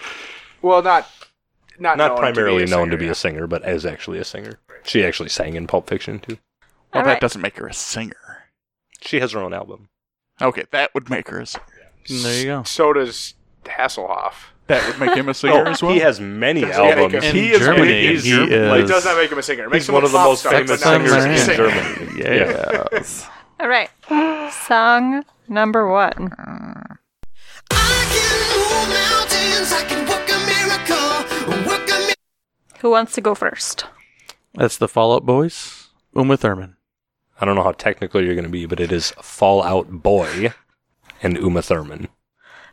S1: Well, not not
S4: not
S1: known
S4: primarily
S1: to be a
S4: known
S1: singer,
S4: to be a singer, but as actually a singer. She actually sang in Pulp Fiction too.
S5: Well,
S7: All
S5: that
S7: right.
S5: doesn't make her a singer.
S4: She has her own album.
S5: Okay, that would make her. A singer.
S3: And there you
S1: yeah.
S3: go.
S1: So does Hasselhoff.
S5: That would make
S4: (laughs)
S5: him a singer
S4: Oh,
S5: as well.
S4: He has many
S1: Does he have
S4: albums.
S1: a-
S3: In
S4: He is
S3: Germany,
S4: big in
S3: he
S4: Germany.
S3: is-
S4: Like,
S1: It does not make him a singer. It makes
S4: he's
S1: him
S4: one
S1: a
S4: of the
S1: pop
S4: most
S1: star,
S4: famous
S1: but not
S4: singers
S1: a
S3: Summer
S4: in
S1: singer. (laughs)
S4: Germany.
S3: Yes.
S7: All right. Song number one.
S9: I can move mountains, I can work a miracle, work a miracle.
S7: Who wants to go first?
S3: That's the Fallout Boys. Uma Thurman.
S4: I don't know how technical you're going to be, but it is Fallout Boy and Uma Thurman.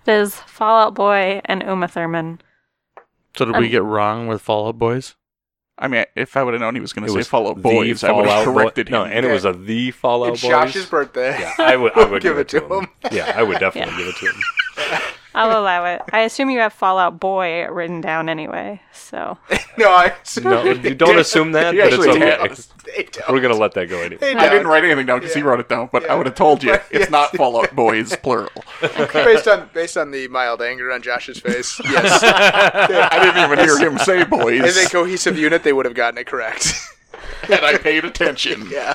S7: It is Fallout Boy and Uma Thurman.
S3: So did we get wrong with Fall Out Boys?
S5: I mean, if I would have known he was going to say
S4: was
S5: Fallout
S4: the
S5: Boys, I would have
S4: Fall Out Boy-
S5: corrected
S4: No,
S5: him.
S1: (laughs)
S4: and it was a the Fallout
S1: it's
S4: Boys.
S1: Josh's birthday. (laughs)
S4: yeah, I would, I would
S1: Give it to him.
S4: Yeah,
S3: (laughs)
S4: I would definitely give it to him.
S7: (laughs) I'll allow it. I assume you have Fallout Boy written down anyway. So
S1: No, I
S4: No,
S1: (laughs)
S4: you don't assume that,
S1: He
S4: but it's
S1: actually
S4: okay.
S1: does. They don't.
S4: We're gonna let that go anyway.
S5: I didn't write anything down because he
S1: Yeah.
S5: wrote it down, but I
S1: Yeah.
S5: would have
S1: (laughs)
S5: told you
S1: Right,
S5: it's
S1: yes.
S5: not Fallout Boys plural.
S1: based on based on the mild anger on Josh's
S4: (laughs)
S1: face. Yes,
S5: I didn't even hear
S1: (laughs)
S5: him say
S1: as a
S5: boys,
S1: cohesive unit, they would have gotten it correct. (laughs)
S5: and I paid attention.
S1: yeah,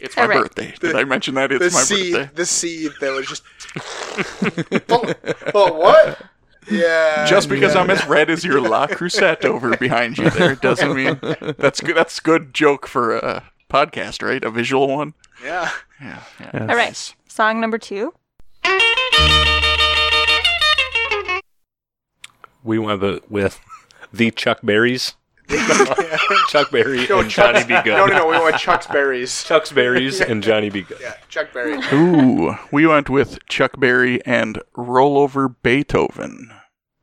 S5: It's my
S7: All right.
S5: birthday. Did I mention that it's
S1: the
S5: my
S1: seed,
S5: birthday?
S1: the seed that was just. oh, oh, what? Yeah,
S5: Just because I'm as red as your La Crusette over behind you there
S1: (laughs)
S5: doesn't mean that's good. That's good joke for a podcast, right? A visual one.
S1: yeah.
S5: Yeah. yeah.
S3: Yes.
S7: all right, song number two.
S4: We went with- with the Chuck Berries. Chuck Berry
S1: No,
S4: and Johnny B. Good.
S1: No, no, no. We want Chuck's
S4: (laughs)
S1: berries.
S4: Chuck's Berries and Johnny B. Good.
S1: Yeah, Chuck berries.
S5: Ooh, we went with Chuck Berry and Rollover Beethoven.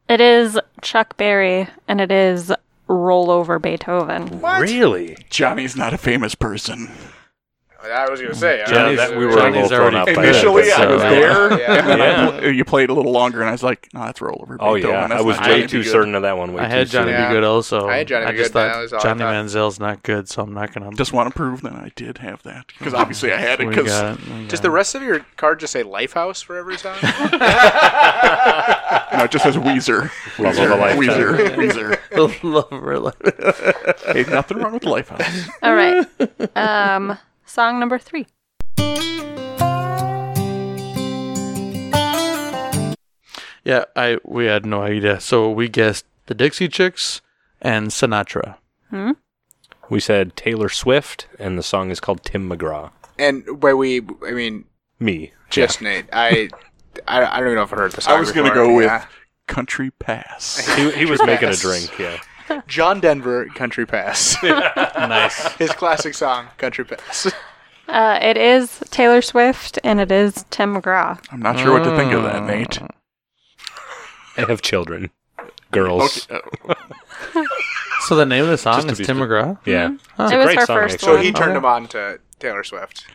S7: It is Chuck Berry, and it is Roll Over Beethoven.
S4: Really?
S5: Johnny's not a famous person.
S1: I was gonna say. I
S4: Yeah,
S3: Johnny's-
S4: that, we were
S3: Johnny's
S4: both thrown
S3: already
S4: off by that,
S5: Initially, I
S4: so-
S5: was
S3: Yeah.
S5: there,
S1: Yeah.
S5: and then I
S4: Yeah.
S5: pl- you played a little longer, and I was like, "No, that's Rollover Beethoven."
S4: Oh yeah, I
S5: that's
S4: was
S5: not
S4: way
S5: Johnny
S4: too
S5: B. Goode."
S4: certain of that one. Way
S3: I had
S4: too
S3: Johnny
S4: soon.
S1: Yeah.
S3: B. Good also.
S1: I had Johnny B.
S3: just
S1: Good, man,
S3: thought
S1: that was all I
S3: Johnny
S1: thought.
S3: Manziel's not good, so I'm not gonna.
S5: Just want to prove that I did have that
S4: Oh,
S5: because obviously I had it.
S3: we
S5: Because
S3: got it, we
S1: Does
S3: got
S1: the
S3: it.
S1: rest of your card just say Lifehouse for every song?
S5: no, it just says Weezer,
S4: Love of a lifetime.
S5: Weezer, (laughs) Weezer.
S3: the (laughs) love of her life?
S5: Hey, nothing wrong with Lifehouse.
S7: All (laughs) right, um, song number three.
S3: Yeah, I we had no idea. So we guessed the Dixie Chicks and Sinatra.
S4: We said Taylor Swift, and the song is called Tim McGraw.
S1: and where we, I mean,
S4: Me.
S1: just Nate. I, I, I don't even know if I heard the song.
S5: I was gonna
S1: before.
S5: go with
S1: Yeah.
S5: Country Pass.
S4: He, he was making a drink. Yeah.
S1: John Denver, Country Pass.
S3: Nice.
S1: His classic song, Country Pass.
S7: Uh, it is Taylor Swift, and it is Tim McGraw.
S5: I'm not sure what to think of
S4: Ah.
S5: that, Nate.
S4: I have children, girls.
S5: Okay, uh,
S3: So the name of the song
S4: Just to
S3: is
S4: be
S3: Tim
S4: spe-
S3: McGraw.
S4: Yeah. It's
S7: It was her first
S1: So he
S7: one.
S1: turned him on to Taylor Swift.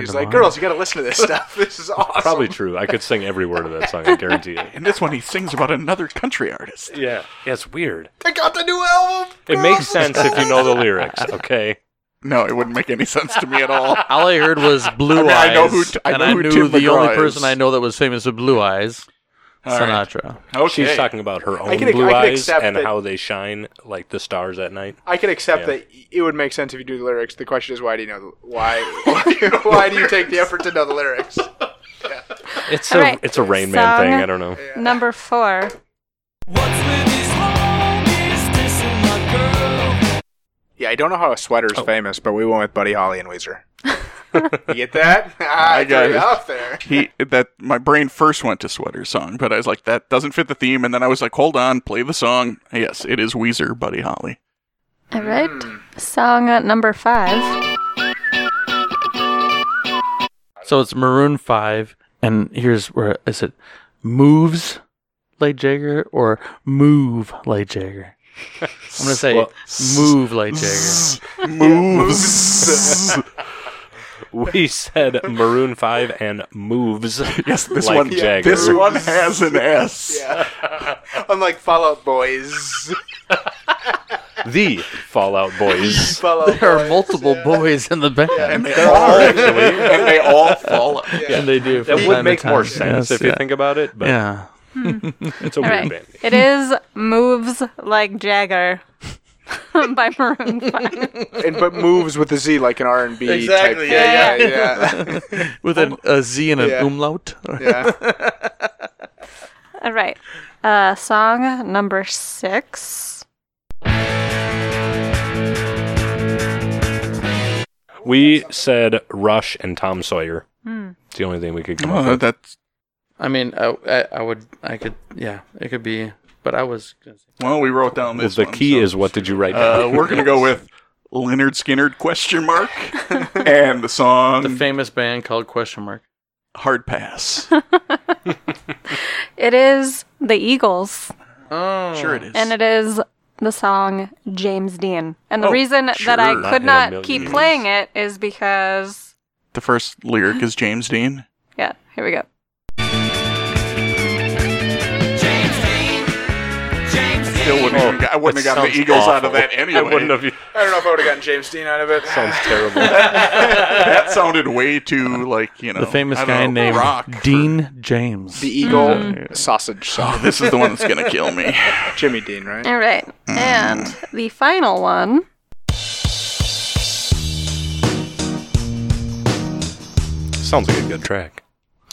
S1: he was
S3: him
S1: like,
S3: on.
S1: "Girls, you got to listen to this stuff. This is awesome."
S4: Probably true. I could sing every word of that song. I guarantee it.
S5: and this one he sings about another country artist.
S4: Yeah. Yeah. It's weird.
S1: They got the new album.
S4: It makes sense if you know the lyrics. Okay.
S5: No, it wouldn't make any sense to me
S4: (laughs)
S5: at all.
S3: All I heard was Blue
S5: I mean,
S3: Eyes,
S5: I know who t- I
S3: and
S5: know
S3: I
S5: who
S3: knew
S5: Tim
S3: the
S5: McGraw
S3: only
S5: is.
S3: person I know that was famous with Blue Eyes,
S5: All right.
S3: Sinatra.
S5: Okay.
S4: She's talking about her own
S1: can- I
S4: blue
S1: can
S4: eyes
S1: accept
S4: and
S1: that-
S4: how they shine like the stars at night.
S1: I can accept
S4: Yeah.
S1: that it would make sense if you knew the lyrics. The question is, why do you know? The, why? (laughs) Why, why do you take the effort to know the lyrics?
S4: It's
S7: All
S4: a
S7: right.
S4: it's a Rain Man
S7: Song.
S4: thing. I don't know.
S7: Number four.
S1: Yeah, I don't know how a sweater is famous, but we went with Buddy Holly and Weezer. (laughs) you get that? (laughs) I,
S5: got
S1: threw
S5: it.
S1: out there.
S5: He that my brain first went to sweater song, but I was like, that doesn't fit the theme, and then I was like, hold on, play the song. Yes, it is Weezer, Buddy Holly.
S7: All right,
S1: Hmm.
S7: song uh, number five.
S3: So it's Maroon Five, and here's where is it? Moves, Lady Jagger, or move, Lady Jagger. I'm gonna say
S4: Well,
S3: move, Lady Jagger.
S5: Moves.
S4: We said Maroon Five and moves.
S5: (laughs) yes, this
S4: like
S5: one.
S4: Jagger.
S1: (laughs)
S5: This one has an S.
S1: Unlike Fallout Boys,
S4: the Fallout Boys.
S1: Fallout
S3: There are
S1: Boys.
S3: multiple boys in the band,
S5: And they all
S1: (laughs)
S5: and they all fall.
S3: and they do.
S4: That
S3: from
S4: would
S3: time
S4: make
S3: to
S4: more
S3: time. Yes,
S4: sense if you think about it, but
S3: yeah.
S4: (laughs) it's a
S7: Hmm. All
S4: weird
S7: right,
S4: band.
S1: (laughs)
S7: it is moves like Jagger (laughs) by Maroon Five.
S1: and but moves with a Z like an R and B.
S3: Exactly,
S1: Type yeah, yeah, yeah.
S3: (laughs) with an, a Z and an
S1: Yeah.
S3: umlaut.
S1: yeah.
S7: All right, uh, song number six.
S4: We said Rush and Tom Sawyer. It's the only thing we could come up
S5: Oh,
S4: with.
S5: that's
S3: I mean, I, I, I would, I could, yeah, it could be, but I was.
S5: well, we wrote down
S4: Well,
S5: this.
S4: the
S5: one,
S4: key
S5: so-
S4: is what did you write
S5: Uh,
S4: down? (laughs)
S5: we're gonna go with Leonard Skinner question (laughs) mark and the song
S3: The famous band called Question Mark.
S5: Hard (laughs) Pass.
S2: It is the Eagles,
S3: Oh,
S5: Sure it is.
S2: and it is the song James Dean. And the
S5: Oh,
S2: reason that I
S5: sure.
S4: Not
S2: could
S4: in a
S2: not
S4: million
S2: keep
S4: years.
S2: playing it is because
S5: the first lyric is James Dean.
S2: yeah, here we go.
S5: Still wouldn't
S4: Oh,
S5: even got- I wouldn't
S4: that
S5: have gotten the
S4: sounds
S5: Eagles out
S4: awful.
S5: of that anyway.
S4: I wouldn't have.
S1: (laughs) I don't know if I would have gotten James Dean out of it. (sighs)
S4: Sounds terrible.
S5: that sounded way too like you know
S3: The famous
S5: I don't
S3: guy
S5: know,
S3: named
S5: rock for-
S3: Dean James.
S1: The Eagle (laughs) sausage
S5: Oh,
S1: song.
S5: this is the one that's gonna kill me.
S1: Jimmy Dean, right?
S2: All right, and the final one.
S4: Sounds like a good track.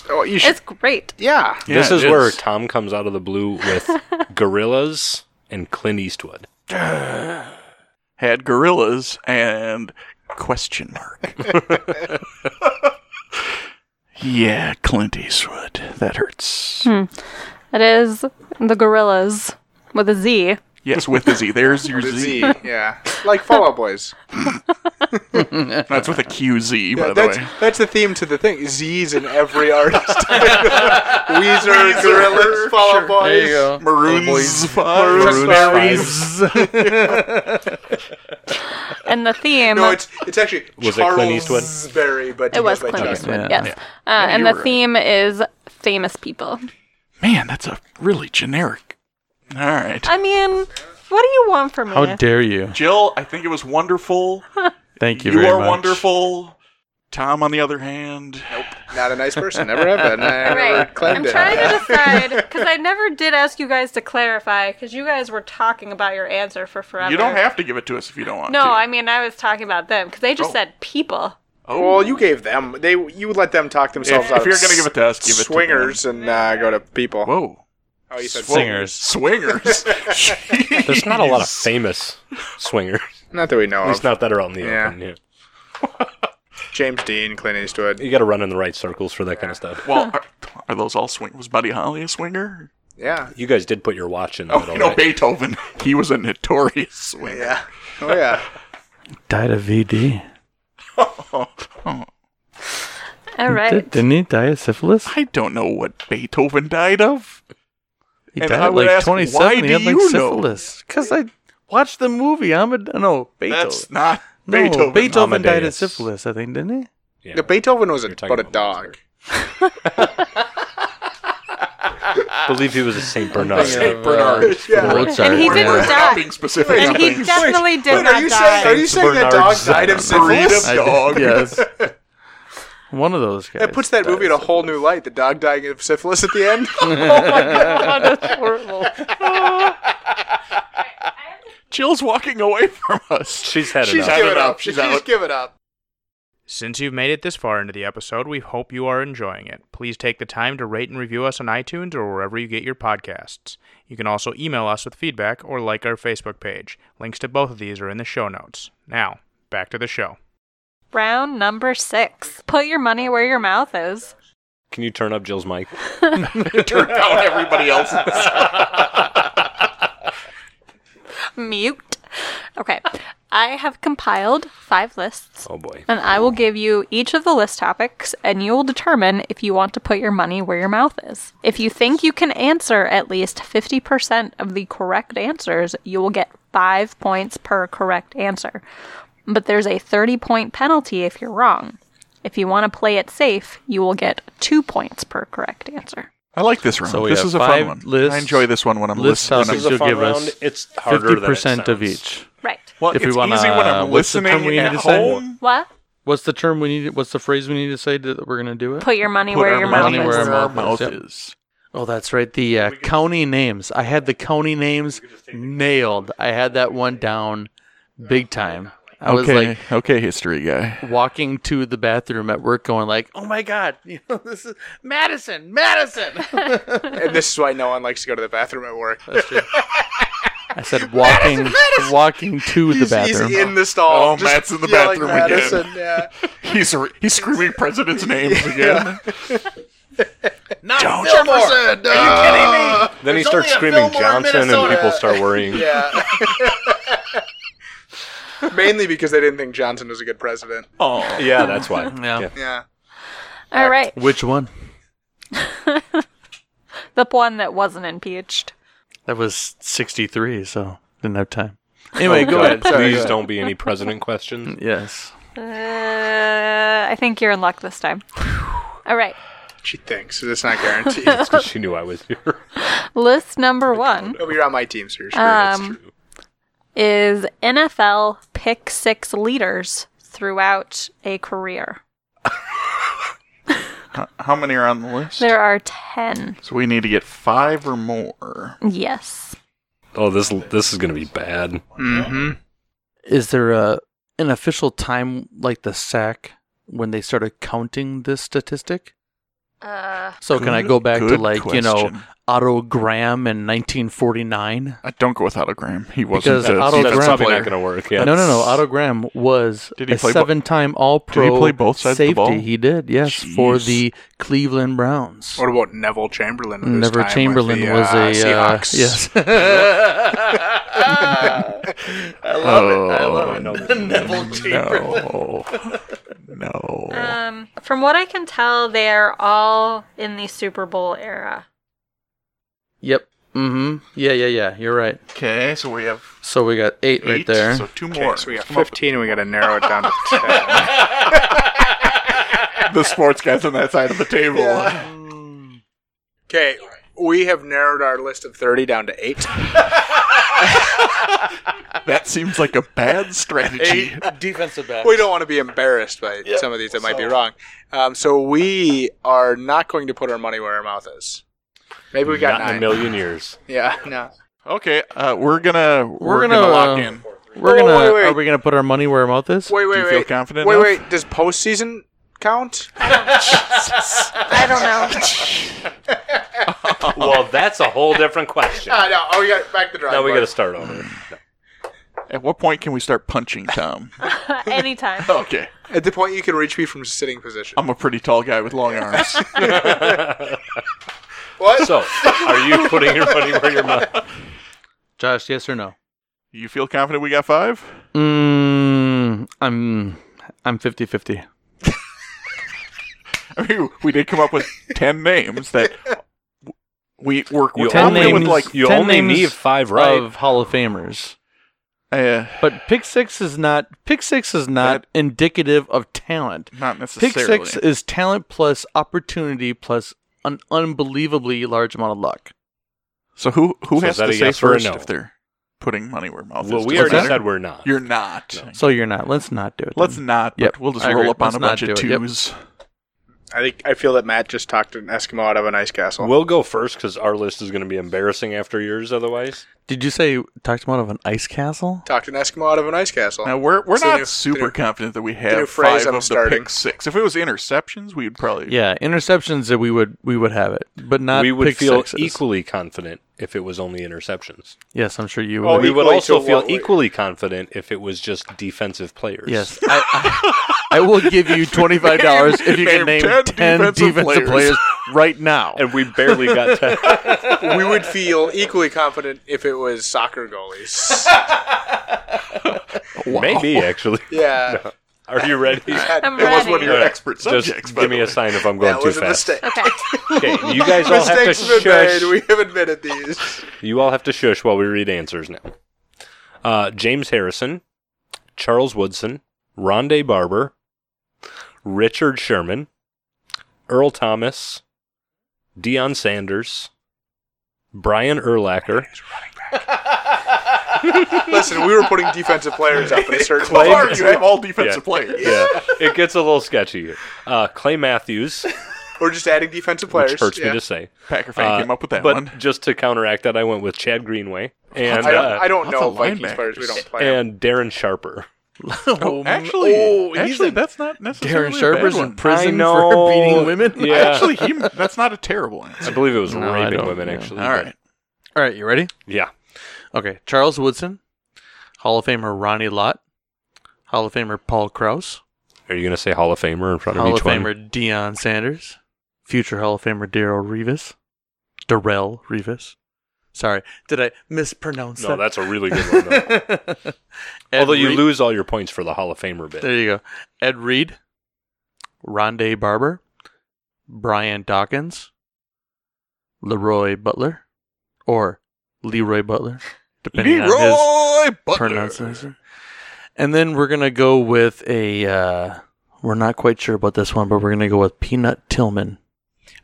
S1: Oh, you should.
S2: It's great.
S1: yeah.
S4: (laughs)
S5: Yeah,
S4: this
S5: it
S4: is where
S5: is.
S4: Tom comes out of the blue with Gorillas and Clint Eastwood.
S5: Had gorillas and question mark.
S1: (laughs)
S5: yeah, Clint Eastwood. That hurts.
S3: Hmm.
S2: It is the Gorillas with a Z.
S5: Yes, with a Z. There's
S1: (laughs)
S5: your
S1: The Z,
S5: Z.
S1: yeah. Like Fall Out
S5: (laughs)
S1: Boys.
S5: That's with a QZ, by the
S1: that's,
S5: way.
S1: that's the theme to the thing. Z's in (laughs) every artist. Weezer, Gorillaz, Fall Out Boys.
S3: There you go.
S5: Maroons five.
S1: Maroon
S4: Maroons
S2: And the theme.
S1: No, it's it's
S5: (laughs)
S1: actually
S4: Was it Clint
S1: Charles
S4: Eastwood?
S1: Berry, but
S2: it was
S1: by
S2: Clint
S1: Chuck.
S2: Eastwood,
S3: Yeah.
S2: yes. Uh, and
S5: you
S2: the
S5: were right.
S2: theme is famous people.
S5: Man, that's a really generic. All right.
S2: I mean, what do you want from me?
S3: How dare you?
S5: Jill, I think it was wonderful.
S3: Thank you,
S5: you
S3: very
S5: are
S3: much.
S5: wonderful. Tom, on the other hand,
S1: Not a nice person. Never have been. I never
S2: Right.
S1: claimed
S2: I'm
S1: it.
S2: trying to decide because I never did ask you guys to clarify because you guys were talking about your answer for forever.
S5: you don't have to give it to us if you don't want
S2: No,
S5: to.
S2: I mean I was talking about them because they just
S5: Oh.
S2: said people.
S1: Well, you gave them. They you let them talk themselves
S5: If-
S1: out.
S5: if you're gonna give it to us, give it to them.
S1: swingers and uh, go to people.
S5: Whoa.
S1: Oh, you said
S3: Singers. (laughs)
S5: Swingers.
S4: There's not a
S5: (laughs)
S4: lot of famous swingers.
S1: Not that we know
S4: At least
S1: of.
S4: not that are out in the
S1: Yeah.
S4: open. Yeah.
S1: James Dean, Clint Eastwood.
S4: You got to run in the right circles for that kind of stuff.
S5: well, are, are those all swing? Was Buddy Holly a swinger?
S1: Yeah.
S4: You guys did put your watch in the
S5: Oh,
S4: middle.
S5: you know,
S4: right?
S5: Beethoven. He was a notorious swinger.
S1: Yeah. Oh (laughs) yeah.
S3: Died of E VD.
S2: All right.
S3: Did, not he die of syphilis?
S5: I don't know what Beethoven died of.
S3: He
S5: And
S3: died
S5: I
S3: at
S5: would
S3: like
S5: ask,
S3: 27.
S5: why
S3: he
S5: do
S3: had like
S5: you know?
S3: syphilis. Because I watched the movie. I'm a no Beethoven.
S5: That's not
S3: no,
S5: Beethoven.
S3: Beethoven died of
S4: Amadeus.
S3: syphilis. I think didn't he?
S4: Yeah.
S1: The Beethoven was a,
S4: You're talking
S1: about a
S4: about
S1: dog.
S4: I believe he was a
S5: (laughs)
S4: Saint Bernard.
S5: Bernard.
S1: Yeah.
S3: Mozart.
S2: And he
S5: We're-
S2: didn't
S5: we're
S2: die.
S5: not being specific.
S2: And
S5: on
S2: he
S5: things.
S2: definitely did
S1: Wait,
S2: not
S1: are you
S2: die.
S1: saying are you
S4: Saint
S1: saying that dog
S4: Bernard's
S1: died of
S5: Breed
S1: syphilis?
S2: (laughs)
S5: of dog. (laughs)
S3: yes. One of those guys.
S1: That puts that
S3: died
S1: movie in
S3: of
S1: a whole new light. The dog dying of syphilis at the end.
S4: (laughs)
S1: (laughs)
S5: Jill's walking away from
S3: (laughs)
S5: us.
S4: She's had
S1: She's
S4: enough.
S1: giving
S5: up.
S1: up.
S5: She's
S1: She's
S5: out.
S1: giving up. Since you've made it this far into the episode, we hope you are enjoying it. Please take the time to rate and review us on iTunes or wherever you get your podcasts. You can also email us with feedback or like our Facebook page. Links to both of these are in the show notes. Now, back to the show.
S2: Round number six. Put your money where your mouth is.
S4: Can you turn up Jill's mic?
S5: Turn down everybody else.
S2: Mute. Okay. I have compiled five lists.
S4: Oh boy.
S2: And I will give you each of the list topics, and you will determine if you want to put your money where your mouth is. If you think you can answer at least 50% of the correct answers, you will get five points per correct answer. But there's a 30 point penalty if you're wrong. If you want to play it safe, you will get two points per correct answer.
S5: I like this round.
S3: So we
S5: this
S3: have
S5: is a fun
S3: five
S5: one.
S3: lists,
S5: I enjoy this one when I'm
S3: list
S5: listening.
S3: topics
S4: This is a
S3: you'll
S4: fun
S3: give
S4: round.
S3: us
S4: It's harder than
S3: Fifty
S4: it
S3: percent of
S4: sounds.
S3: each.
S2: Right.
S5: well,
S3: if
S5: it's
S3: we wanna-
S5: easy when I'm
S3: what's the term
S5: listening
S3: we need
S5: at
S3: to say?
S5: home.
S2: What?
S3: What's the term we need? What's the phrase we need to say that we're gonna do it?
S2: Put your money
S5: Put
S2: where
S5: our
S2: your mouth
S5: money
S2: is.
S3: where our
S5: our
S3: mouth
S5: mouth
S3: is, yep.
S5: is.
S3: Oh, that's right. The uh, county names. I had the county names nailed. I had that one down big time. I was
S5: Okay,
S3: like
S5: okay, history guy.
S3: walking to the bathroom at work going like, "Oh my god, you know this is Madison, Madison."
S1: And this is why no one likes to go to the bathroom at work.
S3: I said (laughs) walking walking to the
S1: He's,
S3: bathroom.
S1: he's in the stall.
S5: Oh,
S1: just
S5: Matt's in the
S1: yelling,
S5: bathroom again.
S1: "Madison," yeah.
S5: He's he's screaming president's names again.
S1: (laughs)
S3: Not
S5: Don't
S1: Jefferson, uh,
S4: Then he
S3: There's only a
S4: starts screaming
S3: Fillmore in (laughs)
S4: Johnson, and
S3: Minnesota.
S4: people start worrying.
S1: Yeah. (laughs) Mainly because they didn't think Johnson was a good president.
S3: Oh,
S4: Yeah, that's why.
S3: yeah.
S1: Yeah.
S2: All right.
S3: Which one?
S2: The one that wasn't impeached.
S3: That was 63, so didn't have time. Anyway, go
S4: God,
S3: ahead. Sorry,
S4: Please
S3: go ahead.
S4: don't be any president (laughs) questions.
S3: Yes.
S2: Uh, I think you're in luck this time. All right.
S1: She thinks. It's not
S5: (laughs)
S1: guaranteed. It'll
S4: It's because she knew I was here.
S2: List number one
S1: be on my team, sir.
S4: That's
S2: Um,
S4: true.
S2: is NFL pick six leaders throughout a career.
S5: How, how many are on the list?
S2: There are 10.
S5: So we need to get five or more.
S2: Yes.
S4: Oh, this this is gonna be bad.
S1: Mm-hmm.
S3: Is there a an official time like the sack when they started counting this statistic?
S2: Uh,
S3: So can I
S5: Good-
S3: go back to
S5: good
S3: like, you know,
S5: question.
S3: Otto Graham in 1949?
S5: I don't go with Otto Graham. He wasn't.
S3: Because
S5: the-
S3: Otto
S5: that's
S4: That's
S3: Graham-
S4: probably
S5: player.
S4: not gonna work. Yeah.
S3: No, no, no. Otto Graham was
S5: Did he
S3: a
S5: play bo-
S3: seven-time All-Pro.
S5: Did he play both sides of the
S3: safety.
S5: ball?
S3: He did, yes, for
S5: Jeez.
S3: the Cleveland Browns.
S1: What about Neville Chamberlain? whose time
S3: Never
S1: with
S3: Chamberlain
S1: the,
S3: was
S1: uh,
S3: a uh,
S1: Seahawks?
S3: yes.
S5: (laughs) I love it. I love
S4: no.
S3: Neville
S5: No. (laughs) no.
S2: um, from what I can tell, they are all in the Super Bowl
S4: (laughs)
S2: era.
S3: Yep. Mm-hmm. Yeah, yeah, yeah. You're right.
S5: Okay, so we have
S3: So we got eight,
S5: eight,
S3: right there.
S5: So two
S1: Okay,
S5: more.
S1: so we got
S5: Come up
S1: 15 and we got to narrow it down to 10.
S5: (laughs) with The sports guys on that side of the table.
S1: Okay, we have narrowed our list of 30 down to 8.
S5: That seems like a bad strategy.
S3: Defensive back.
S1: We don't want to be embarrassed by some of these that might be wrong. Um, so we are not going to put our money where our mouth is. Maybe we got
S4: Not in a
S1: nine.
S4: million years.
S1: Yeah, no.
S5: Okay, uh, we're gonna we're, gonna,
S3: gonna,
S5: lock
S3: uh,
S5: in.
S3: We're
S1: Oh,
S3: gonna.
S1: wait, wait.
S3: Are we gonna put our money where our mouth is?
S1: Wait, wait,
S5: you
S1: wait.
S5: feel confident
S1: Wait,
S5: enough?
S1: wait. Does postseason count?
S2: I don't know.
S4: (laughs) well, that's a whole different question.
S1: Ah, no. Oh, we got back the drive.
S4: (laughs) Now we got to start over.
S5: At what point can we start punching Tom?
S4: (laughs)
S2: Anytime.
S5: okay,
S1: At the point you can reach me from sitting position.
S4: Um,
S5: I'm a pretty tall guy with long arms.
S1: what?
S4: So, are (laughs) you putting your money where your mouth?
S3: Josh, yes or no?
S5: you feel confident we got five?
S3: Mm, I'm. I'm 50-50.
S5: I mean, we did come up with ten names that we work
S4: You
S5: with.
S3: Ten
S4: only,
S3: names.
S5: Probably with like
S4: you
S3: ten
S4: only
S3: names
S4: need five right.
S3: Of Hall of Famers.
S5: uh,
S3: But pick six is not pick six is not
S5: That-
S3: indicative of talent.
S5: not
S3: Pick
S5: necessarily.
S3: six is talent plus opportunity plus an unbelievably large amount of luck.
S5: So who who
S4: So
S5: has
S4: is that
S5: to
S4: a
S5: say
S4: yes or a
S5: first
S4: no?
S5: if they're putting money where mouth
S4: Well,
S5: is?
S4: we
S5: Does it
S4: already
S5: matter?
S4: said we're not.
S5: You're not.
S3: So you're not. Let's not do it.
S5: Let's
S3: then.
S5: not. But
S3: Yep,
S5: We'll just
S3: I
S5: roll
S3: agree.
S5: up on
S3: Let's
S5: a bunch
S3: not
S5: of
S3: do it, yep.
S5: twos.
S1: I think I feel that Matt just talked an Eskimo out of an ice castle.
S4: We'll go first because our list is going to be embarrassing after yours. Otherwise,
S3: Did you say talked about of an ice castle?
S1: talked an Eskimo out of an ice castle.
S5: Now we're we're
S1: It's a
S5: not
S1: new-
S5: super
S1: new-
S5: confident that we
S1: new
S5: have
S1: phrase
S5: five
S1: I'm
S5: of the
S1: starting.
S5: pick six. If it was interceptions, we'd probably
S3: Yeah, interceptions that we would we would have it, but not.
S4: we would
S3: pick
S4: feel
S3: sixes.
S4: equally confident if it was only interceptions.
S3: Yes, I'm sure you would.
S1: Oh,
S4: we would
S1: equally
S4: also
S1: to
S4: feel
S1: what we-
S4: equally confident if it was just defensive players.
S3: yes, I, I, I will give
S5: (laughs)
S3: you twenty five dollars if you can name
S5: Name
S3: ten,
S5: 10
S3: defensive,
S5: defensive (laughs)
S3: players.
S5: players.
S3: right now.
S4: and we barely got
S1: (laughs)
S4: to. (laughs)
S1: we would feel equally confident if it was soccer (laughs) goalies.
S4: Maybe actually.
S1: yeah.
S4: (laughs) Are you ready?
S2: I'm
S5: It was
S2: ready.
S5: one of your
S4: Alright,
S5: expert subjects.
S4: Just
S5: by
S4: give
S5: the
S4: me a
S5: way.
S4: sign if I'm going
S1: That
S4: too
S1: was a
S4: fast.
S1: mistake.
S2: Okay.
S4: Okay,
S1: (laughs)
S4: you guys all have to
S1: Mistakes have been
S4: shush.
S1: made. We have admitted these.
S4: You all have to shush while we read answers now. Uh, James Harrison, Charles Woodson, Rondé Barber, Richard Sherman, Earl Thomas, Dion Sanders, Brian Erlacher,
S1: Listen, we were putting defensive players up at a certain
S5: How far
S1: point. (laughs)
S5: do you have all defensive
S4: Yeah.
S5: players.
S4: yeah, it gets a little sketchy. here. Uh, Clay Matthews,
S1: We're just adding defensive players.
S4: which hurts
S1: yeah.
S4: me to say.
S5: Packer fan
S4: Uh,
S5: came up with that
S4: but
S5: one.
S4: just to counteract that, I went with Chad Greenway and
S1: I don't,
S4: uh,
S1: I don't
S5: Lots
S1: know
S5: of
S1: Vikings
S5: linebackers.
S1: players. We don't play. 'em.
S4: and Darren Sharper.
S3: oh,
S5: Actually,
S3: oh, he's
S5: actually,
S3: in-
S5: that's not
S3: Darren
S5: necessarily a bad
S3: Sharper's in
S5: one.
S3: prison
S4: know.
S3: for (laughs) beating women.
S4: Yeah.
S5: Actually, he, that's not a terrible
S4: I
S5: answer.
S4: believe it was
S3: No, I
S4: raping
S3: don't-
S4: women,
S3: yeah.
S4: actually.
S5: All right.
S3: All right, you ready?
S4: Yeah.
S3: Okay, Charles Woodson, Hall of Famer Ronnie Lott, Hall of Famer Paul Krause,
S4: Are you going to say Hall of Famer in front of
S3: Hall
S4: each
S3: of
S4: one?
S3: Famer Dion Sanders, future Hall of Famer Daryl Rivas, Darrell Rivas, Sorry, did I mispronounce
S4: (laughs) No,
S3: that?
S4: that's a really good one. Though.
S3: (laughs) Ed
S4: Although you
S3: Reed-
S4: lose all your points for the Hall of Famer bit.
S3: There you go. Ed Reed, Rondé Barber, Brian Dawkins, Leroy Butler, or Leroy Butler,
S4: (laughs)
S3: depending on his
S4: Leroy
S5: (laughs)
S3: pronunciation. And then we're gonna go with a. Uh, we're not quite sure about this one, but we're gonna go with Peanut Tillman,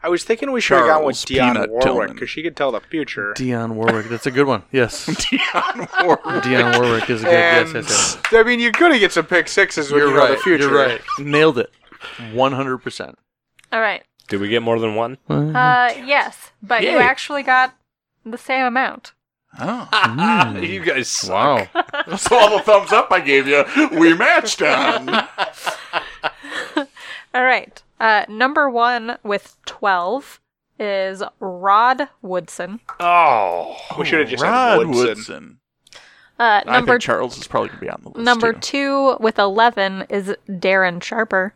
S1: I was thinking we should have gone with Dionne
S5: Charles Peanut
S1: Warwick
S5: Tillman.
S1: because she could tell the future.
S3: Dion Warwick. That's a good one. Yes, (laughs)
S5: Dionne Warwick.
S3: Dion Warwick is a good.
S1: and
S3: Yes, yes, yes.
S1: (sighs) I mean, you could have get some pick sixes with
S3: You're
S1: you know,
S3: right.
S1: the future.
S3: You're right. Nailed it. One hundred percent.
S2: All right.
S4: Did we get more than one?
S2: Uh, yes, but you
S4: Mm-hmm. Yay.
S2: actually got the same amount.
S5: Oh.
S4: you guys suck.
S3: Wow.
S5: That's all the thumbs up I gave you. We matched on.
S2: All right. Uh, number one with 12 is Rod Woodson.
S1: Oh, we should have just
S5: Rod
S1: said Woodson.
S5: Woodson.
S2: Uh,
S5: I
S2: number
S5: think Charles is probably going to be on the list.
S2: number
S5: too.
S2: two with 11 is Darren Sharper.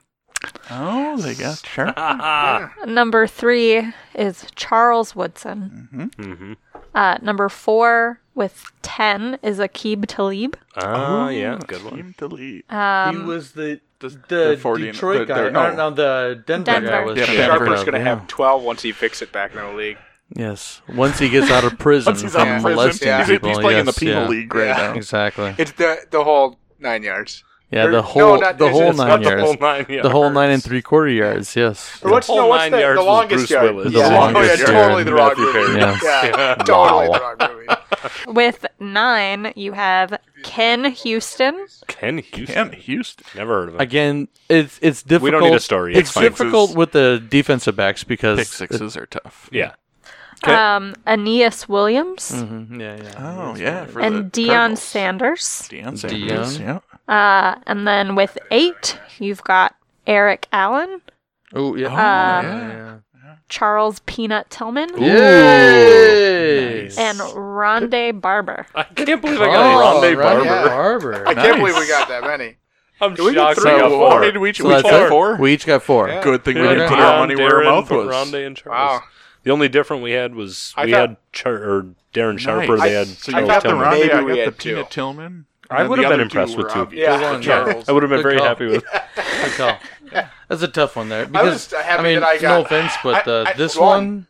S5: Oh, they got Charles.
S2: Number three is Charles Woodson.
S4: Mhm.
S2: Uh, number four with 10 is Akib Talib.
S4: Ah, yeah, good (laughs) one.
S5: Team delete.
S2: Um,
S3: was the
S5: The,
S3: the,
S5: 49
S3: Detroit
S5: the-
S3: guy.
S5: the-
S3: or
S5: no.
S3: no, the Denver, guy
S2: Denver.
S3: was
S5: Yeah,
S3: Denver.
S1: Sharper's going to
S3: Yeah.
S1: have 12 once he fixes it back in the league.
S3: Yes, once he gets out of prison
S5: Once he's
S3: from
S5: out of
S3: molesting
S5: prison,
S1: yeah.
S5: he's,
S3: people.
S5: he's playing in the
S3: yes,
S5: penal
S3: yeah.
S5: league right
S1: Yeah.
S5: now.
S3: Exactly.
S1: It's the the whole nine yards.
S3: Yeah,
S1: Or-
S3: the whole
S1: no, not-
S3: the
S1: it's-
S3: whole
S1: it's not
S3: nine
S1: the
S3: yards,
S4: whole nine yards.
S3: the whole nine and three quarter yards. Yes.
S1: Or what's,
S4: whole
S1: no, what's
S4: nine
S1: the,
S4: yards
S1: the
S4: was
S1: longest
S4: Bruce
S1: yard? Oh,
S4: Willis.
S3: The
S1: yeah,
S3: longest
S1: yeah, totally
S3: yard.
S1: the wrong
S4: Matthew
S1: movie.
S4: Perry.
S1: Yeah,
S3: Yeah.
S1: totally the wrong movie.
S2: with nine, you have Ken Houston.
S4: Ken Houston.
S5: Damn, Houston.
S4: Never heard of him.
S3: Again, it's it's difficult.
S4: don't need a story,
S3: It's
S4: it's fine.
S3: difficult with the defensive backs because
S5: Pick sixes are tough.
S4: yeah. Okay.
S2: um, Aeneas Williams
S3: Mhm, yeah, yeah.
S5: Oh, yeah. For the
S2: and Dion
S5: Cardinals.
S2: Sanders.
S5: Deion
S3: Deion.
S5: Sanders. Yeah.
S2: Uh, and then with eight, you've got Eric Allen,
S3: Ooh, Oh, yeah. Ah,
S2: Um,
S5: Oh, yeah.
S2: Charles Peanut Tillman,
S3: Yay!
S2: and Rondé Barber.
S4: I can't believe I
S3: Oh,
S4: got a Rondé Barber.
S1: yeah. (laughs)
S3: Barber.
S1: I can't
S5: Nice.
S1: believe we got that many.
S4: I'm
S1: we get
S4: shocked
S1: three
S4: we got
S1: or
S5: How
S4: four.
S5: many did we,
S3: So
S5: we
S3: that's
S5: got
S3: it.
S5: four?
S3: We each got four.
S1: Yeah.
S5: Good thing we
S3: Yeah.
S5: didn't put our
S4: Dion,
S5: money where our
S4: Darren,
S5: mouth
S4: but
S5: was.
S4: Rondé and Charles.
S1: Wow.
S4: The only different we had was
S1: I
S4: we
S1: thought-
S4: had Char- or Darren Sharper.
S5: Nice.
S4: They had
S5: so
S1: I
S4: Charles
S5: you got the
S4: Tillman.
S1: Ron-
S5: Rondé,
S1: Maybe
S5: I
S1: we
S5: got the
S1: had
S5: Tina
S1: two.
S5: Tillman.
S4: I
S5: and then
S4: would
S5: the
S4: have been
S5: other
S4: impressed
S5: two
S4: with
S5: were
S4: two.
S5: obvious.
S1: Yeah,
S3: one,
S1: yeah.
S4: (laughs) I would have been
S3: Good
S4: very
S3: call.
S4: happy with.
S3: Good call. That's a tough one there.
S1: I
S3: Because, I,
S1: was happy
S3: mean,
S1: that I got-
S3: no offense, but
S5: I-
S3: uh,
S5: I-
S3: this
S1: one.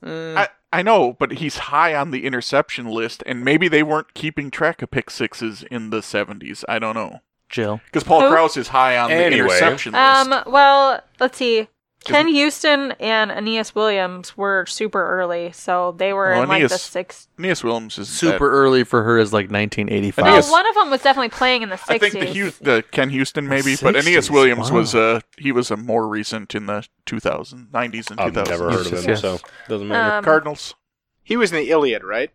S3: one. uh,
S5: I, I know, but he's high on the interception list, and maybe they weren't keeping track of pick sixes in the 70s. I don't know.
S3: Jill.
S5: Because Paul
S2: Who?
S5: Krause is high on the
S4: Anyway.
S5: interception list.
S2: Um, well, let's see. Ken Houston and Aeneas Williams were super early, so they were
S5: Well,
S2: in like the
S5: Aeneas-
S2: six.
S5: Aeneas Williams is
S3: Super early for her is like 1985.
S2: No,
S5: Aeneas-
S2: one of them was definitely playing in the
S5: I
S2: sixties.
S5: think the, Hugh, the Ken Houston maybe, but
S3: 60s,
S5: Aeneas Williams
S3: wow.
S5: was uh he was a more recent in the 2000s, 90s and 2000s.
S4: I've never heard of him,
S3: Yes.
S4: so doesn't matter.
S2: Um, (laughs)
S5: Cardinals.
S1: He was in the Iliad, right?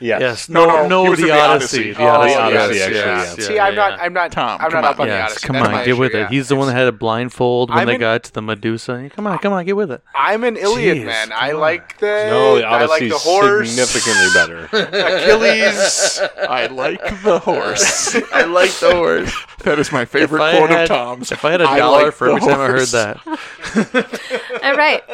S4: yeah.
S3: Yes.
S5: No,
S3: No,
S5: no,
S3: no,
S5: he was
S3: the,
S5: in the
S3: Odyssey.
S5: Odyssey.
S3: The Odyssey.
S1: Oh, the
S3: yes,
S1: Odyssey,
S3: yes,
S4: yeah.
S3: yes,
S1: See,
S3: yeah,
S1: I'm not.
S3: yeah.
S1: I'm not.
S5: Tom,
S1: I'm not
S5: come
S1: up
S5: on.
S1: on the
S3: Yes,
S1: Odyssey.
S3: come
S1: That's
S3: on,
S1: my
S3: get
S1: issue,
S3: with
S1: yeah.
S3: it. He's the one that had a blindfold when
S1: I'm
S3: they
S1: in-
S3: got to the Medusa. Come on, come on, get with it.
S1: I'm an Iliad
S3: Jeez,
S1: man.
S3: come
S1: I
S3: on.
S1: like the.
S4: no, the
S1: I like
S4: Odyssey's
S1: the horse.
S4: significantly better. (laughs)
S1: Achilles.
S5: (laughs) I like the horse. I like the horse. (laughs) That is my favorite
S3: I
S5: quote
S3: had-
S5: of Tom's.
S3: If I had a
S5: I
S3: dollar
S5: like
S3: for
S5: the
S3: every time I heard
S5: horse.
S3: that,
S2: All
S5: (laughs)
S2: right.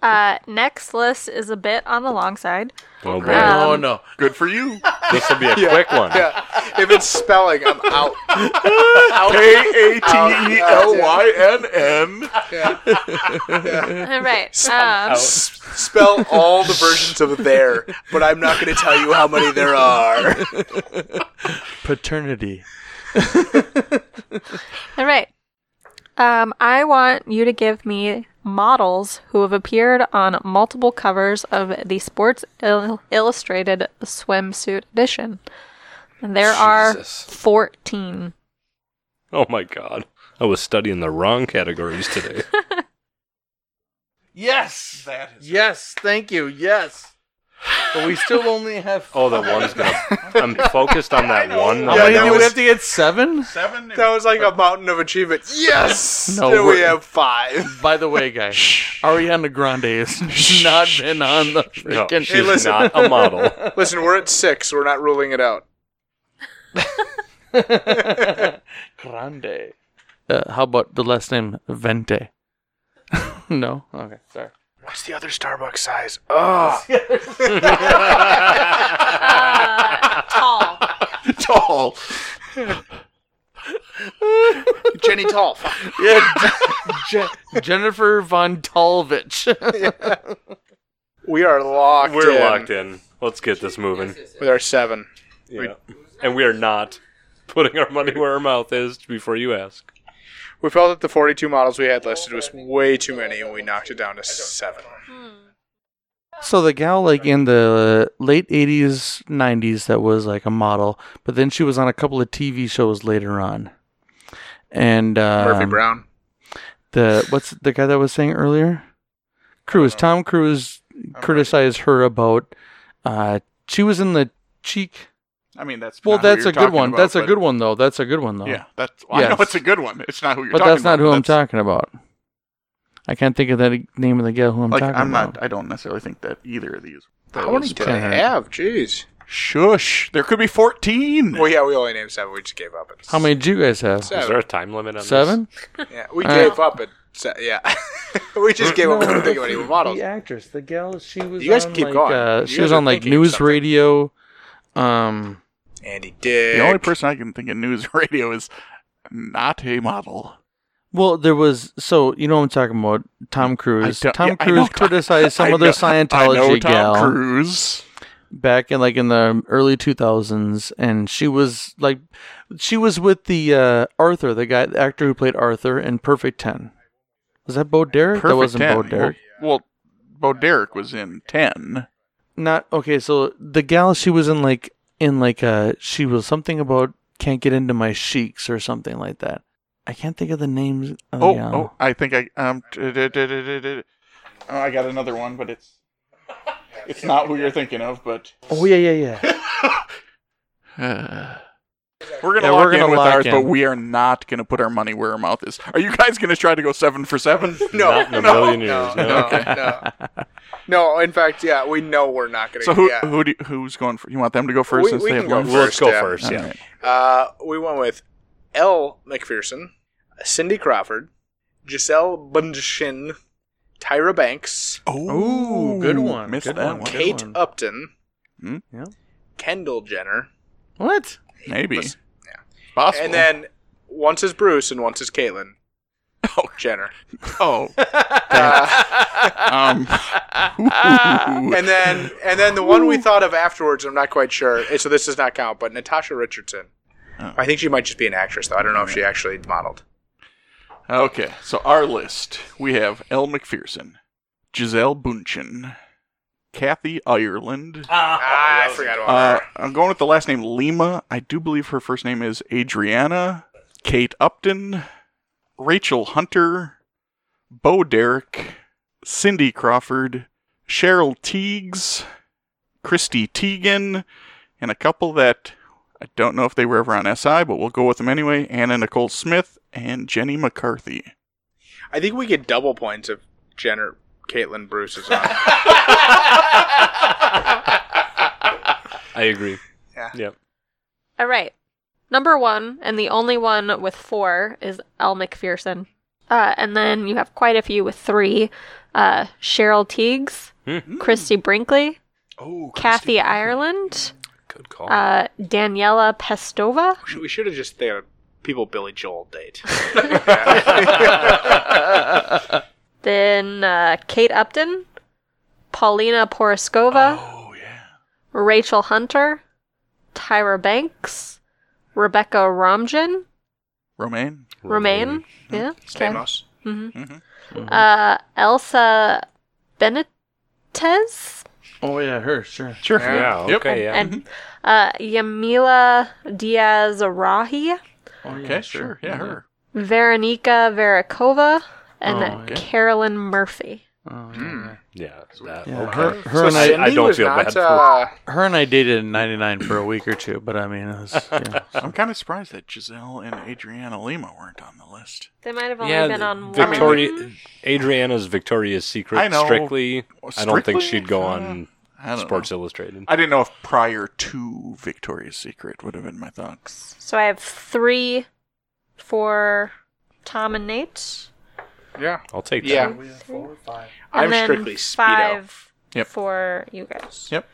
S2: Uh, next list is a bit on the long
S5: (laughs)
S2: side.
S4: oh boy,
S2: Um,
S3: oh no,
S5: Good for you.
S3: (laughs)
S4: this will be (laughs) a quick one.
S1: yeah. If it's spelling, I'm out.
S5: K A T E L Y N N.
S2: All right. Um,
S1: S- Spell all the versions of there, but I'm not going to tell you how many there are.
S3: paternity.
S2: all right. Um, I want you to give me models who have appeared on multiple covers of the Sports Ill- Illustrated Swimsuit Edition. And There
S4: Jesus.
S2: are 14.
S4: Oh my god. I was studying the wrong categories today.
S3: Yes, that is yes. Thank you. Yes, but we still only have.
S4: (laughs)
S3: (laughs)
S4: oh, that one's gonna. (laughs) I'm focused on that one.
S1: Yeah,
S4: I'm
S1: that
S4: like,
S1: was-
S3: we have to get seven.
S5: Seven.
S1: That was like a mountain of achievement. Yes!
S3: No,
S1: There we
S3: we're-
S1: have five.
S3: By the way, guys, Ariana Grande has (laughs) not been on the
S4: no,
S3: freaking.
S4: she's
S1: listen.
S4: not a model.
S1: Listen, we're at six. We're not ruling it out.
S3: (laughs) Grande. Uh, how about the last name Vente? no. Okay, sorry.
S11: What's the other Starbucks size? Oh,
S2: Tall.
S5: Tall.
S1: Jenny Tall.
S3: Jennifer von Talvich.
S1: We are locked.
S4: (laughs) We're
S1: in
S4: locked in. Let's get this moving.
S1: with our seven.
S4: Yeah. And we are not putting our money where our mouth is before you ask.
S1: We felt that the 42 models we had listed was way too many, and we knocked it down to seven.
S3: so the gal, like in the late '80s, '90s, that was like a model, but then she was on a couple of TV shows later on. And um,
S1: Murphy Brown.
S3: The what's the guy that was saying earlier?
S5: Uh,
S3: Cruz. Tom Cruise criticized her about. Uh, she was in the cheek.
S5: I mean, that's
S3: Well,
S5: not who
S3: that's
S5: you're
S3: a good
S5: talking
S3: one.
S5: about,
S3: that's a
S5: but-
S3: good one though. That's a good one though.
S5: Yeah, that's. well, I
S3: Yes.
S5: know it's a good one. It's not who you're
S3: but
S5: talking
S3: that's not
S5: about,
S3: who I'm
S5: that's-
S3: talking about. I can't think of that e-, name of the gal who I'm
S5: Like
S3: talking
S5: I'm
S3: about.
S5: not. I don't necessarily think that either of these.
S1: How many did I
S3: kinda-
S1: have? Jeez.
S5: Shush! There could be fourteen.
S1: Well, yeah, we only named seven. We just gave up. At
S3: How many do you guys have?
S1: Seven.
S4: Is there a time limit on this?
S3: Seven?
S1: Yeah, we
S3: All
S1: gave up at se- yeah. (laughs) we just gave up. We couldn't think of any more models.
S3: The actress, the gal, she was.
S1: You guys
S3: on,
S1: keep
S3: like,
S1: going.
S3: Uh,
S1: You
S3: she
S1: guys
S3: was
S1: are
S3: on like
S1: thinking of
S3: news
S1: something.
S3: radio. Um,
S1: Andy Dick.
S5: The only person I can think of news (laughs) radio is not a model.
S3: well, there was so you know what I'm talking about. Tom Cruise.
S5: I don't-
S3: Tom
S5: yeah, I know
S3: Cruise
S5: Tom-
S3: criticized some
S5: (laughs) I
S3: other
S5: know-
S3: Scientology
S5: I know Tom
S3: gal
S5: Cruise.
S3: back in like in the early 2000s, and she was like, she was with the uh, Arthur, the guy, the actor who played Arthur in Perfect Ten. Was that Bo Derek? that wasn't Bo
S5: 10.
S3: Derek.
S5: Well, well, Bo Derek was in ten.
S3: not okay so the gal she was in like in like uh she was something about can't get into my sheiks or something like that i can't think of the names of the
S5: Oh,
S3: gal.
S5: oh, I think I um. t- t- t- t- t- Oh, I got another one, but it's it's not who you're thinking of. (sighs) But
S3: Oh, yeah yeah yeah
S5: we're gonna
S3: Yeah,
S5: lock
S3: we're gonna
S5: in with
S3: lock
S5: ours,
S3: in.
S5: but we are not gonna put our money where our mouth is. Are you guys gonna try to go seven for (laughs) seven?
S1: (laughs) No,
S4: Not in a
S1: no,
S4: million
S1: no,
S4: years,
S1: no,
S4: no.
S1: no, (laughs) no. In fact, yeah, we know we're not going to.
S5: So who
S1: yeah.
S5: who do you, who's going for? You want them to go first
S1: We-
S5: since
S1: we
S5: they
S1: can
S5: have
S1: go
S5: one?
S1: first.
S4: Let's go
S1: yeah.
S4: first. Yeah.
S5: All right.
S1: Uh, we went with L. McPherson, Cindy Crawford, Giselle Bundchen, Tyra Banks,
S5: Oh,
S3: Ooh, good one,
S5: Missed
S3: good
S5: that
S3: one,
S5: one.
S3: good
S1: Kate Upton,
S5: Hmm?
S3: Yeah.
S1: Kendall Jenner,
S3: what
S5: Maybe.
S1: Let's-
S5: Possible.
S1: and then once is Bruce and once is Caitlin. Oh, Jenner. (laughs)
S5: oh,
S1: Uh,
S5: um,
S1: and then and then the one we thought of afterwards, I'm not quite sure. eh, So this does not count, but Natasha Richardson.
S5: Oh.
S1: I think she might just be an actress though. I don't know if she actually modeled.
S5: okay. So our list we have Elle McPherson, Giselle Bunchen, Kathy Ireland.
S1: ah, I forgot about
S5: Uh,
S1: her.
S5: I'm going with the last name Lima. I do believe her first name is Adriana. Kate Upton, Rachel Hunter, Bo Derek, Cindy Crawford, Cheryl Teagues, Christy Teigen, and a couple that I don't know if they were ever on SI, but we'll go with them anyway. Anna Nicole Smith and Jenny McCarthy.
S1: I think we get double points if Jenner Caitlin Bruce is on.
S4: I agree.
S1: Yeah.
S4: Yep.
S2: All right. Number one, and the only one with four, is Elle McPherson. Uh, and then you have quite a few with three uh, Cheryl Teagues,
S4: Hmm.
S2: Christy Brinkley,
S5: Oh,
S2: Kathy Ireland,
S4: Good call.
S2: uh, Daniela Pestova.
S1: we should have just there people Billy Joel
S3: (laughs)
S1: date.
S2: Then uh, Kate Upton, Paulina Poroskova,
S4: Oh,
S2: Rachel Hunter, Tyra Banks, Rebecca Romijn,
S5: Romaine.
S2: Romaine, yeah, okay. Mm-hmm.
S1: Stamos.
S2: uh, Elsa Benitez,
S3: oh yeah her sure
S5: Sure.
S4: Yeah. Okay. Yeah.
S2: and uh, Yamila Diaz Rahi,
S3: oh, yeah,
S5: Okay. Sure. Yeah. Her.
S2: Veronika Verakova, and
S3: Oh, okay.
S2: Carolyn Murphy.
S3: oh, yeah,
S4: yeah. that-
S3: yeah. Yeah,
S4: okay.
S3: her, her and
S1: so
S3: i
S1: Cindy
S4: I don't
S1: was
S4: feel
S1: not,
S4: bad for-
S1: uh,
S3: her and i dated in 99 for a week or two but i mean it was yeah.
S5: I'm kind of surprised that Giselle and Adriana Lima weren't on the list.
S2: They might have only
S4: Yeah,
S2: been on
S4: Victoria,
S2: one.
S4: Adriana's Victoria's Secret.
S5: I know.
S4: Strictly, I don't think
S5: Strictly? Uh,
S4: she'd go on
S5: I don't
S4: Sports
S5: know.
S4: Illustrated.
S5: I didn't know if prior to Victoria's Secret would have been my thoughts.
S2: So I have three for Tom and Nate,
S1: Yeah.
S4: I'll take that.
S1: Yeah. I'm
S2: And then
S1: strictly speedo.
S2: five
S5: Yep.
S2: for you guys.
S5: Yep.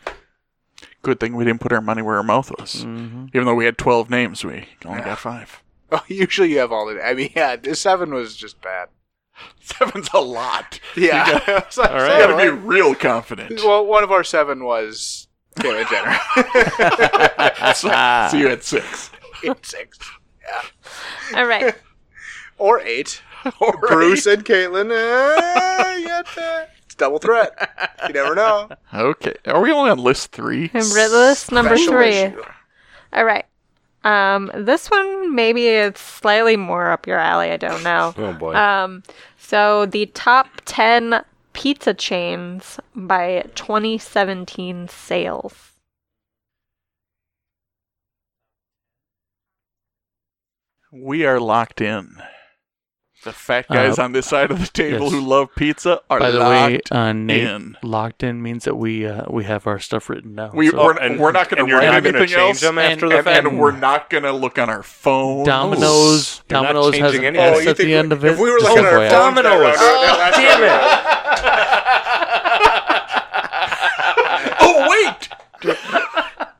S5: Good thing we didn't put our money where our mouth was.
S4: Mm-hmm.
S5: Even though we had 12 names, we only got five.
S1: (laughs) Oh, usually you have all the. I mean, yeah, the seven was just bad.
S5: (laughs) Seven's a lot.
S1: Yeah. (laughs) It's like,
S4: All right.
S5: You
S1: seven,
S5: gotta be real confident. (laughs)
S1: like- well, one of our seven was Caitlyn (laughs) Jenner.
S5: so, so you had six.
S1: Eight, six,
S2: All right. (laughs)
S1: or eight. (laughs) Bruce and Caitlyn. Uh, you got that. It's double threat. You never
S3: (laughs)
S1: know.
S5: Okay. Are we only on list three?
S2: Red list number
S1: Special
S2: three.
S1: issue.
S2: All right. Um, this one maybe it's slightly more up your alley. I don't know.
S4: (laughs) Oh boy.
S2: Um, so the top ten pizza chains by 2017 sales.
S5: We are locked in. The fat guys
S3: Uh,
S5: on this side of the table
S3: yes.
S5: who love pizza are
S3: By the
S5: locked
S3: way,
S4: um,
S3: uh, Nate,
S5: in.
S3: locked in means that we uh, we have our stuff written down.
S5: We,
S3: so-
S5: we're, we're not going
S4: and
S5: to
S4: you're
S5: write
S4: not gonna
S5: anything
S4: change
S5: else,
S4: them after
S3: and-
S4: the
S5: and,
S4: fact.
S5: and we're not going to look on our phone.
S3: Dominoes.
S4: You're not
S3: Dominoes has
S4: changing
S3: an
S4: any of
S3: S
S4: this.
S3: at the end of it.
S1: If we Oh, were
S3: Just
S1: looking at our
S3: FYI.
S1: dominoes, damn it.
S5: Oh
S4: (laughs)
S5: wait,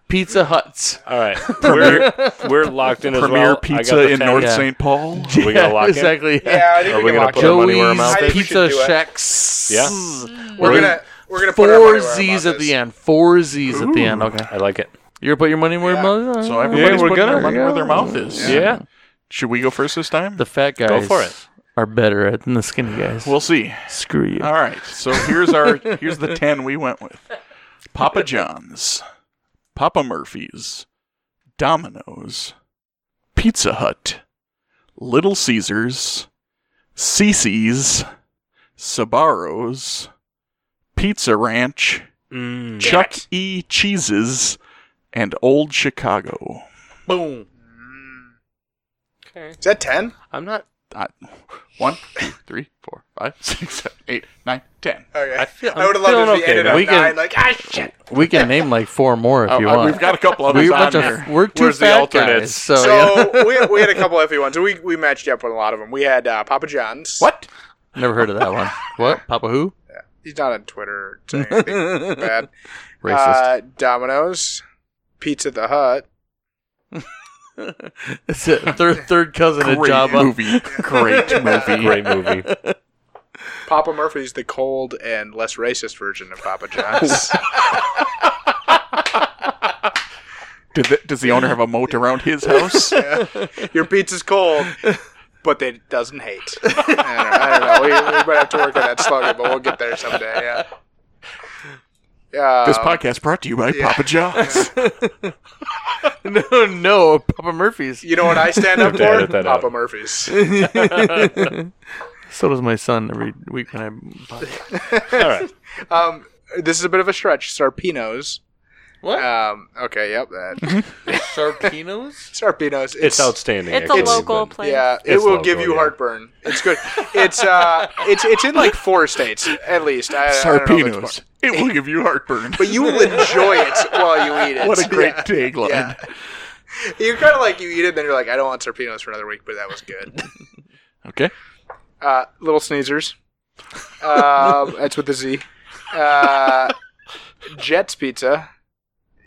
S3: Pizza Huts.
S4: (laughs) All
S5: (laughs)
S4: right, we're we're locked in as
S5: Premier
S4: well. I got the
S5: Pizza in
S4: ten.
S5: North
S3: Yeah.
S5: St. Paul.
S4: We gotta
S5: (laughs)
S4: lock in?
S3: exactly.
S1: Yeah, I think
S4: Are
S1: we
S4: we
S1: can
S4: gonna
S1: lock
S4: put
S1: it.
S4: our money where our
S3: Joey's
S4: mouth
S1: is? I think we
S3: Pizza
S1: should do it.
S3: Shacks.
S4: Yeah.
S1: We're gonna we're gonna put our money
S3: Four
S1: where our
S3: Z's
S1: mouth
S3: at
S1: is.
S3: the end. Four Z's at the end. Okay.
S4: I like it.
S3: You're put your money where your mouth.
S5: So everybody's
S4: we're
S5: putting
S4: gonna-
S5: their money where their mouth is.
S4: Yeah.
S5: Should we go first this time?
S3: the fat guys
S4: for it.
S3: are better at than the skinny guys.
S5: we'll Uh, see.
S3: screw you.
S5: (laughs) All right. So here's our here's the ten we went with: Papa John's, Papa Murphy's, Domino's, Pizza Hut, Little Caesars, Cece's, Sabaro's, Pizza Ranch,
S3: Mm.
S5: Chuck E. Cheese's, and Old Chicago.
S4: Boom.
S1: Is that ten?
S4: I'm not.
S5: Uh, one, two, three, four, five, six, seven, eight, nine, ten.
S1: Okay.
S4: I feel-
S1: Oh, I would have
S4: I'm
S1: loved if
S4: feeling
S1: we
S4: okay
S1: ended
S4: now.
S1: up
S3: We can-
S1: nine. Like ah shit.
S3: (laughs) We can name like four more if you
S5: Uh, uh,
S3: want.
S5: We've got a couple others
S3: we're, a
S5: on
S3: bunch
S5: here.
S3: of, we're two
S4: Where's the
S3: fat
S4: alternate?
S3: guys, so, yeah.
S1: So we, had, we had a couple iffy ones. We we matched up with a lot of them. We had uh, Papa John's.
S5: What?
S3: never heard of that one. What? Papa who?
S1: He's not on
S3: (laughs)
S1: Twitter saying anything bad.
S3: Racist.
S1: Uh, Domino's, Pizza the Hut,
S3: It's a third third cousin of
S5: Great
S3: Jabba.
S5: movie. (laughs) Great movie.
S4: Great movie.
S1: Papa Murphy's, the cold and less racist version of
S3: (laughs)
S1: Papa John's.
S5: Did the, does the owner have a moat around his house?
S1: Your pizza's (laughs) cold, but they doesn't hate. I don't know. (laughs) I don't know. We, we might have to work on that slogan, but we'll get there someday. Yeah. Yeah. um,
S5: this podcast brought to you by Papa John's.
S3: (laughs) no, no, Papa Murphy's.
S1: you know what I stand up
S4: to
S1: for?
S4: (laughs) edit that
S1: Papa
S4: out.
S1: Murphy's.
S3: So does my son every week when I.
S4: All right.
S1: Um, this is a bit of a stretch. Sarpinos.
S3: What?
S1: Um, okay. Yep. That.
S4: (laughs)
S3: Sarpinos?
S1: Sarpinos.
S5: (laughs)
S4: It's outstanding.
S2: It's a
S4: actually,
S2: local
S4: but-
S2: place.
S1: Yeah, it
S4: It's
S1: will
S4: local,
S1: give you
S4: yeah.
S1: heartburn. It's good. It's uh, it's it's in like four states at least. I, I don't know which
S5: Sarpinos.
S1: one.
S5: It will give you heartburn.
S1: but you will enjoy it while you eat it.
S5: (laughs) what a great tagline.
S1: Yeah. You're kind of like you eat it, then you're like, I don't want Sarpinos for another week, but that was good.
S5: Okay.
S1: Uh, little sneezers. Um, that's with the Z. Uh, Jets Pizza.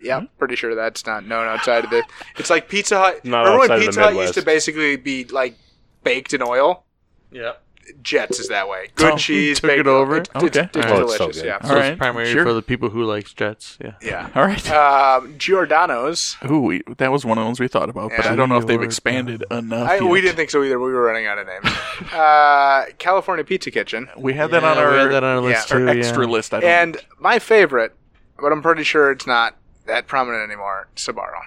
S1: Yeah, I'm pretty sure that's not known outside of the. It's like Pizza Hut.
S4: Not
S1: Remember when
S4: outside of the
S1: Pizza Hut used to
S4: Midwest.
S1: basically be like baked in oil?
S3: Yeah.
S1: Jets is that way. Good
S5: Oh,
S1: cheese.
S5: took
S1: baked
S5: it over.
S1: It's, it's,
S5: Okay.
S1: it's
S4: Oh, it's so
S1: delicious.
S4: good.
S1: yeah.
S5: All right.
S3: Primary
S5: Sure.
S3: for the people who like Jets. Yeah.
S1: Yeah.
S5: All right.
S1: Um, Giordano's.
S5: Ooh, we, that was one of the ones we thought about, but
S1: Yeah.
S5: I don't know if they've
S3: Lord.
S5: expanded enough.
S1: I, we
S5: yet.
S1: didn't think so either. We were running out of names. uh, California Pizza Kitchen.
S5: We had that
S3: Yeah,
S5: on our,
S3: we had that on our list
S1: yeah,
S5: our
S3: too.
S5: extra
S3: yeah.
S5: list. I don't
S1: And my favorite, but I'm pretty sure it's not that prominent anymore, Sabaro.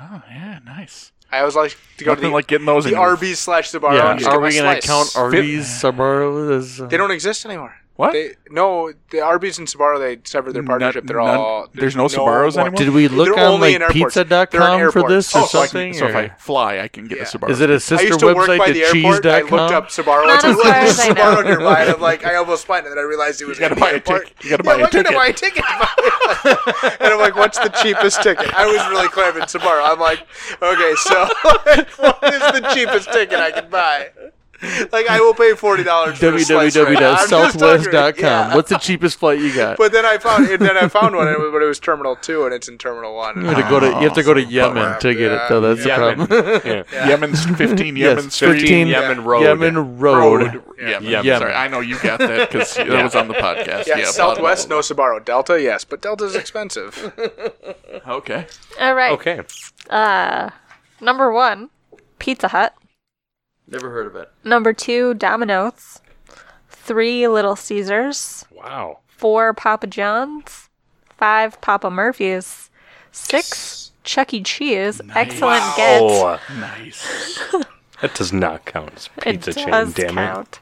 S5: Oh yeah, nice.
S1: I always like to go to
S5: Nothing
S1: the,
S5: like getting those
S1: the
S5: in your-
S1: Arby's slash Sabaro.
S3: Yeah,
S1: and just
S3: Are
S1: get my
S3: we gonna
S1: slice.
S3: count Arby's, Subaru? As,
S1: They don't exist anymore.
S5: What?
S1: They, no, the Arby's and Sabaro they severed their
S5: None-
S1: partnership. They're
S5: none-
S1: all
S5: there's no Sbarro's
S1: more.
S5: anymore?
S3: Did we look
S1: They're
S3: on
S1: only
S3: like
S1: in airports. They're in
S3: pizza.com for this
S1: airports.
S3: or
S1: Oh,
S5: so I
S3: something?
S5: can, so if
S3: or-
S5: I fly, I can get
S1: Yeah.
S5: a Subaru.
S3: is it a
S1: I
S3: sister
S1: used to work
S3: website
S1: by
S3: to
S1: the airport. I looked
S3: cheese.com?
S1: up Sabaro.
S2: Not
S1: to
S2: as far
S1: look
S2: as I know.
S1: Sbarro nearby. and I'm like, I almost went, and then I realized it was.
S5: You gotta
S1: in the
S5: buy a
S1: airport.
S5: ticket. You gotta
S1: Yeah,
S5: buy a
S1: I'm
S5: ticket.
S1: Gonna buy a ticket. (laughs) and I'm like, what's the cheapest ticket? I was really clever (laughs) in Sabaro. I'm like, okay, so what is the cheapest ticket I can buy? like I will pay forty dollars.
S3: www.southwest.com. What's the cheapest flight you got?
S1: But then I found and then I found one, and it was- but it was Terminal Two, and it's in Terminal One.
S3: you, have to go to, you have to go to
S1: Oh,
S3: Yemen
S1: wrap,
S3: to get
S1: yeah,
S3: it, though. That's the
S4: Yemen.
S3: problem.
S4: (laughs)
S2: (laughs)
S4: Yeah.
S5: Yemen's
S1: (laughs)
S5: 15,
S3: Yes,
S5: Yemen's
S3: 15,
S5: 15,
S4: Yemen Road.
S3: Yemen Road.
S5: Road. Yemen.
S4: Yemen.
S5: Sorry, I know you got that because that was on the podcast.
S1: Yeah,
S5: blah, blah,
S1: Southwest,
S5: blah,
S1: no Sbarro. Delta, yes, but Delta's expensive.
S5: blah. Okay.
S2: All right.
S4: Okay.
S2: Uh, number one, Pizza Hut.
S3: Never heard of it.
S2: Number two, Domino's. Three, Little Caesars.
S4: Wow.
S2: Four, Papa John's. Five, Papa Murphy's. Six, Chuck E. Cheese. Excellent get.
S4: Oh,
S5: Nice.
S4: that does not count as a
S2: (laughs) it
S4: pizza chain.
S2: does
S4: damn it!
S2: count.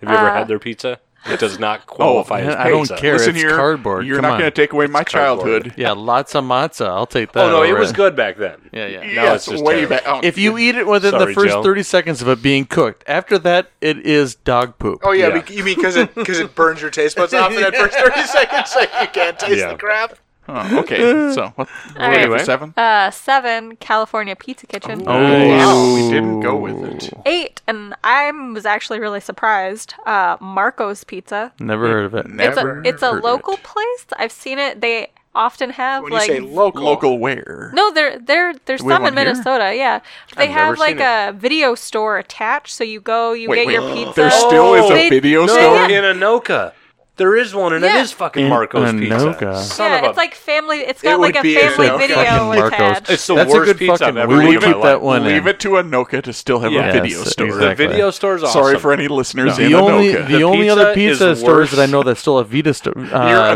S4: Have you ever
S2: Uh,
S4: had their pizza? It does
S3: (laughs)
S4: not qualify as
S3: Oh, man,
S4: pizza.
S3: I don't care.
S5: Listen
S3: it's
S5: here,
S3: cardboard.
S5: You're
S3: Come
S5: not
S3: on.
S5: going to take away my childhood.
S3: (laughs) Yeah, lots of matzah. I'll take that.
S4: Oh no, it
S3: over
S4: was good back then.
S3: Yeah, yeah.
S4: Now it's just
S5: way
S4: terrible.
S5: back. Oh,
S3: If you eat it within
S4: Sorry,
S3: the first
S4: Joe.
S3: 30 seconds of it being cooked, after that, it is dog poop.
S1: Oh yeah,
S4: Yeah.
S1: bec- you mean because it because it burns your taste buds off in that first thirty seconds, so you can't taste
S4: Yeah.
S1: the crap.
S5: oh,
S3: (laughs)
S5: okay. So what?
S2: All
S4: Anyway.
S2: right.
S5: Seven.
S2: Uh, seven, California Pizza Kitchen.
S5: Oh. Wow, we didn't go with it.
S2: Eight, and I was actually really surprised. Uh, Marco's Pizza.
S3: Never heard of it.
S2: It's a
S5: Never
S2: it's a
S5: heard of
S2: local
S5: it.
S2: place. I've seen it. They often have
S1: When you
S2: like
S1: say local,
S5: Local where?
S2: No, there there there's
S5: we have
S2: some in
S5: one here?
S2: Minnesota. Yeah, they
S4: never
S2: have like
S4: seen
S2: a video store attached, so you go, you get
S5: Wait, wait.
S2: your pizza.
S5: There still is a
S2: They-
S5: video
S2: they-
S4: No,
S5: store?
S2: Yeah,
S4: in Anoka. There is one, and
S2: Yeah.
S4: it is fucking
S3: In
S4: Marco's
S3: Anoka.
S4: Pizza. Son
S2: yeah,
S4: of a-
S2: it's like family. It's
S1: It
S2: got
S1: would
S2: like a
S1: be in
S2: family
S1: Anoka.
S2: video
S3: Fucking
S2: attached.
S3: Marco's.
S4: it's the
S3: That's a
S4: worst
S3: good
S4: pizza I've
S3: fucking-
S4: ever
S3: we will
S4: eaten in
S3: keep
S4: my
S3: that
S4: life.
S3: one
S5: Leave
S3: in.
S5: it to Anoka to still have
S4: Yeah.
S5: a video
S3: Yes,
S5: store.
S4: The
S3: exactly.
S4: video store's awesome.
S5: Sorry for any listeners
S3: The
S5: in
S3: only
S5: Anoka.
S3: the,
S4: The
S3: only other
S4: pizza
S3: pizza
S4: is
S3: stores that I
S4: worse.
S3: know that still have Vita
S4: (laughs)
S3: sto- uh,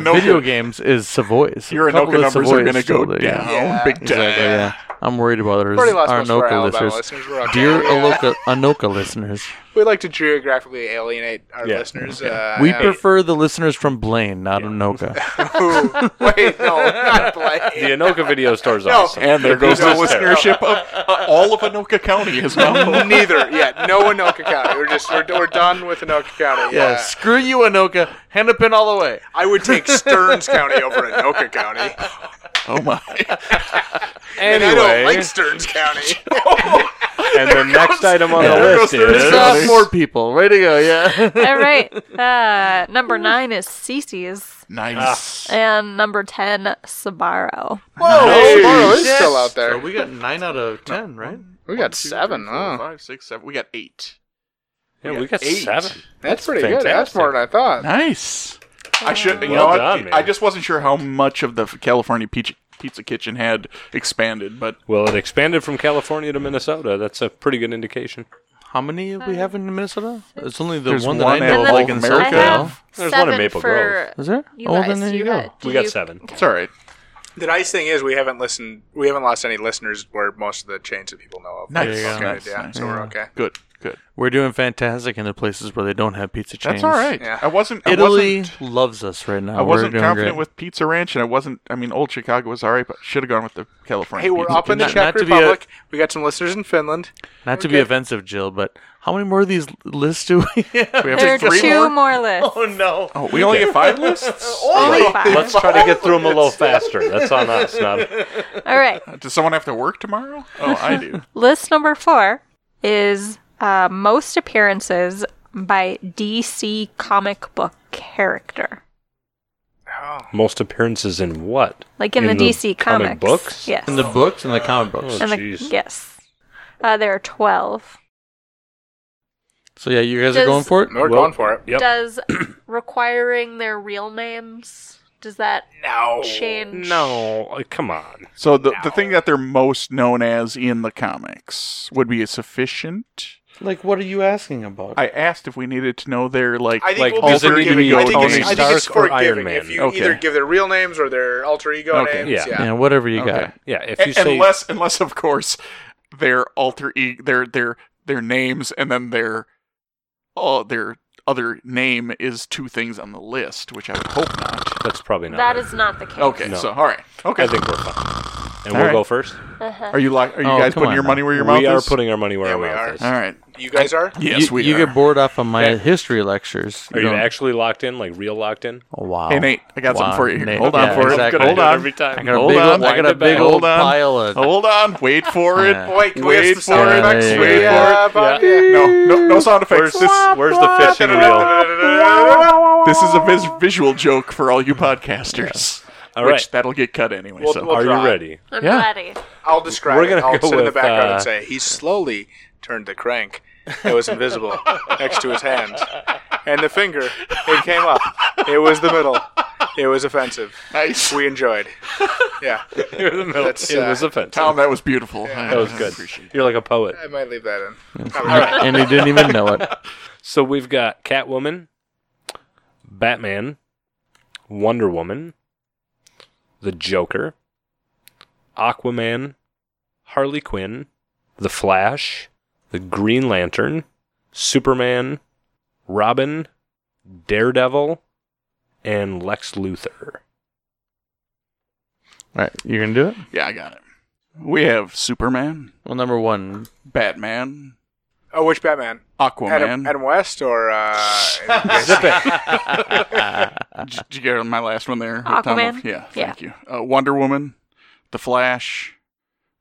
S5: Anoka-
S3: video games is Savoy's.
S5: Your
S3: A couple
S5: Anoka
S3: of
S5: numbers are
S3: Savoy's
S5: going to
S3: still
S5: go
S3: there,
S5: down
S3: yeah.
S1: Yeah.
S5: big time.
S3: Exactly. Yeah, I'm worried about our,
S1: Already lost
S3: our
S1: most of our
S3: Anoka
S1: Alabama
S3: listeners.
S1: listeners. We're okay.
S3: Dear
S1: Yeah.
S3: Anoka, Anoka listeners,
S1: We like to geographically alienate our
S4: Yeah.
S1: listeners. Uh,
S3: we
S1: yeah.
S3: prefer the listeners from Blaine, not Anoka.
S1: (laughs) Wait, no, not Blake.
S4: The Anoka video (laughs) store's
S1: No.
S4: awesome.
S5: And there
S4: The
S5: goes the
S4: pizza's terrible.
S5: listenership of uh, all of Anoka County is
S3: (laughs)
S5: now.
S1: Neither. Yeah, no Anoka County. We're just we're, we're done with Anoka County.
S3: Yeah, (laughs) screw you, Anoka. Hennepin all the way.
S1: I would take Stearns County over Anoka County.
S5: oh my! (laughs)
S1: And I don't
S4: Anyway,
S1: like Stearns County.
S4: and the next item on the
S5: there
S4: list
S5: goes the
S4: is
S5: result.
S3: Stop more people. Way to go, yeah.
S2: All right.
S1: (laughs)
S2: Uh, number nine is Cece's,
S5: Nice.
S2: and number ten Sabaro.
S1: Whoa,
S5: Nice.
S1: Marlo is still out there.
S3: we got nine out of ten, right?
S1: We got seven.
S5: Four,
S1: Huh?
S5: five, six, seven. We got eight.
S4: Yeah, we got
S5: Eight.
S4: seven.
S1: That's pretty good. That's
S4: fantastic.
S1: more than I thought.
S5: Nice. I should. You
S4: Well
S5: know what?
S4: done, man.
S5: I just wasn't sure how much of the California Pizza, pizza Kitchen had expanded, but
S4: Well, it expanded from California to Minnesota. That's a pretty good indication.
S3: (laughs) How many
S2: Uh,
S3: we have in Minnesota? It's only the
S5: There's
S3: one that
S5: one
S3: I
S5: at
S3: know, of,
S5: All
S3: like in
S5: America.
S2: I
S3: Southdale.
S2: have
S4: There's one in
S2: seven
S4: Maple
S2: for
S3: Is there?
S2: you
S3: oh, well,
S2: guys.
S3: then there
S2: Do
S3: you,
S2: you
S3: go.
S2: guys- do
S4: We got
S2: you- (laughs)
S4: seven.
S5: it's all right.
S1: The nice thing is we haven't listened. We haven't lost any listeners where most of the chains that people know of.
S5: Nice.
S3: you go.
S1: Okay,
S5: Nice,
S1: yeah,
S5: nice.
S1: so we're okay.
S5: Good. Good.
S3: We're doing fantastic in the places where they don't have pizza chains.
S5: That's all right.
S1: Yeah.
S5: I wasn't. I
S3: Italy
S5: wasn't,
S3: loves us right now.
S5: I wasn't
S3: We're doing
S5: confident
S3: great.
S5: with Pizza Ranch, and I wasn't. I mean, Old Chicago was all right, but should have gone with the California.
S1: Hey, we're
S5: Pizza
S1: up in the
S3: Not-
S1: Czech
S3: not to be a-
S1: Republic. We got some listeners in Finland.
S3: Not to be offensive, Jill, but how many more of these lists do we have?
S5: We have
S2: There are
S5: three
S2: two (laughs)
S5: more.
S2: more lists.
S3: Oh no!
S5: Oh, we only get five lists.
S2: Only five.
S4: Let's try to get through them a little faster. That's on us. Not
S2: All right.
S5: (laughs) Does someone have to work tomorrow? Oh, I do.
S2: List number four is uh, most appearances by DC comic book character.
S4: most appearances in what?
S2: Like in, the, DC comics.
S4: books.
S2: Yes.
S3: In the books and the comic books.
S4: Oh,
S2: And the-
S4: jeez.
S2: yes. Uh, there are 12.
S3: So yeah, you guys
S2: Does-
S3: are going for it.
S1: We're
S4: Well,
S1: going for it.
S4: Yep.
S2: Does (clears throat) requiring their real names, does that
S1: No.
S2: change?
S4: Oh, No, uh, come on.
S5: (laughs) So the the thing that they're most known as in the comics would be sufficient.
S3: Like, what are you asking about?
S5: I asked if we needed to know their like.
S1: I think
S4: Like,
S1: we'll be
S5: does it need to
S1: forgiving.
S5: be
S1: I think,
S5: Tony
S1: it's, I think it's
S4: Stark or
S1: forgiving
S4: Iron
S1: if
S4: Man?
S1: you
S5: Okay.
S1: either give their real names or their alter ego
S5: Okay.
S1: names.
S4: Yeah.
S1: Yeah.
S3: yeah, whatever you
S5: Okay.
S3: got.
S4: Yeah, if
S5: A-
S4: you say
S5: unless unless of course their alter e their their their names and then their oh their other name is two things on the list, which I would hope not.
S4: that's probably not.
S2: That
S4: it.
S2: is not the case.
S5: Okay,
S4: No.
S5: so all right. Okay.
S4: I think we're fine. And
S5: All
S4: we'll
S5: right.
S4: go first.
S5: Are you like? Are you
S3: Oh,
S5: guys
S3: come
S5: putting
S3: on
S5: your
S3: now.
S5: money where your
S4: we
S5: mouth
S4: are
S5: is?
S4: putting our money where
S1: Yeah,
S4: our
S1: we
S4: mouth
S1: are.
S4: is.
S5: All right.
S1: You guys are?
S5: Yes,
S3: you,
S5: we
S3: you
S5: are.
S3: get bored off on my
S1: Okay.
S3: history lectures.
S4: Are you
S3: don't-
S4: actually locked in, like real locked in?
S3: Oh, wow.
S5: Hey Nate, I got
S3: Wow,
S5: something for you. here.
S3: Nate.
S5: Hold on
S3: Yeah,
S5: for it.
S3: exactly.
S5: Hold
S3: I do it
S5: on.
S4: every time.
S3: I got a
S5: Hold
S3: big
S5: on.
S3: old, I
S4: Wind
S3: got a big
S4: it back.
S3: old
S5: Hold on.
S3: pile of.
S5: Hold on. Wait for it.
S3: Yeah.
S1: Oh, wait, can we
S5: Wait
S1: have some sound
S3: for it.
S1: effects?
S3: Yeah,
S1: Wait,
S5: yeah,
S1: uh, Bob,
S4: Yeah.
S1: yeah.
S5: No, no, no sound effects.
S4: Where's,
S5: This,
S4: where's the fishing reel?
S5: this is a vis- visual joke for all you podcasters.
S4: All
S5: which
S4: right.
S5: that'll get cut anyway.
S1: Well,
S5: so.
S1: well-
S4: Are you
S1: try.
S4: ready? (laughs)
S12: I'm
S3: Yeah.
S12: ready.
S1: I'll describe
S4: We're
S1: it.
S4: gonna
S1: I'll
S4: go
S1: sit in the
S4: with,
S1: background
S4: uh,
S1: and say he slowly turned the crank. It was invisible next to his hand. And the finger, it came up. It was the middle. It was offensive.
S5: nice.
S1: We enjoyed. Yeah. That's,
S4: It
S1: uh,
S4: was offensive.
S5: Tom, that was beautiful.
S4: that was good. You're like a poet.
S1: I might leave that in.
S3: and he didn't even know it.
S4: So we've got Catwoman, Batman, Wonder Woman, the Joker, Aquaman, Harley Quinn, the Flash, the Green Lantern, Superman, Robin, Daredevil, and Lex Luthor.
S3: All right, you gonna do it?
S5: Yeah, I got it. We have Superman,
S3: Well, number one,
S5: Batman,
S1: Oh, which Batman? Adam,
S5: Aquaman.
S1: Adam West or
S5: (laughs) Oh,
S1: uh,
S5: Did Uh, did you get my last one there?
S12: Aquaman.
S5: Tom Wolfe? Yeah,
S12: Yeah.
S5: thank you. Uh, Wonder Woman, The Flash,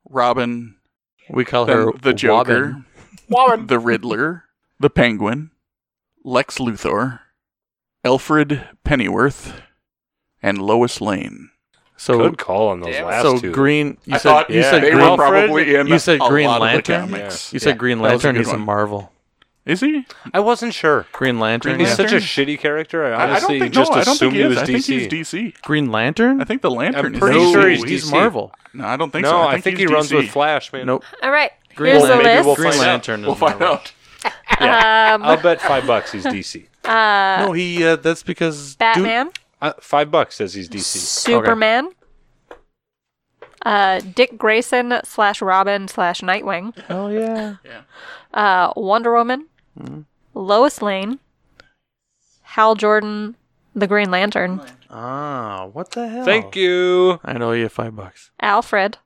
S5: Robin,
S3: we call
S5: then
S3: her
S5: the
S3: Wobbin.
S5: Joker, the Riddler, the Penguin, Lex Luthor, Alfred Pennyworth, and Lois Lane.
S3: So
S4: Good call on those
S1: Damn it.
S4: last
S3: so
S4: two.
S3: green. You
S5: I
S3: said
S5: thought
S3: you
S4: yeah,
S3: said
S5: they
S3: green.
S5: were probably in.
S3: you said
S5: a
S3: Green
S5: lot of the
S3: Lantern?
S5: comics.
S3: you said
S5: Yeah.
S3: Green
S5: That was a
S3: Lantern.
S5: good
S3: He's a
S5: one.
S3: Marvel.
S5: Is he?
S4: I wasn't sure.
S3: Green Lantern.
S5: Green
S4: He's
S3: yeah.
S4: such a
S5: Lantern?
S4: shitty character. I
S5: I- I
S4: honestly
S5: don't think.
S4: just
S5: no, I don't
S4: assumed
S5: think he, is.
S4: was
S5: I think
S4: DC.
S5: he's DC.
S3: Green Lantern.
S5: I think the Lantern.
S4: I'm
S5: is
S4: pretty
S5: DC.
S4: sure
S3: he's,
S4: he's DC.
S3: Marvel.
S5: No, I don't think
S4: no,
S5: so.
S4: I think he
S5: he's
S4: runs
S5: DC.
S4: with Flash, man.
S3: Nope.
S2: All right.
S3: Green
S2: Here's
S4: Lantern.
S2: the
S4: Maybe
S2: list.
S4: we'll
S3: Green
S4: find out.
S3: Lantern.
S5: We'll
S3: is
S5: find
S3: Marvel.
S5: out.
S4: Yeah. I'll bet five bucks he's DC.
S2: Uh,
S3: No, he. Uh, that's because
S2: Batman,
S4: Uh, five bucks says he's DC.
S2: Superman, uh, Dick Grayson slash Robin slash Nightwing,
S3: Dude, oh yeah.
S2: uh, Wonder Woman,
S4: Hmm.
S2: Lois Lane, Hal Jordan, the Green Lantern,
S3: Ah, what the hell?
S4: Thank you.
S3: I know you have five bucks.
S2: Alfred,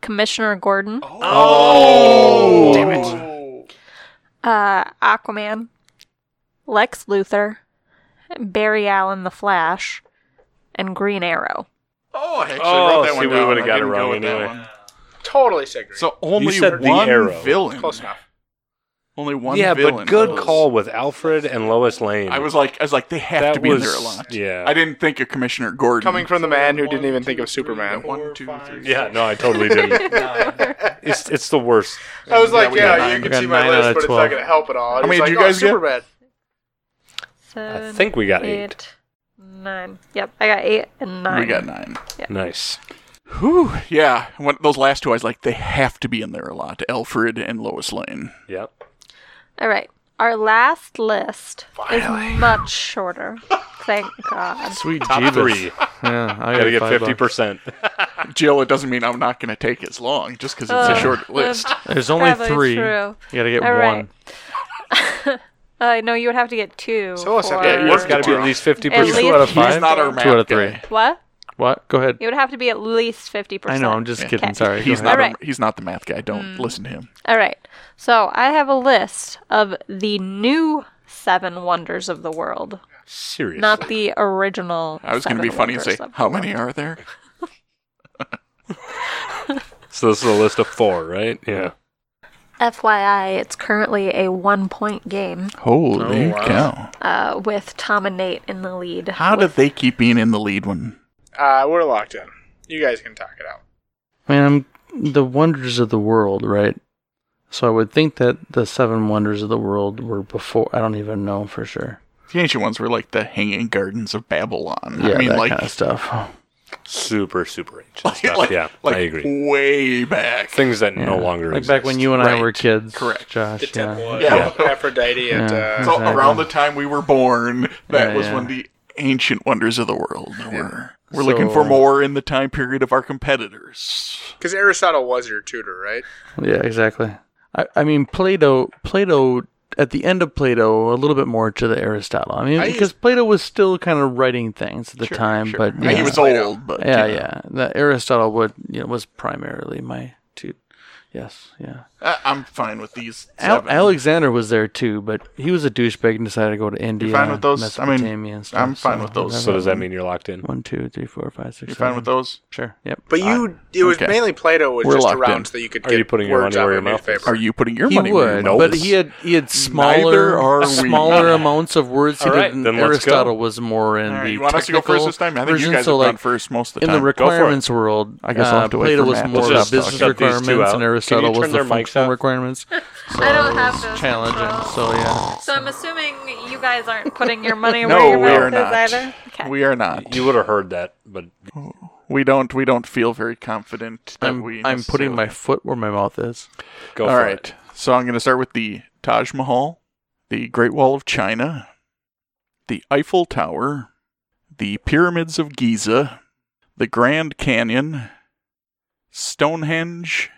S2: Commissioner Gordon,
S5: Oh,
S1: damn
S2: uh, Aquaman, Lex Luthor, Barry Allen the Flash, and Green Arrow.
S5: Oh, I actually
S4: Oh,
S5: wrote that
S4: see,
S5: one
S4: we
S5: down.
S4: would've
S5: I
S4: got it
S5: didn't go
S4: wrong
S5: with that
S4: anyway.
S5: one.
S1: totally segregated.
S5: So only
S4: said the
S5: one
S4: arrow.
S5: villain.
S1: Close enough.
S5: Only one
S4: yeah,
S5: villain.
S4: but good
S5: was-
S4: call with Alfred and Lois Lane.
S5: I was like, I was like, they have
S4: That
S5: to be
S4: was-
S5: in there a lot.
S4: yeah.
S5: I didn't think of Commissioner Gordon.
S1: Coming from the man who didn't even think of Superman.
S5: one, two, three.
S4: yeah, no, I totally
S5: (laughs)
S4: didn't. it's it's the worst.
S1: I was like,
S5: we got
S1: yeah,
S5: nine.
S1: you
S3: We
S1: can
S3: got
S1: see my
S3: nine out
S1: list,
S3: of
S1: but it's
S3: 12.
S1: not going to help at all.
S5: many
S1: It's like,
S5: did you
S1: oh,
S5: guys get?
S1: Superman.
S4: I
S2: Seven,
S4: think we got eight.
S2: eight, nine. Yep, I got eight and nine.
S5: We got nine.
S4: Nice.
S5: Whew, yeah. When, those last two, I was like, they have to be in there a lot. Alfred and Lois Lane.
S4: Yep.
S2: All right. Our last list is much shorter.
S1: (laughs)
S2: Thank God.
S3: Sweet
S4: Top
S3: Jesus.
S4: three.
S3: Yeah, I
S4: Gotta
S3: got
S4: get
S3: five
S4: fifty
S3: bucks.
S4: percent.
S5: Jill, it doesn't mean I'm not going to take as long just because it's
S2: Uh,
S5: a short list.
S3: There's only
S2: Probably
S3: three.
S2: true. (laughs)
S3: You gotta get
S2: All
S3: one.
S2: right. Uh, no, you would have to get two.
S1: So what's that?
S2: for-
S1: Yeah, you
S4: It's
S1: would've
S4: got to be at least fifty
S2: At
S4: percent.
S2: least-
S3: Two out of
S2: He's
S3: five.
S5: He's not our math
S3: Two out of
S5: guy.
S3: three.
S2: What?
S3: What? Go ahead.
S2: You would have to be at least 50%.
S3: I know. I'm just kidding.
S2: Okay.
S3: Sorry.
S5: He's
S3: go
S5: not.
S3: ahead.
S2: Alright.
S5: A, he's not the math guy. Don't listen to him.
S2: All right. So I have a list of the new seven wonders of the world,
S4: Seriously.
S2: not the original.
S5: I was going
S2: seven
S5: to be funny and
S2: wonders
S5: say,
S2: of the
S5: how
S2: world.
S5: many are there?
S4: so this is a list of four, right? Yeah.
S2: FYI, it's currly a one point game
S5: Holy cow!
S2: uh, with Tom and Nate in the lead.
S5: How did they keep being in the lead when?
S1: Uh, we're locked in. You guys can talk it out.
S3: Man, I'm the wonders of the world, right? So I would think that the seven wonders of the world were before. I don't even know for sure.
S5: The ancient ones were like the hanging gardens of Babylon.
S3: Yeah,
S5: I mean,
S3: that
S5: like,
S3: kind of stuff.
S4: Super super ancient
S5: (laughs) like,
S4: stuff.
S5: like-
S4: yeah,
S5: like
S4: I agree.
S5: Way back.
S4: Things that
S3: Yeah.
S4: no longer
S3: like
S4: exist.
S3: back when you and I were
S5: Right.
S3: kids.
S5: Correct.
S3: Josh. yeah.
S5: Yeah.
S1: Aphrodite and
S3: Yeah.
S1: uh,
S5: so around the time we were born, that
S3: Yeah,
S5: was
S3: yeah.
S5: when the ancient wonders of the world were. We're
S3: So-
S5: looking for more in the time period of our competitors.
S1: because Aristotle was your tutor, right?
S3: Yeah, exactly. I, I mean, Plato. Plato at the end of Plato, a little bit more to the Aristotle. I mean,
S1: I
S3: because Plato was still kind of writing things at the
S1: Sure,
S3: time,
S1: sure.
S3: but
S1: I
S3: yeah.
S1: mean,
S5: He was
S1: Plato.
S5: old, but
S3: yeah,
S5: you know.
S3: yeah. The Aristotle would you know, was primarily my two. Yes, yeah.
S5: I, I'm fine with these.
S3: Al-
S5: seven.
S3: Alexander was there too, but he was a douchebag and decided to go to India.
S5: fine with those? I mean,
S3: Mesopotamia and stuff,
S5: I'm fine
S3: so
S5: with those.
S4: So does that mean you're locked in?
S3: one, two, three, four, five, six?
S5: You fine
S3: seven.
S5: with those?
S3: Sure. Yep.
S1: But you, it was
S5: okay.
S1: mainly Plato was
S5: We're
S1: just
S5: locked
S1: around
S5: in.
S1: so you could
S4: Are
S1: get
S4: you putting your
S1: words
S4: money
S1: out
S4: where
S1: of
S4: your mouth is?
S1: newspaper.
S5: Are you putting your
S3: He
S5: money? where your
S3: would,
S5: mouth
S3: but
S5: is?
S3: he had he had smaller
S5: are we.
S3: smaller amounts of words. He
S4: All right,
S3: did
S4: then
S3: than
S4: let's go.
S3: Aristotle was more in
S5: All right,
S3: the
S5: you want us to go first
S3: technical
S5: this time? I think you
S3: version,
S5: guys
S3: so
S5: have
S3: like,
S5: gone first most of the
S3: in
S5: time.
S3: the
S4: for it.
S3: requirements world,
S5: I guess I'll have to
S3: uh,
S5: wait
S3: Plato
S5: for
S3: was
S5: Matt to
S3: more
S5: just
S3: about
S5: shut
S3: business
S5: these
S4: two
S3: requirements,
S4: out.
S3: and
S4: Can you
S3: Aristotle
S4: turn
S3: was the
S4: their mics
S3: functional
S4: up?
S3: requirements. So
S13: I don't
S3: it
S13: have
S3: was
S13: those
S3: challenging.
S13: controls.
S3: So yeah,
S13: So I'm assuming you guys
S5: (laughs)
S13: aren't putting your money
S5: No,
S13: where your
S5: we
S13: mouth
S5: are
S13: is
S5: not.
S13: either. Okay.
S5: We are not.
S4: You would have heard that, but
S5: we don't. We don't feel very confident. That we
S3: I'm I'm putting
S5: necessarily-
S3: my foot where my mouth is.
S4: go
S5: All
S4: for
S5: right.
S4: it.
S5: So I'm going to start with the Taj Mahal, the Great Wall of China, the Eiffel Tower, the Pyramids of Giza, the Grand Canyon, Stonehenge,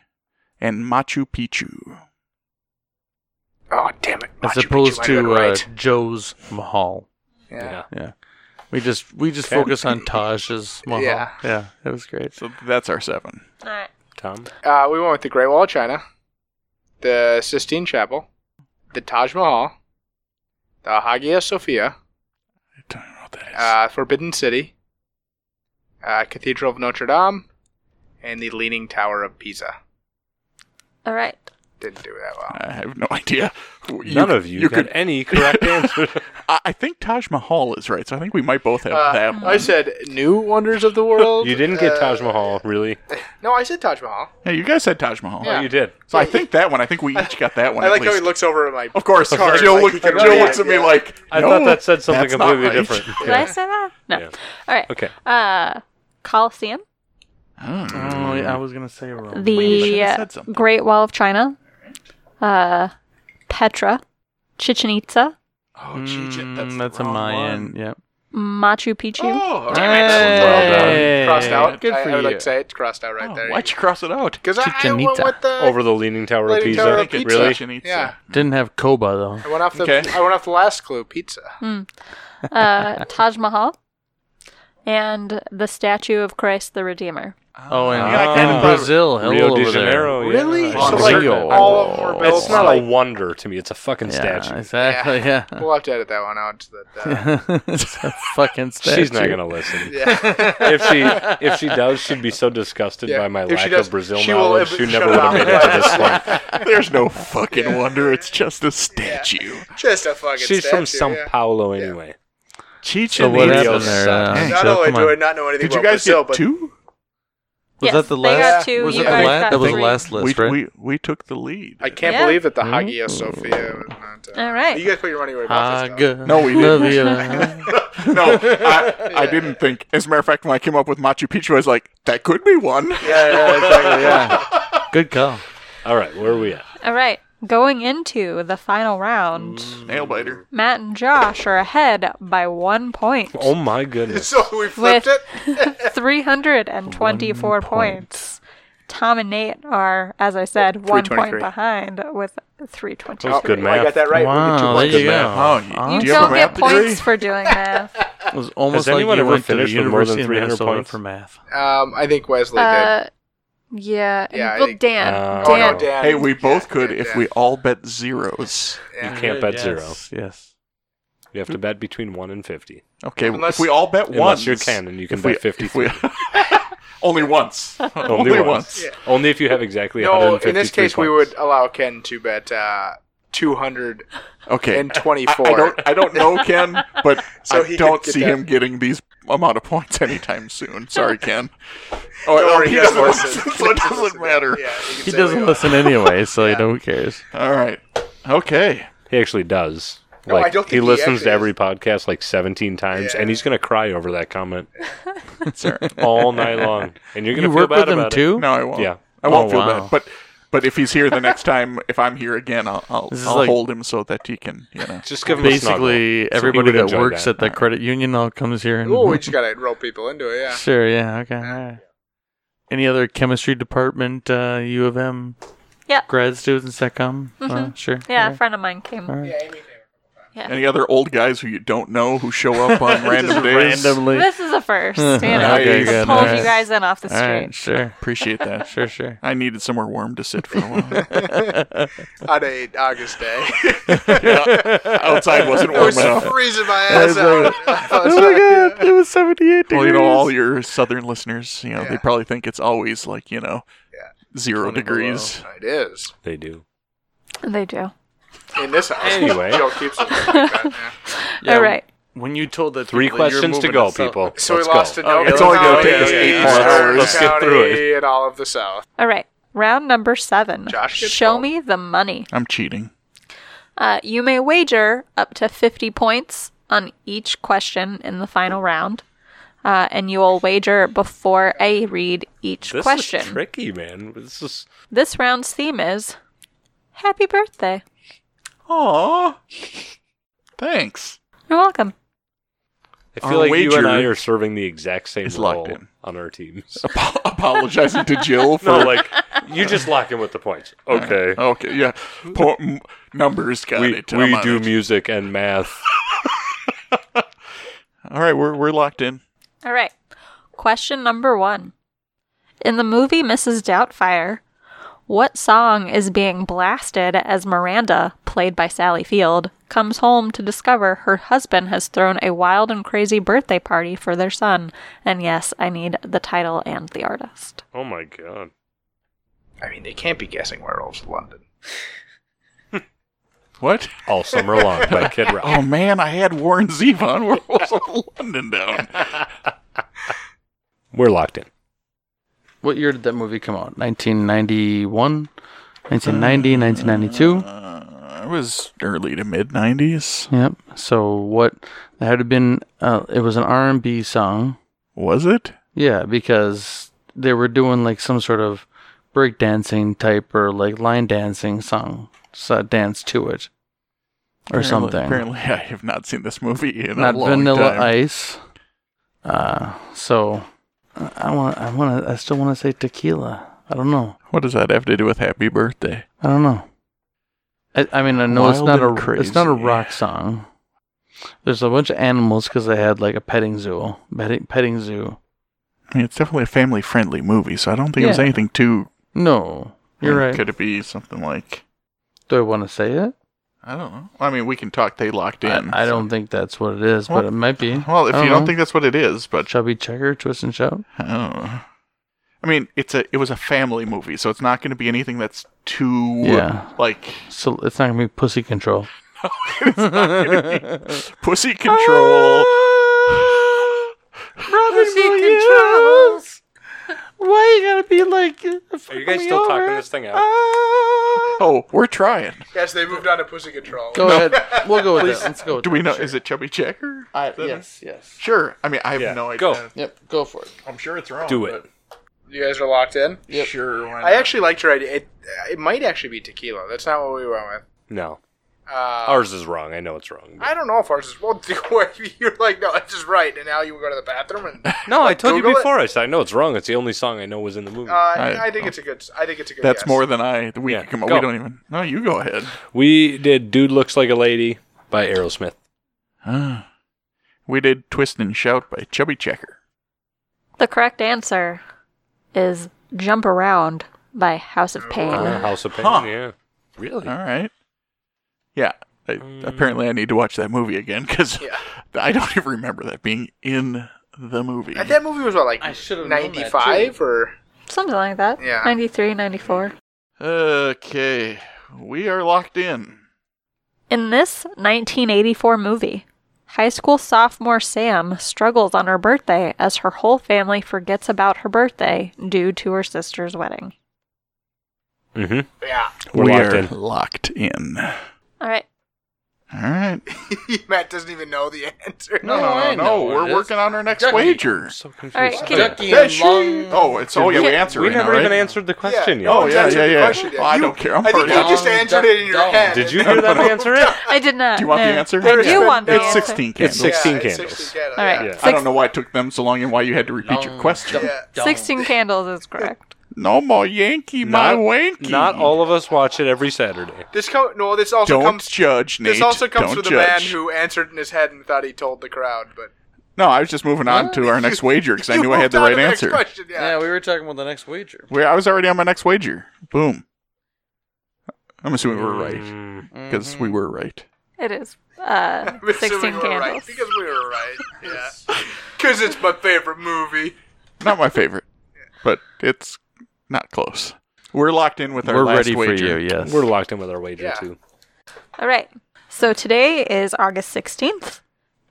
S5: and Machu Picchu.
S1: Oh damn it!
S3: As
S1: Machu
S3: opposed
S1: Picchu, I got it
S3: to uh,
S1: right.
S3: Joe's Mahal.
S1: yeah.
S3: Yeah. We just we just
S4: Okay.
S3: focus on Taj's Mahal.
S1: Yeah.
S3: yeah, it was great.
S5: So that's our seven.
S13: All right.
S4: Tom.
S1: Uh, we went with the Great Wall of China, the Sistine Chapel, the Taj Mahal, the Hagia Sophia,
S5: I don't know what that is.
S1: uh, Forbidden City, uh, Cathedral of Notre Dame, and the Leaning Tower of Pisa.
S2: All right.
S1: Didn't do that well.
S5: I have no idea. You-
S4: None of you, got
S5: could-
S4: any
S1: (laughs)
S4: correct answer.
S5: I I think Taj Mahal is right, so I think we might both have
S1: Uh,
S5: that one.
S1: I said New Wonders of the World.
S4: you didn't get
S1: uh,
S4: Taj Mahal, really?
S1: No, I said Taj Mahal.
S5: Yeah, you guys said Taj Mahal.
S4: Oh, you did.
S5: So I think that one. I think we each got that one.
S1: I
S5: at
S1: like how he
S5: least.
S1: looks over at my.
S5: Of course,
S1: Sorry,
S5: Joe,
S1: like,
S5: look,
S1: I don't
S5: Joe
S1: know.
S5: looks at me
S1: Yeah.
S5: like
S4: I
S5: "No,
S4: thought that said something
S5: that's not
S4: completely
S5: right."
S4: different.
S1: (laughs)
S2: Did I say that? No.
S4: Yeah.
S2: All right.
S4: Okay.
S2: Uh, Colosseum,
S5: mm,
S3: Oh, yeah, I was gonna say Rome.
S5: should
S2: the
S5: have
S2: uh,
S5: said something.
S2: Great Wall of China, uh, Petra, Chichen Itza,
S5: Oh, Cheech It,
S3: Mm,
S5: that's,
S3: that's
S5: the
S3: a
S5: wrong
S3: Mayan. Yep.
S2: Machu Picchu.
S5: Oh,
S1: Damn it.
S3: Hey.
S1: Crossed out.
S3: Good
S1: I,
S3: for
S1: I would
S3: you. Oh,
S1: like to say it crossed out right there.
S5: why'd you cross it out?
S1: Because I, I
S3: Chichen
S1: went
S3: Itza.
S1: with the
S4: Over the Leaning Tower of
S1: Leaning
S4: Pizza.
S1: Tower of
S5: Think it's
S4: Really?
S5: Chichen Itza.
S1: Yeah.
S3: Didn't have Koba though.
S1: I went off the.
S5: Okay.
S1: I went off the last clue. Pizza.
S2: uh, Taj Mahal, and the statue of Christ the Redeemer.
S3: Oh, and,
S5: Yeah, I kinda
S3: and
S5: thought-
S3: Brazil, hello
S4: Rio de
S3: over there.
S4: Janeiro. yeah.
S1: Really? Oh,
S4: It's
S5: So,
S4: a
S5: like,
S4: circle.
S1: all of them were built
S4: It's not
S1: like-
S4: a wonder to me. It's a fucking
S3: Yeah,
S4: statue.
S3: exactly. (laughs) Yeah.
S1: We'll have to edit that one out. so That,
S3: (laughs)
S1: uh,
S3: it's a fucking statue.
S4: She's not gonna listen.
S1: (laughs) yeah.
S4: if she if she does, she'd be so disgusted
S1: Yeah.
S4: by my
S1: If she
S4: lack
S1: does,
S4: of Brazil
S1: she will
S4: knowledge,
S1: have-
S4: she
S1: shut
S4: never would
S1: up.
S4: have made it
S1: (laughs)
S4: to this one.
S5: There's no fucking wonder. It's just a statue.
S1: Just a fucking.
S4: She's
S1: statue,
S4: from Sao
S1: yeah.
S4: Paulo anyway.
S5: Cheech
S3: So
S5: and
S3: what
S4: Video
S3: happened there?
S4: sucks.
S3: Uh,
S1: Not
S3: Joe,
S1: only
S3: come
S1: do I
S3: on.
S1: not know anything
S5: Did you
S1: about
S5: guys
S1: Brazil,
S5: get
S1: but
S5: two?
S3: Was that the
S2: They
S3: last?
S2: got two.
S3: Was
S2: you
S3: it the
S2: guys
S3: last?
S2: got
S3: That was the
S2: three.
S3: last
S5: we,
S3: list, right?
S5: we we took the lead.
S1: I can't
S2: Yeah.
S1: believe that the Hagia Sophia was not. Uh,
S2: All right.
S1: You guys put your money where your mouth
S3: Ah,
S1: is. now.
S3: good.
S5: No, we
S3: Love
S5: didn't.
S1: (laughs)
S3: you.
S5: no, I, I didn't think. As a matter of fact, when I came up with Machu Picchu, I was like, that could be one.
S1: Yeah, yeah, exactly.
S3: yeah. Good call.
S4: All right, where are we at?
S2: All right. Going into the final round,
S5: Nail biter.
S2: Matt and Josh are ahead by one point.
S4: Oh
S1: (laughs)
S4: my goodness!
S1: (laughs) So we flipped
S2: With-
S1: it.
S2: 324 points. Tom and Nate are, as I said, one point
S1: 323.
S2: behind with 320.
S4: That was good
S1: Oh, I
S4: math.
S1: got that right.
S3: Wow, there
S4: points.
S3: you go.
S4: Good math.
S5: Oh, you-
S3: Huh?
S2: You
S5: Do
S2: do
S5: you have
S2: not
S5: a
S2: get
S5: math degree?
S2: points for doing math.
S3: It was almost
S4: Has
S3: like
S4: anyone
S3: you
S4: ever
S3: went to the
S4: finished with more than
S3: University of
S4: 300
S3: Minnesota
S4: points?
S3: for math.
S1: Um, I think Wesley did.
S2: Uh, yeah.
S1: Yeah, I
S2: well,
S1: think-
S2: Dan.
S4: Uh,
S1: Oh
S2: Dan.
S1: no, Dan.
S5: Hey, we both
S1: Yeah,
S5: could
S1: yeah,
S5: if
S1: Dan.
S5: we all bet zeros.
S1: Yeah.
S4: You can't bet zero.
S3: Yes, Yes.
S4: You have to bet between one and fifty.
S5: Okay,
S1: Unless-
S5: if we all bet
S4: Unless
S5: once,
S4: you're canon, you can
S5: (laughs) if
S4: bet
S5: we-
S4: 53.
S5: if we- only once.
S4: (laughs) Only, once. Only if you have exactly.
S1: No,
S4: 153
S1: in this case, we
S4: points.
S1: would allow Ken to bet uh, 200
S5: Okay.
S1: and
S5: I,
S1: 24. (laughs)
S5: I don't. oh, I don't know Ken, but
S1: So
S5: I
S1: he
S5: don't
S1: could get
S5: see
S1: that.
S5: him getting these amount of points anytime
S1: (laughs)
S5: soon. Sorry, Ken.
S1: Oh,
S5: no, he doesn't
S1: listen.
S5: listen, so it doesn't matter.
S1: (laughs) Yeah, you can
S3: He
S1: say what
S3: doesn't
S1: you want.
S3: listen anyway, so you know who cares.
S5: All right. Okay.
S4: He actually does.
S1: No,
S4: like,
S1: I don't
S4: he
S1: think he
S4: listens
S1: actually
S4: to every podcast like 17 times,
S1: Yeah.
S4: and he's gonna cry over that comment (laughs)
S5: Sorry.
S4: all night
S1: (laughs)
S4: long. And you're gonna
S3: You
S4: feel
S3: work
S4: bad
S3: with him
S4: about it.
S3: too?
S5: No, I won't.
S4: Yeah.
S5: I won't
S3: Oh,
S5: feel
S3: wow.
S5: bad. But but if he's here the next time, if I'm here again, I'll I'll,
S3: This is
S5: I'll
S3: like-
S5: hold him so that he can you know.
S4: Just give him
S3: Basically,
S4: a snuggle. So he
S3: everybody
S4: would
S3: that
S4: enjoy
S3: works
S4: that.
S3: at the credit union all comes here. And
S1: Ooh, we just gotta rope people into it. Yeah.
S3: Sure. Yeah. Okay. all right. Any other chemistry department uh, U of M
S2: Yeah.
S3: grad students that come.
S4: Mm-hmm.
S3: Uh, sure.
S2: Yeah, a
S3: alright.
S2: friend of mine came.
S3: All right.
S5: Any other old guys who you don't know who show
S4: (laughs)
S5: up on random days?
S3: Randomly.
S2: This is a
S3: (laughs)
S2: first. You know,
S5: Okay,
S2: just
S5: good,
S2: pulled
S5: alright.
S2: you guys in off the
S3: All
S2: street.
S3: right. Sure.
S5: Appreciate that.
S3: Sure. Sure.
S5: I needed somewhere warm to sit for a while.
S14: on a
S1: (laughs)
S5: (laughs)
S14: August day.
S5: Outside wasn't
S14: I
S5: warm
S14: was
S5: enough.
S14: freezing my ass out. I was
S3: Oh
S14: like,
S3: my God! (laughs) It was seventy-eight degrees.
S5: Well, you know, all your southern listeners, you know,
S14: Yeah.
S5: they probably think it's always like, you know, zero degrees.
S14: It is.
S4: They do.
S2: They do.
S14: In this
S1: (laughs)
S14: house.
S4: Anyway.
S14: Joe keeps it like that, yeah.
S7: All right.
S3: When you told the
S4: Three
S3: people you're
S4: questions to
S3: moving
S4: go,
S3: us out-
S4: people.
S14: So
S4: Let's
S14: we lost
S4: go. Oh,
S14: to Novi
S5: it's only gonna
S14: County,
S5: take us eight
S14: East
S5: more
S14: Orange
S5: hours. Let's
S4: get through it.
S14: County, and all of the South.
S2: All right. Round number seven.
S14: Josh gets
S2: Show
S14: called.
S2: me the money.
S5: I'm cheating.
S2: Uh, you may wager up to 50 points on each question in the final round. Uh, and you will wager before I read each
S4: This
S2: question.
S4: is tricky, man. This is
S2: This round's theme is Happy Birthday.
S5: Aw. Thanks.
S2: You're welcome.
S4: I
S5: Our
S4: feel like you and I
S5: wager
S4: are serving the exact same
S5: is
S4: role
S5: locked in.
S4: on our teams.
S5: Apo- (laughs) apologizing to (laughs) Jill for.
S4: no, like you just lock in with
S3: (laughs)
S4: the points. Okay,
S5: (laughs) Okay, yeah. Po- m- numbers got
S4: we,
S5: it. I'm
S4: we
S5: on
S4: do
S5: it.
S4: music and math.
S5: All right, we're, we're locked in.
S2: All right. Question number one. In the movie Mrs. Doubtfire, what song is being blasted as Miranda, played by Sally Field, comes home to discover her husband has thrown a wild and crazy birthday party for their son? And yes, I need the title and the artist.
S4: Oh my god,
S14: I mean, they can't be guessing werewolves in London.
S5: What?
S4: all summer long by Kid Rock.
S5: Oh, man, I had Warren Zevon. (laughs) We're also London down.
S4: We're locked in.
S3: What year did that movie come out? 1991, 1990, 1992.
S5: Uh, it was early to mid 90s.
S3: Yep. So what? That had been. Uh, it was an R&B song.
S5: Was it?
S3: Yeah, because they were doing like some sort of breakdancing type or like line dancing song, so dance to it, or
S5: Apparently-
S3: something.
S5: Apparently, I have not seen this movie in
S3: Not
S5: a long
S3: Vanilla
S5: time.
S3: Ice. Uh, so I- I want. I want to. I still want to say tequila. I don't know.
S5: What does that have to do with Happy Birthday?
S3: I don't know. I, I mean, I know it's
S5: Wild
S3: not a
S5: and
S3: it's not a
S5: crazy.
S3: rock song. There's a bunch of animals because they had like a petting zoo, petting, petting zoo.
S5: I mean, it's definitely a family-friendly movie, so I don't think it was
S3: Yeah.
S5: anything too.
S3: No, you're right.
S5: Could it be something like
S3: Do I want to say it?
S5: I don't know? I mean, we can talk. They locked
S3: I-
S5: in.
S3: I, don't think that's what it is, but
S5: Well-
S3: it might be.
S5: Well, if
S3: I
S5: you don't
S3: know.
S5: think that's what it is, but
S3: chubby checker, twist and shout.
S5: I don't know. I mean, it's a it was a family movie, so it's not going to be anything that's too
S3: Yeah.
S5: like
S3: So it's not gonna be pussy control.
S5: pussy control.
S3: Pussy controls. Why you gotta be like?
S4: Are you guys still talking this thing out?
S5: Oh, we're trying.
S14: Yes, they moved on to pussy control.
S3: Go ahead. We'll go with this. Let's go. With
S5: Do we know? Is it Chubby Checker?
S3: I, yes. Yes.
S5: Sure. I mean, I have
S4: Yeah,
S5: no idea.
S4: go.
S3: Yep. Go for it.
S5: I'm sure it's wrong.
S4: Do it.
S14: You guys are locked in.
S5: but Sure. why
S14: I
S5: not?
S14: actually liked your idea. It, it might actually be tequila. That's not what we went with.
S4: No,
S14: Uh,
S4: ours is wrong. I know it's wrong.
S5: Oh.
S14: I don't know if ours is well. (laughs) You're like, no, it's just right, and now you go to the bathroom, and uh,
S4: No, I told
S14: Google
S4: you
S14: it.
S4: before. I said I know it's wrong. It's the only song I know was in the movie.
S1: Ah.
S14: I,
S5: (laughs) I-
S14: think it's a good. I think it's a good.
S5: That's
S14: guess.
S5: more than I. We
S4: Yeah,
S5: can come up.
S4: go.
S5: We don't even. No, you go ahead.
S4: we did "Dude Looks Like a Lady" by Aerosmith.
S5: Ah. we did "Twist and Shout" by Chubby Checker.
S2: The correct answer is Jump Around by House of Pain.
S4: Uh, House of Pain.
S5: Huh.
S4: Yeah, really.
S5: All right. Yeah. I, Apparently, I need to watch that movie again because
S14: Hmm. Yeah.
S5: (laughs) I don't even remember that being in the movie.
S14: Uh, That movie was what like
S3: I should've known that,
S14: ninety five or
S2: Something like that.
S14: Yeah.
S2: 93, 94.
S5: Okay, we are locked in.
S2: In this 1984 movie, high school sophomore Sam struggles on her birthday as her whole family forgets about her birthday due to her sister's wedding.
S4: Mm-hmm.
S5: (laughs)
S14: yeah. (laughs)
S4: We're
S5: We
S4: locked
S5: are
S4: in.
S5: Locked in. All
S2: All right.
S5: right. Oh,
S14: Matt doesn't even know the answer.
S3: No,
S14: (laughs)
S3: I know what it
S5: We're
S3: is.
S5: working on our next
S3: Ducky.
S5: wager.
S4: So
S2: All right.
S4: confused.
S2: Can
S3: Ducky
S5: That
S3: and
S5: she-
S3: long.
S5: Oh, it's oh yeah, we answered.
S4: we
S5: right
S4: never
S5: now,
S4: even
S5: right?
S4: answered the question
S14: no
S4: yet.
S5: Oh
S14: one's
S5: yeah,
S14: answered
S5: yeah,
S14: the
S5: yeah.
S14: question yet.
S5: Oh, I
S14: You-
S5: don't care. I'm
S14: I think
S5: pretty
S14: you
S5: on.
S14: just answered it in your
S3: Dumb,
S14: head.
S4: Did you hear them answer it?
S2: I did not.
S5: Do you want
S2: no.
S5: the answer?
S14: There
S2: You
S14: been-
S2: want the
S5: It's
S2: answer.
S5: sixteen
S4: It's
S5: candles.
S14: Yeah,
S4: 16
S14: it's
S4: candles.
S14: 16 candles.
S2: All right.
S4: Yeah.
S5: I don't know why it took them so long and why you had to repeat your question.
S14: Yeah.
S3: Dumb.
S2: 16 candles is correct.
S5: No more Yankee, my
S4: Not-
S5: wanky.
S4: Not all of us watch it every Saturday.
S1: This co- no, this also
S5: Don't
S1: comes.
S5: judge, Nate.
S1: This also comes
S5: Don't
S1: from the man
S5: judge.
S1: who answered in his head and thought he told the crowd, but
S5: No, I was just moving on to our next wager because I
S1: You
S5: knew I had
S1: moved
S5: the
S1: on to
S5: right
S1: next
S5: answer.
S1: question, yeah.
S3: we were talking about the next wager.
S5: Wait, I was already on my next wager. Boom. I'm assuming we're right
S4: Mm,
S5: because
S3: Mm-hmm.
S5: we were right.
S15: It is
S5: (laughs)
S15: uh,
S1: I'm (laughs) assuming
S15: 16
S1: we're
S15: candles.
S1: right because we were right. Yeah, because it's my favorite movie.
S5: Not my favorite, but it's not close. We're locked in with our
S3: We're
S5: last
S3: ready
S5: wager.
S3: for you. Yes.
S4: We're locked in with our wager
S1: Yeah.
S4: too.
S2: All right. So today is August 16th.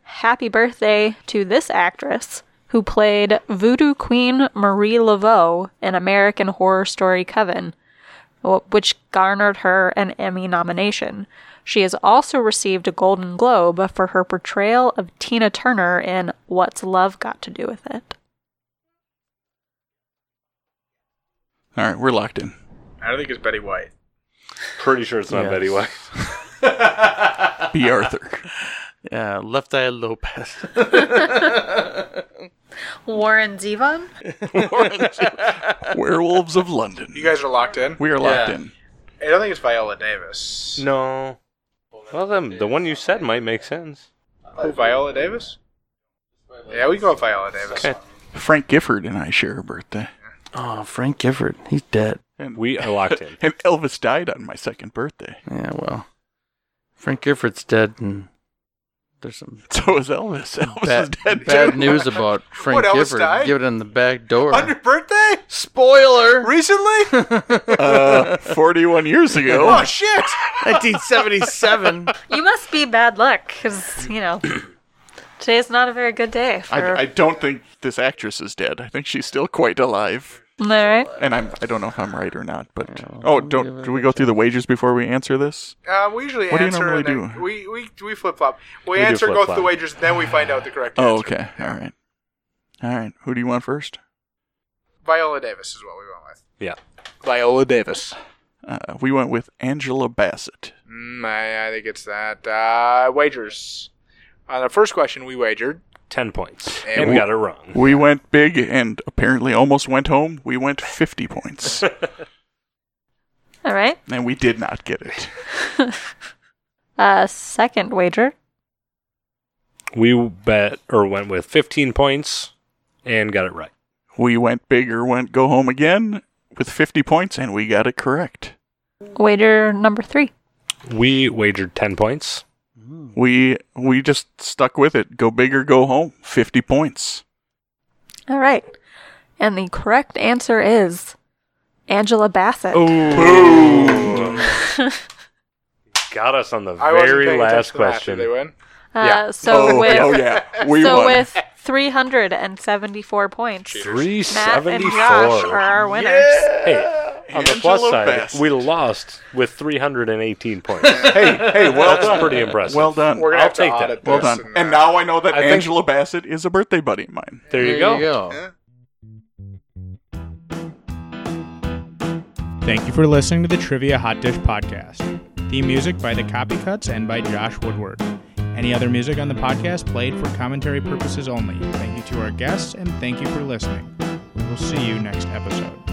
S2: Happy birthday to this actress who played Voodoo Queen Marie Laveau in American Horror Story Coven, wh- which garnered her an Emmy nomination. She has also received a Golden Globe for her portrayal of Tina Turner in What's Love Got to Do with It?
S5: All right, we're locked in.
S1: I don't think it's Betty White.
S4: Pretty sure it's not
S3: Yes.
S4: Betty White.
S5: B. Arthur.
S3: (laughs) Yeah, Left Eye Lopez.
S15: Warren Zevon?
S5: (laughs) Werewolves of London.
S1: You guys are locked in.
S5: we are locked
S3: Yeah.
S5: in.
S1: I don't think it's Viola Davis.
S4: No. Well, then the one you said might make sense.
S1: Who, Viola Davis. Yeah, we go with Viola Davis.
S4: Okay.
S5: Frank Gifford and I share a birthday.
S3: Oh, Frank Gifford. He's dead.
S5: And
S4: We are locked in.
S5: and Elvis died on my second birthday. (laughs)
S3: Yeah, well. Frank Gifford's dead, and there's some
S5: So is Elvis. (laughs) Elvis is
S3: bad,
S5: dead
S3: bad
S5: too.
S3: news
S5: (laughs)
S3: about Frank
S1: Elvis
S3: Gifford
S1: died?
S3: giving him the back door.
S1: On your birthday?
S3: Spoiler!
S1: Recently?
S5: (laughs) Uh, 41 years ago.
S1: Oh shit!
S5: (laughs)
S3: 1977.
S2: You must be bad luck because, you
S5: (clears throat)
S2: know, today's not a very good day for.
S5: I, I don't think this actress is dead. I think she's still quite alive.
S2: All right.
S5: And I'm I don't know if I'm right or not, but oh, don't do we go through the wagers before we answer this?
S1: Uh, we usually
S5: What do you
S1: answer
S5: normally
S1: and then
S5: do?
S1: we we we flip flop. We,
S4: We do
S1: answer go through the
S4: flip-flop.
S1: wagers, then we find out the correct answer.
S5: Oh, okay. All right. All right. Who do you want first?
S1: Viola Davis is what we went with.
S4: (laughs) Yeah.
S1: Viola Davis.
S5: Uh, we went with Angela Bassett.
S1: Mm, I, I think it's that. Uh, wagers. On the first question, we wagered.
S4: 10 points.
S1: And
S4: And,
S1: we-
S4: we got it wrong.
S5: We went big and apparently almost went home. We went 50 points
S4: (laughs)
S2: All right.
S5: and we did not get it.
S2: Uh, second wager.
S4: We bet or went with 15 points and got it right.
S5: We went big or went go home again with 50 points and we got it correct.
S2: Wager number three.
S4: We wagered 10 points.
S5: We we just stuck with it. Go big or go home. 50 points.
S2: All right. And the correct answer is Angela Bassett.
S5: Oh,
S4: Got us on the
S1: I wasn't
S4: very
S1: paying
S4: last
S1: attention to the math. Did
S4: question.
S1: they win?
S2: Uh,
S4: yeah.
S2: So
S5: oh,
S2: with
S5: oh
S2: (laughs)
S5: yeah. We
S2: so
S5: won.
S2: with 374 points, Matt and Josh are uh,
S4: 374.
S2: our winners.
S4: Hey, on the plus
S5: Angela
S4: side,
S5: Bassett.
S4: we lost with 318 points.
S5: hey, hey, well
S4: That's
S5: done.
S4: pretty impressive.
S5: Well done.
S1: We're gonna
S4: I'll
S1: have to
S4: take that.
S1: audit
S5: Well
S1: this.
S5: done.
S1: and,
S5: Um, And
S1: uh,
S5: now I know that
S4: I think-
S5: Angela Bassett is a birthday buddy of mine.
S4: there you
S3: There
S4: go.
S3: you go.
S16: Thank you for listening to the Trivia Hot Dish Podcast. Theme music by The Copycuts and by Josh Woodward. Any other music on the podcast played for commentary purposes only. Thank you to our guests and thank you for listening. We will see you next episode.